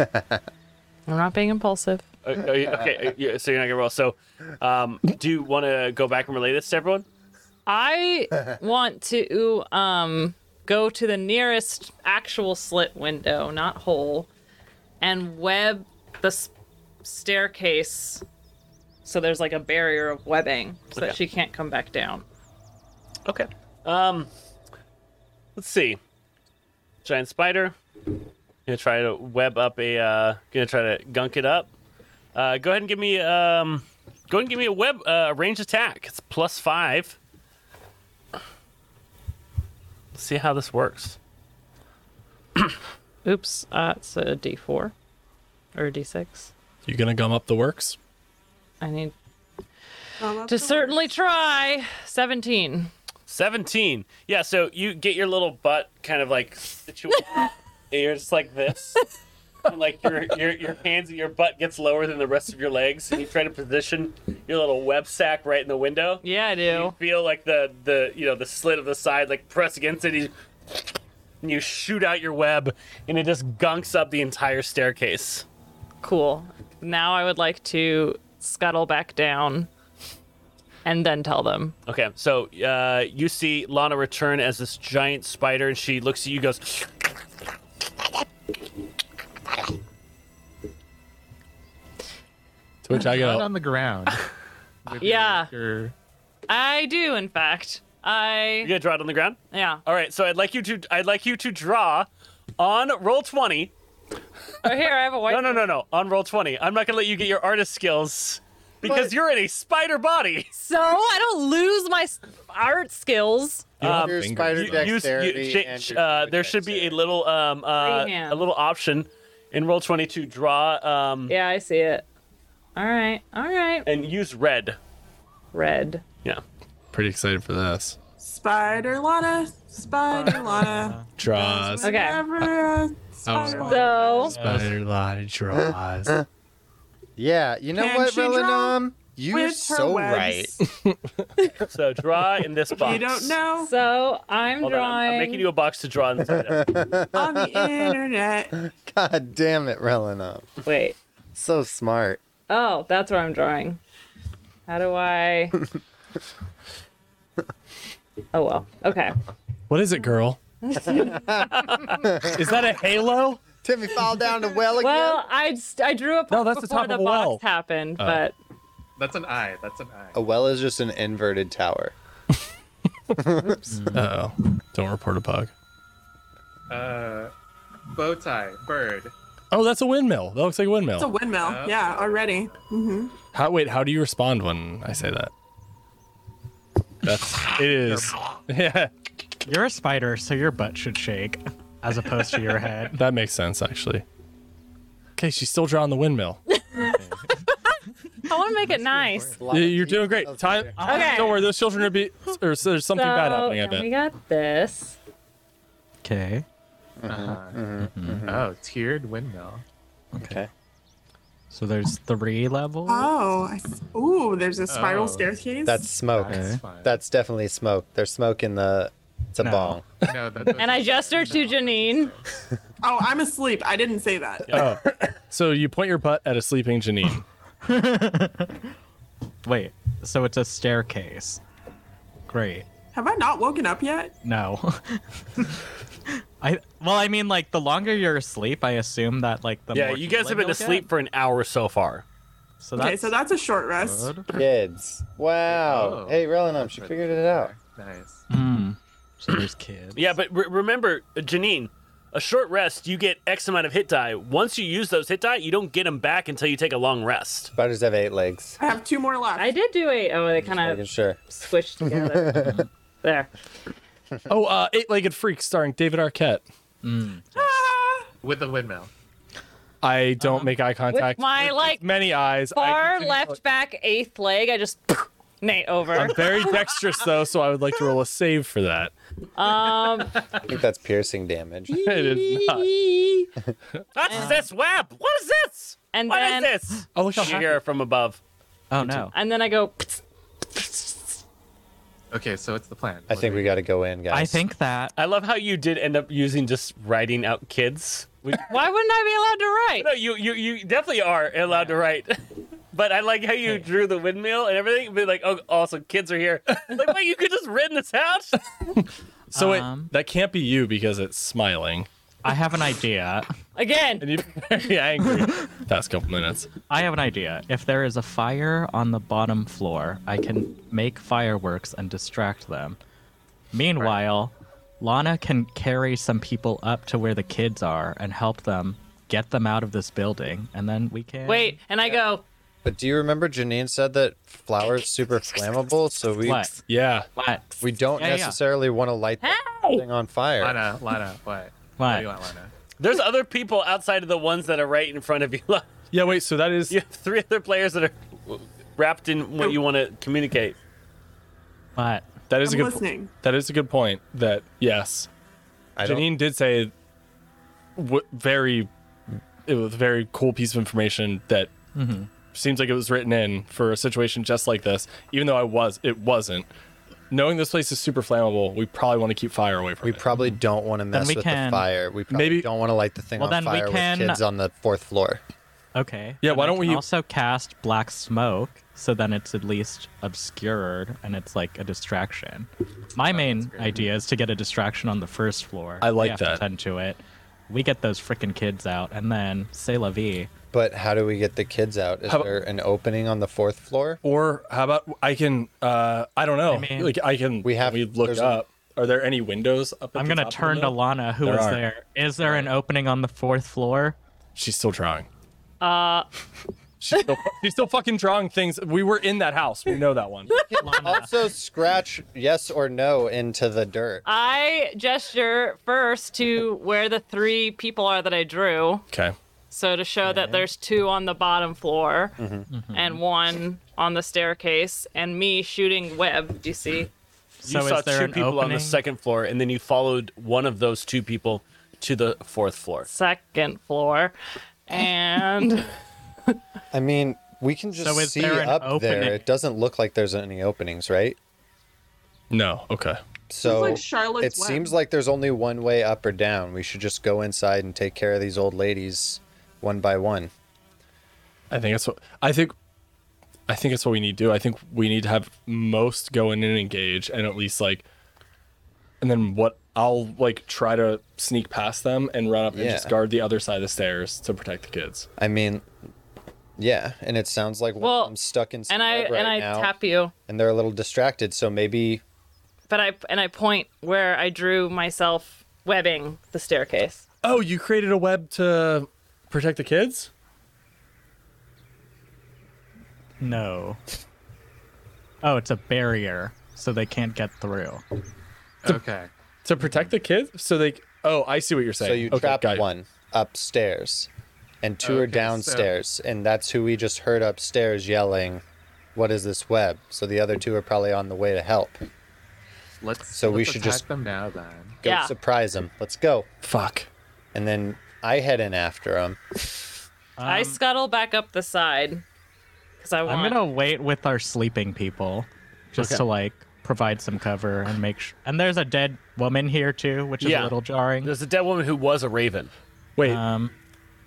not being impulsive.
Uh, are you- okay, uh, yeah, so you're not gonna roll. So, um, do you want to go back and relay this to everyone?
I want to um go to the nearest actual slit window, not hole, and web the s- staircase so there's like a barrier of webbing so
Okay.
that she can't come back down.
Okay. Um, let's see. Giant spider. Gonna try to web up a. Uh, gonna try to gunk it up. Uh, go ahead and give me. Um, go ahead and give me a web uh, range attack. It's plus five. Let's see how this works.
Oops, uh, it's a d4 or a d6.
You gonna gum up the works?
I need to certainly try 17.
17. Yeah, so you get your little butt kind of like situated. and you're just like this. And like your, your your hands, your butt gets lower than the rest of your legs, and you try to position your little web sack right in the window.
Yeah, I do.
You feel like the the you know the slit of the side like press against it, and you, and you shoot out your web, and it just gunks up the entire staircase.
Cool. Now I would like to scuttle back down and then tell them.
Okay, so uh, you see Lana return as this giant spider, and she looks at you, goes,
To which I
Not
go,
on the ground.
Yeah,
You're-
I do, in fact. I.
"You gonna draw it on the ground?"
Yeah.
All right, so I'd like you to I'd like you to draw on roll twenty.
Oh, here I have a white.
No, no, no, no. On roll twenty, I'm not gonna let you get your artist skills because you're in a spider body.
So I don't lose my s- art skills.
Um,
Your spider
you- you-
dexterity
sh-
and
sh-
your
uh, there should be a little um uh,
Free hand.
a little option in roll twenty to draw um
Yeah, I see it. All right. All right.
and use red.
Red.
Yeah.
pretty excited for this.
Spider Lana, Spider Lana.
Draws.
Okay.
Ever
Oh,
So
uh, spider lot of draws.
Yeah. You know
Can
what,
she draw
Relinum? You're
with her
so
webs?
right.
So draw in this box.
You don't know
so I'm
Hold on, I'm,
drawing.
I'm making you a box to draw inside of.
on the internet.
God damn it, Relinum.
Wait.
So smart.
Oh, that's what I'm drawing. How do I? oh well. Okay.
What is it, girl?
Is that a halo?
Timmy fall down the well again.
Well, I just, I drew up
No, that's the
before
top
the
of a
box
well.
happened,
Oh.
but
That's an eye. That's an eye.
A well is just an inverted tower.
Uh oh. Don't report a bug.
Uh, bow tie, bird.
Oh, that's a windmill. That looks like a
It's a
windmill.
windmill. Yeah, already. hmm
How wait, how do you respond when I say that? That's it is. Yeah.
You're a spider, so your butt should shake as opposed to your head.
That makes sense actually. Okay, she's still drawing the windmill.
I want to make it nice.
Y- You're doing great. Time.
Okay.
Don't worry. Those children are be. Or so there's something bad
So,
happening. I
and We
bet.
got this.
Okay.
Uh-huh.
Mm-hmm.
Mm-hmm.
Oh, tiered windmill.
Okay. So there's three levels.
Oh, I s- ooh, there's a spiral
Oh,
staircase.
That's smoke.
That's
That's,
fine.
definitely smoke. There's smoke in the. It's a bong.
No,
And I gestured to Janine.
Oh, I'm asleep. I didn't say that.
Oh. So you point your butt at a sleeping Janine.
Wait. So it's a staircase. Great.
Have I not woken up yet?
No. I well, I mean, like the longer you're asleep, I assume that like the
yeah,
more
you guys have been
healing you'll
asleep
get.
for an hour so far.
So
okay, so that's a short rest.
Kids.
Oh.
Wow. Hey, Relinum, she figured it out.
Nice.
So there's kids.
Yeah, but re- remember, uh, Janine, a short rest, you get X amount of hit die. Once you use those hit die, you don't get them back until you take a long rest.
Spiders have eight legs.
I have two more left.
I did do eight. Oh, they kind
Making
of
sure.
squished together. there.
oh, uh, eight-legged freak starring David Arquette.
Mm.
With the windmill.
I don't make eye contact.
With my like
many eyes.
far left back eighth leg, I just Nate over.
I'm very dexterous though, so I would like to roll a save for that.
Um,
I think that's piercing damage.
It is not.
That's this web. What is this?
And
What is
then-
this?
Oh, look how
you
happy-
hear it from above.
Oh no.
and then I go.
Okay, so it's the plan.
I think we got to go in, guys.
I think that
I love how you did end up using just writing out kids. We-
Why wouldn't I be allowed to
no,
write?
you, you you definitely are allowed to write. But I like how you drew the windmill and everything. But like, oh, also kids are here. like, wait, you could just written this out.
So
Um.
it, that can't be you because it's smiling.
I have an idea.
Again,
And you've been very angry past couple minutes.
I have an idea. If there is a fire on the bottom floor, I can make fireworks and distract them. Meanwhile, Lana can carry some people up to where the kids are and help them get them out of this building, and then we can
wait, and I go.
But do you remember Janine said that flowers super flammable, so we
What?
Yeah.
What?
we don't
Yeah, yeah.
necessarily want to light the
Hey,
thing on fire.
Lana, Lana, what? What do you want, Lana?
There's other people outside of the ones that are right in front of you. Look,
Yeah. Wait. So that is
you have three other players that are wrapped in what you want to communicate.
What?
that is
I'm
a good po-
listening.
that is a good point. That yes,
I don't-
Janine did say w- very it was a very cool piece of information that
Mm-hmm.
seems like it was written in for a situation just like this. Even though I was, it wasn't. Knowing this place is super flammable, we probably want to keep fire away from
We
it.
probably don't want to mess
we
with the
can-
fire. We probably
Maybe-
don't want to light the thing
Well,
on
then we
fire
can-
with kids on the fourth floor.
Okay.
Yeah,
And
why
I
don't
can
we-
also cast black smoke so then it's at least obscured and it's like a distraction.
Oh,
My main idea is to get a distraction on the first floor.
I like
They have to
that.
Tend to it. We get those freaking kids out and then say la vie.
But how do we get the kids out? Is
How-
there an opening on the fourth floor?
Or how about I can uh I don't know.
mean-
like I can
We have-
we look
there's a-
up. Are there any windows up at
I'm
the
gonna
top of the
turn to
mill?
Lana, who
There
was
are.
there. Is there an opening on the fourth floor?
She's still drawing.
uh,
She's still, she's still fucking drawing things. We were in that house. We know that one.
Also, scratch yes or no into the dirt.
Uh,
I gesture first to where the three people are that I drew.
Okay.
So to show that there's two on the bottom floor
Mm-hmm.
Mm-hmm.
and one on the staircase and me shooting web. Do you see?
So
you
is
saw
there
two
an
people on the
opening?
second floor, and then you followed one of those two people to the fourth floor.
Second floor. And
I mean, we can just
So is
see
there an
up
opening?
there. It doesn't look like there's any openings, right?
No. Okay.
So
like Charlotte's
it
Web.
seems like there's only one way up or down. We should just go inside and take care of these old ladies one by one.
I think that's what I think. I think that's what we need to do. I think we need to have most go in and engage, and at least like, and then what I'll like try to sneak past them and run up and just
Yeah.
guard the other side of the stairs to protect the kids.
I mean, yeah, and it sounds like
Well,
I'm stuck in
and I
right
and I
now,
tap you.
and they're a little distracted. So maybe
But I and I point where I drew myself webbing the staircase.
Oh, you created a web to protect the kids?
No. Oh, it's a barrier, so they can't get through.
Okay.
To protect the kids? So they. Oh, I see what you're saying.
so you
okay,
trap
got it.
one upstairs. and two are
Okay, so-
downstairs, and that's who we just heard upstairs yelling, "What is this web?" So the other two are probably on the way to help.
Let's.
So we
let's
should
attack
just
them now then.
go
Yeah.
surprise them. Let's go.
Fuck.
And then I head in after them.
Um,
I scuttle back up the side because I want.
I'm gonna wait with our sleeping people, just
Okay.
to like provide some cover and make sure. And there's a dead woman here too, which is
Yeah.
a little jarring.
There's a dead woman who was a raven.
Wait.
Um,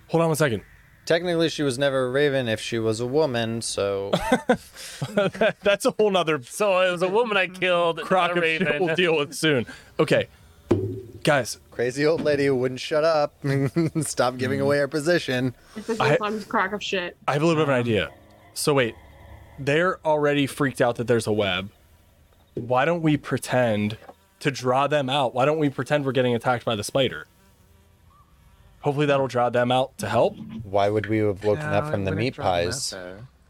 Hold on one second.
Technically, she was never a raven if she was a woman. So
that's a whole nother.
So it was a woman I killed.
Croc
not a raven.
we'll deal with soon. Okay, guys.
Crazy old lady who wouldn't shut up. Stop giving away our position.
It's a
I-
good long crock of shit.
I have a little bit of an
Um,
idea. So wait, they're already freaked out that there's a web. Why don't we pretend to draw them out? Why don't we pretend we're getting attacked by the spider? Hopefully that'll draw them out to help.
Why would we have woken up from the meat pies?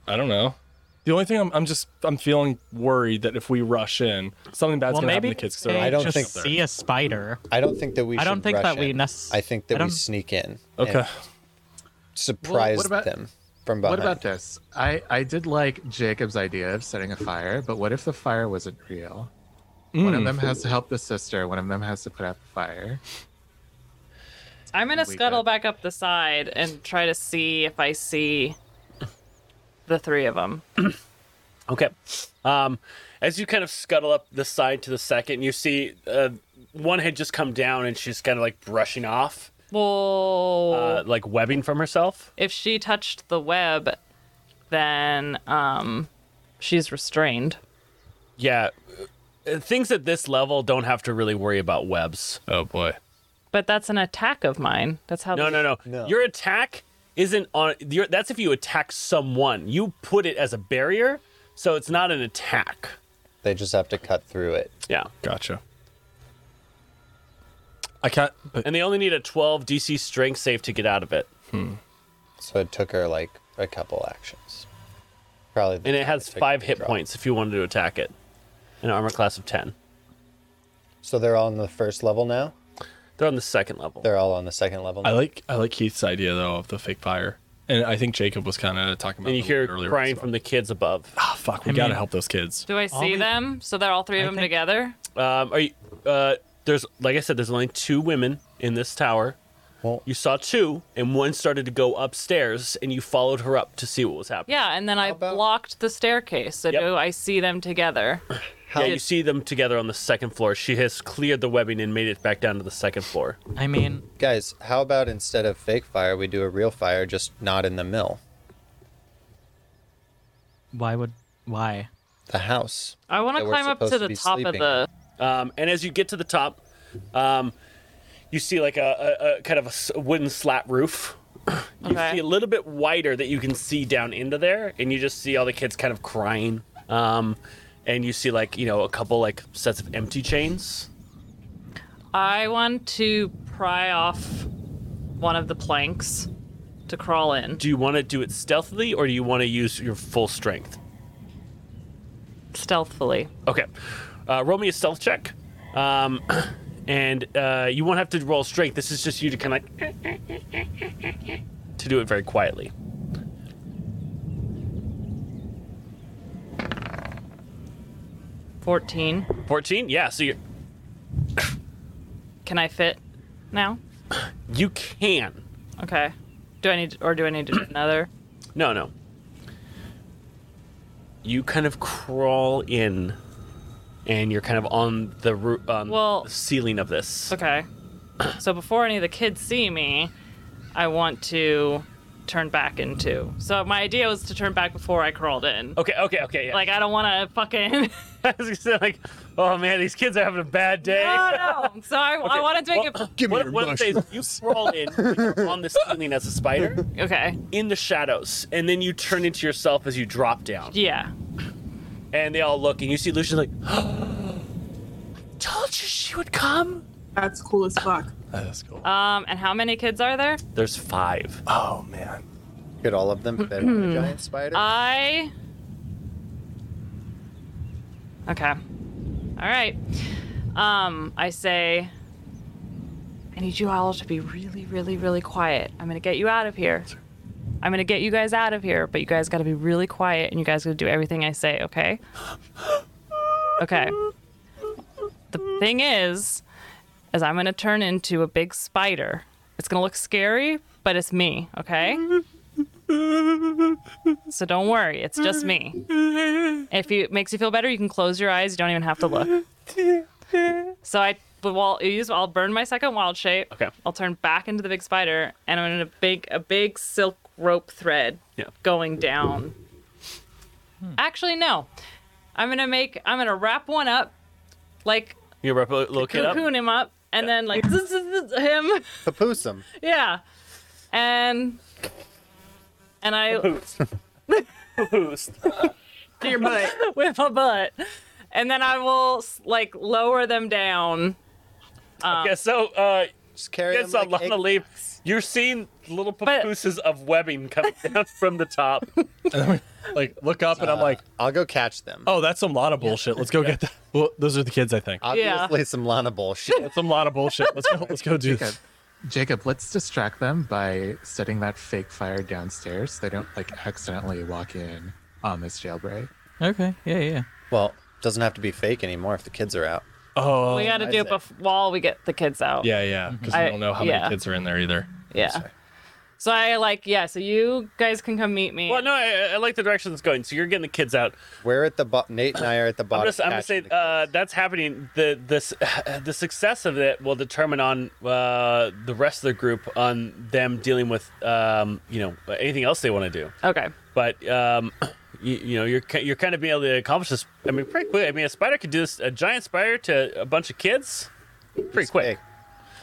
I don't know. The only thing I'm, I'm just I'm feeling worried that if we rush in, something bad's
well,
gonna happen
maybe
to kids. 'cause they're
they
already
just
up there.
see a spider.
I don't think that we.
I don't
should
think
rush
that we
in.
necess-
I think
I
that we
don't-
sneak in.
Okay.
and Surprise
Well, what about-
them from
What
behind.
about this? I I did like Jacob's idea of setting a fire, but what if the fire wasn't real? One of
Mm.
them has to help the sister. One of them has to put out the fire.
I'm gonna
We
scuttle
got-
back up the side and try to see if I see the three of them.
Okay. Um, as you kind of scuttle up the side to the second, you see uh, one had just come down and she's kind of like brushing off,
Well,
uh, like webbing from herself.
if she touched the web, then um, she's restrained.
Yeah. uh, Things at this level don't have to really worry about webs.
Oh boy.
But that's an attack of mine. That's how.
No, no, no. Your attack isn't on. Your, that's if you attack someone. You put it as a barrier, so it's not an attack.
They just have to cut through it.
Yeah.
Gotcha. I can't. But
And they only need a 12 DC strength save to get out of it.
Hmm.
So it took her like a couple actions. Probably. the
And it
time
has
took
five
to
hit
draw.
points if you wanted to attack it. An armor class of 10.
So they're all on the first level now.
They're on the second level.
They're all on the second level.
I
now?
like I like Keith's idea though of the fake fire, and I think Jacob was kind of talking about.
And you
it
hear
earlier
crying
as well.
from the kids above.
Ah, fuck, we
I
gotta
mean-
help those kids.
Do I see them? So they're all three of them together.
Um, are you, uh, there's like I said, there's only two women in this tower.
Well,
you saw two, and one started to go upstairs, and you followed her up to see what was happening.
Yeah, and then I blocked the staircase. So do I see them together?
Yeah, you see them together on the second floor. She has cleared the webbing and made it back down to the second floor.
I mean,
guys, how about instead of fake fire, we do a real fire, just not in the mill,
why would why?
the house.
I want
that
to
we're
climb up
supposed
to
to
the
be
top
sleeping.
of
Um, and as you get to the top, um, you see like a, a, a kind of a s- wooden slat roof. you see a little bit wider that you can see down into there, and you just see all the kids kind of crying. Um, and you see like you know a couple like sets of empty chains.
the. I want to pry off one of the planks to crawl in.
Do you want to do it stealthily, or do you want to use your full strength?
Stealthily.
Okay, uh, roll me a stealth check. Um, and uh, you won't have to roll strength. This is just you to kind of to do it very quietly.
Fourteen.
14 yeah so you
Can I fit now?
you can
Okay. Do I need or do I need to do another?
no no you kind of crawl in and you're kind of on the roo- um,
Well-
the ceiling of this
Okay. So before any of the kids see me, I want to turn back into. So my idea was to turn back before I crawled in.
okay okay okay yeah.
Like I don't want to fucking.
I was gonna say, like oh man these kids are having a bad day
no, no. So I, I wanted to make it.
what, what if they- you crawl in you're on the ceiling as a spider
Okay.
in the shadows and then you turn into yourself as you drop down
Yeah.
and they all look and you see lucian like told you she would come
That's cool as fuck.
That's cool.
Um. And how many kids are there?
there's five
Oh man.
Could all of them fit on the giant spider?
Hmm. I. Okay. All right. Um. I say. I need you all to be really, really, really quiet. I'm gonna get you out of here. I'm gonna get you guys out of here, but you guys gotta be really quiet and you guys gotta do everything I say, okay? Okay. The thing is, is I'm gonna turn into a big spider. It's gonna look scary, but it's me, okay? So don't worry, it's just me. If you, it makes you feel better, you can close your eyes. You don't even have to look. So I the wall use I'll burn my second wild shape.
Okay.
I'll turn back into the big spider and I'm gonna make a big silk rope thread
Yeah.
going down. Actually no. I'm gonna make I'm gonna wrap one up, like
You wrap a little kid up.
cocoon him up, and then like zzz, zzz, zzz, him.
Papoosum.
Yeah. And and I
your butt.
with my butt. And then I will like lower them down. Um,
Okay, so uh,
just carry
yes,
them like
Lana Lee, You're seeing little papooses of webbing come down from the top.
like look up and I'm like,
Uh, I'll go catch them.
Oh, that's some Lana bullshit. Let's go get that. Well, those are the kids, I think.
Obviously, some Lana bullshit.
That's some Lana bullshit. Let's go. Let's go do
Jacob,
this.
Jacob, let's distract them by setting that fake fire downstairs. so They don't like accidentally walk in on this jailbreak.
Okay. Yeah, yeah. Well, doesn't have to be fake anymore if the kids are out.
Oh,
we got to do it bef- while we get the kids out.
Yeah, yeah. Because
I-
we don't know how
yeah.
many kids are in there either.
Yeah. So I like yeah. So you guys can come meet me.
Well, no, I, I like the direction it's going. So you're getting the kids out.
We're at the bottom. Nate and I are at the bottom.
I'm just, I'm gonna say uh, that's happening. The this the success of it will determine on uh, the rest of the group on them dealing with um, you know anything else they want to do.
Okay.
But um, you, you know you're ki- you're kind of being able to accomplish this. I mean, pretty quick. I mean, a spider could do this. A giant spider to a bunch of kids, pretty quick.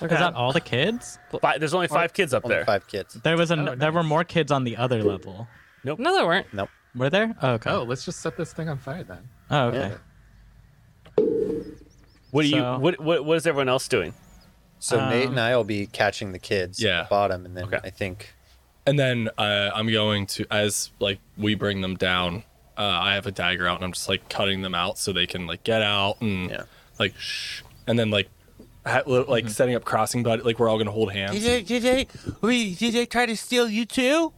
Is that all the kids?
Five, there's only five kids up there.
Five kids.
There was an, there were more kids on the other level.
Oh, Nope.
No, there weren't.
Nope.
Were there? Oh, okay.
Oh, let's just set this thing on fire then.
Oh, okay.
What do you
So-
what, what what is everyone else doing?
So Nate
Um,
and I will be catching the kids at the bottom, and then I think
And then uh, I'm going to as like we bring them down. Uh, I have a dagger out and I'm just like cutting them out so they can like get out and like shh, and then like ha- li- like
Mm-hmm.
setting up crossing buddy. Like we're all gonna hold hands.
they, did they, wait, did they try to steal you too?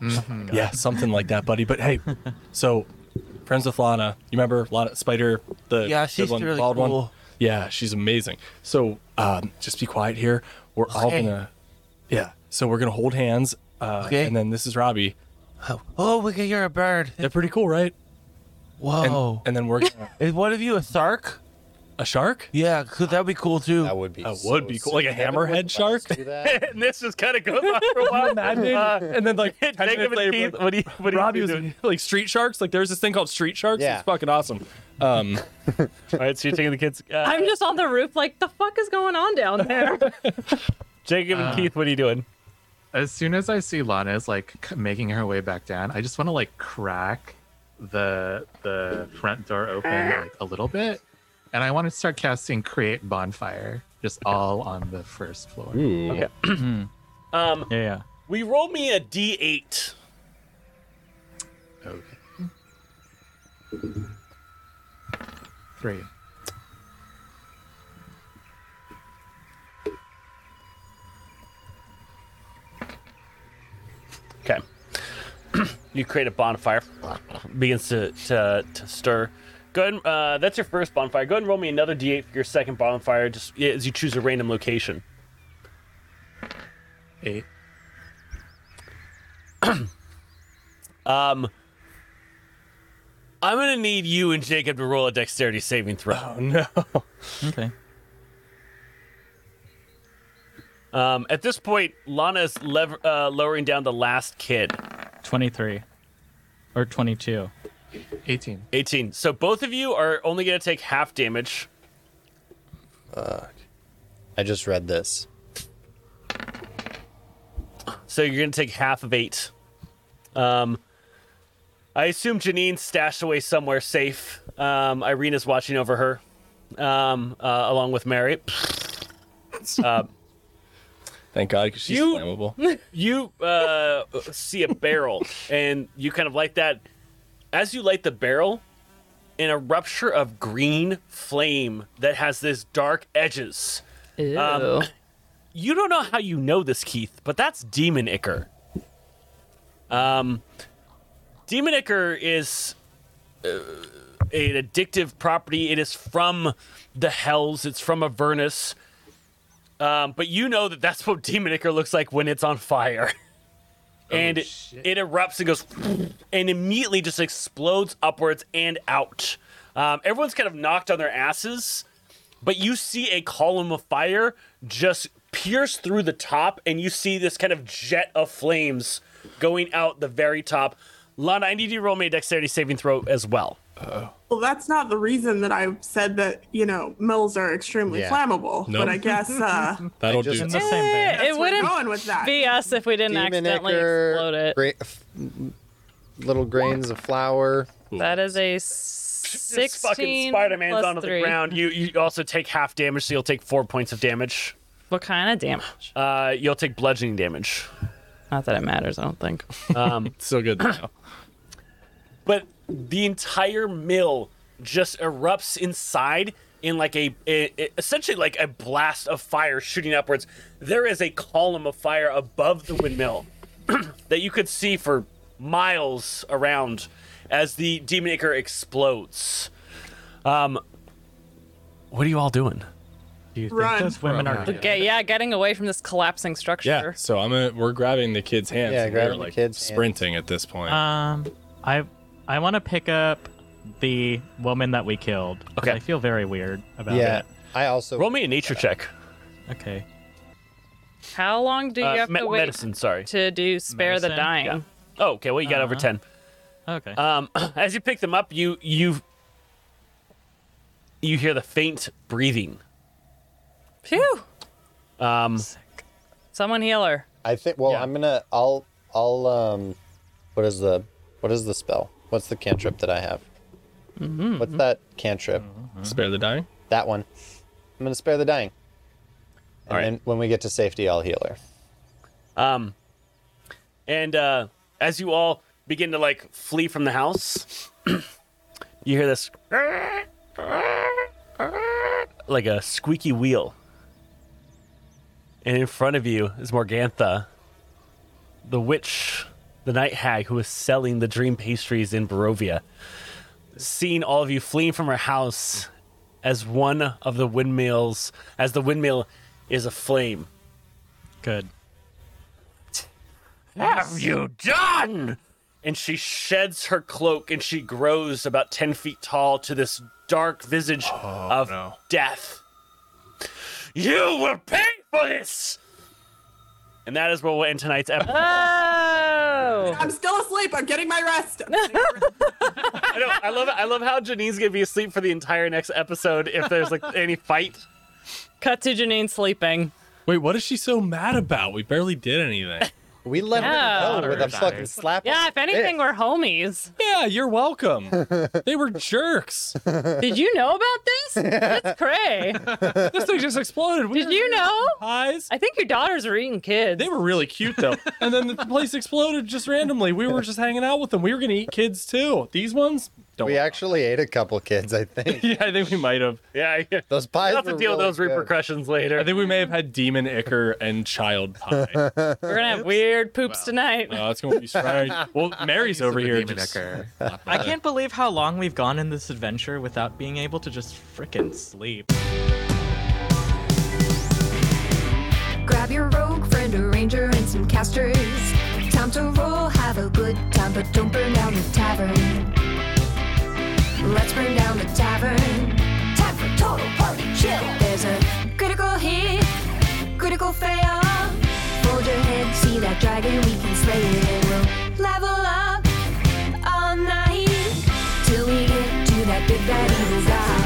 Mm-hmm. Yeah, something like that, buddy. But hey, so friends with Lana. You remember Lana Spider, the
Yeah,
good
she's
one,
really
bald one.
cool.
Yeah, she's amazing. So um, just be quiet here. We're all
Okay.
gonna, yeah. So we're gonna hold hands. Uh,
Okay.
And then this is Robbie.
Oh, look at you're a bird.
They're pretty cool, right?
Whoa.
And, and then we're gonna,
Is one of you a shark?
A shark?
Yeah, could that be cool too?
That would be.
That would be cool, like a hammerhead shark.
and this just kind of goes on for a while.
Imagine,
Uh,
and then like ten
Jacob
minutes
and
later,
Keith,
like,
what do you- what do you
Robbie
two
was
doing?
like street sharks. Like there's this thing called street sharks.
Yeah.
It's fucking awesome. Um,
all right, so you're taking the kids. Uh,
I'm just on the roof, like the fuck is going on down there?
Jacob and
Uh,
Keith, what are you doing?
As soon as I see Lana's like c- making her way back down, I just want to like crack the the front door open like a little bit, and I want to start casting create bonfire just all on the first floor.
Hmm.
Okay. Um,
yeah, yeah.
we roll me a d8.
Okay. Three.
Okay. you create a bonfire, begins to to, to stir. Go ahead. and- Uh, that's your first bonfire. Go ahead and roll me another d8 for your second bonfire, just yeah, as you choose a random location.
Eight.
um, I'm gonna need you and Jacob to roll a dexterity saving throw. Oh
no.
Okay.
Um, at this point, Lana's lever- uh, lowering down the last kid.
23 or 22.
18.
18. So both of you are only going to take half damage.
Fuck. I just read this.
So you're going to take half of eight. Um, I assume Janine's stashed away somewhere safe. Um, Irina's watching over her, um, uh, along with Mary. Uh,
Thank God, 'cause she's
You-
flammable.
you uh, see a barrel, and you kind of light that. As you light the barrel, in a rupture of green flame that has this dark edges Um, you don't know how you know this, Keith, but that's Demon Icker. Um, Demon Icker is uh, an addictive property. It is from the Hells. It's from Avernus. Um, but you know that that's what Demon Icker looks like when it's on fire. and it, it erupts and goes and immediately just explodes upwards and out. Um, everyone's kind of knocked on their asses, but you see a column of fire just pierce through the top, and you see this kind of jet of flames going out the very top. Lana, I need you to roll me a dexterity saving throw as well. Uh-oh.
Well, that's not the reason that I said that, you know, mills are extremely
Yeah.
flammable,
Nope.
but I guess uh,
That'll do.
the same thing.
Eh,
That's
it
where
wouldn't
I'm going with that.
be us if we didn't accidentally explode it.
gra- f- little grains of flour.
That is a
This fucking
16
Spider-Man's
plus
onto
three.
the ground. You you also take half damage, so you'll take four points of damage.
What kind of damage?
Uh, you'll take bludgeoning damage.
Not that it matters, I don't think.
Um,
so good.
but the entire mill just erupts inside in like a, a- a- essentially like a blast of fire shooting upwards. There is a column of fire above the windmill that you could see for miles around as the demon acre explodes. Um, what are you all doing?
Do you
Run. those
women
The ga- yeah, getting away from this collapsing structure.
Yeah, so I'm gonna, we're grabbing the kids' hands.
Yeah,
and
grabbing
we're
the
like
kids' hands.
sprinting at this point.
Uh,
Um, I I want to pick up the woman that we killed. 'cause
Okay.
I feel very weird about
Yeah,
it.
I also
roll me a nature check.
Okay.
How long do you
Uh,
have
me-
to wait
medicine, sorry.
to do spare the dying?
Yeah. Oh, okay. Well, you got over ten.
Okay.
Um, as you pick them up, you you you hear the faint breathing.
Phew!
Um,
Someone heal her.
I think. Well, I'm gonna. I'll. I'll. Um. What is the? What is the spell? What's the cantrip that I have?
Mm-hmm.
What's that cantrip?
Spare the dying.
That one. I'm gonna spare the dying. And then when we get to safety, I'll heal her.
Um, and uh, as you all begin to like flee from the house, you hear this like a squeaky wheel, and in front of you is Morgantha, the witch, the night hag who is selling the dream pastries in Barovia. Seeing all of you fleeing from her house, as one of the windmills, as the windmill is aflame.
Good.
Have you done? And she sheds her cloak and she grows about 10 feet tall to this dark visage of death. You will pay for this! And that is where we'll end tonight's episode.
Oh!
I'm still asleep. I'm getting my rest.
I, know, I love I love how Janine's gonna be asleep for the entire next episode if there's like any fight.
Cut to Janine sleeping.
Wait, what is she so mad about? We barely did anything.
we
let her Yeah. go with a fucking
slap.
Yeah, if anything, we're homies.
Yeah, you're welcome. they were jerks.
Did you know about this? That's cray.
This thing just exploded. We
Did you know?
Pies.
I think your daughters were eating kids.
They were really cute though. and then the place exploded just randomly. We were just hanging out with them. We were gonna eat kids too. These ones don't.
We actually ate a couple kids, I think.
yeah, I think we might have.
Yeah, yeah.
Those pies.
We'll have to
were
deal with
really
those repercussions later.
I think we may have had demon icker and child pie.
good.
We're gonna have weird poops tonight.
Oh, it's gonna be strange. Well, Mary's over here. Just...
I can't believe how long we've gone in this adventure without being able to just frickin' sleep.
Grab your rogue friend, a ranger, and some casters. Time to roll, have a good time, but don't burn down the tavern. Let's burn down the tavern. Time for total party chill. There's a critical hit, critical fail. Hold your head, see that dragon, we can slay it. We'll level up all night till we get to that big bad evil guy.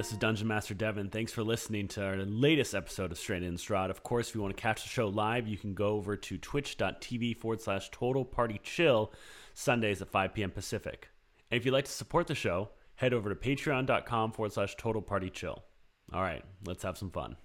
This is Dungeon Master Devin. Thanks for listening to our latest episode of Straight in Strahd. Of course, if you want to catch the show live, you can go over to twitch.tv forward slash total party chill Sundays at 5 p.m. Pacific. And if you'd like to support the show, head over to patreon.com forward slash total party chill. All right, let's have some fun.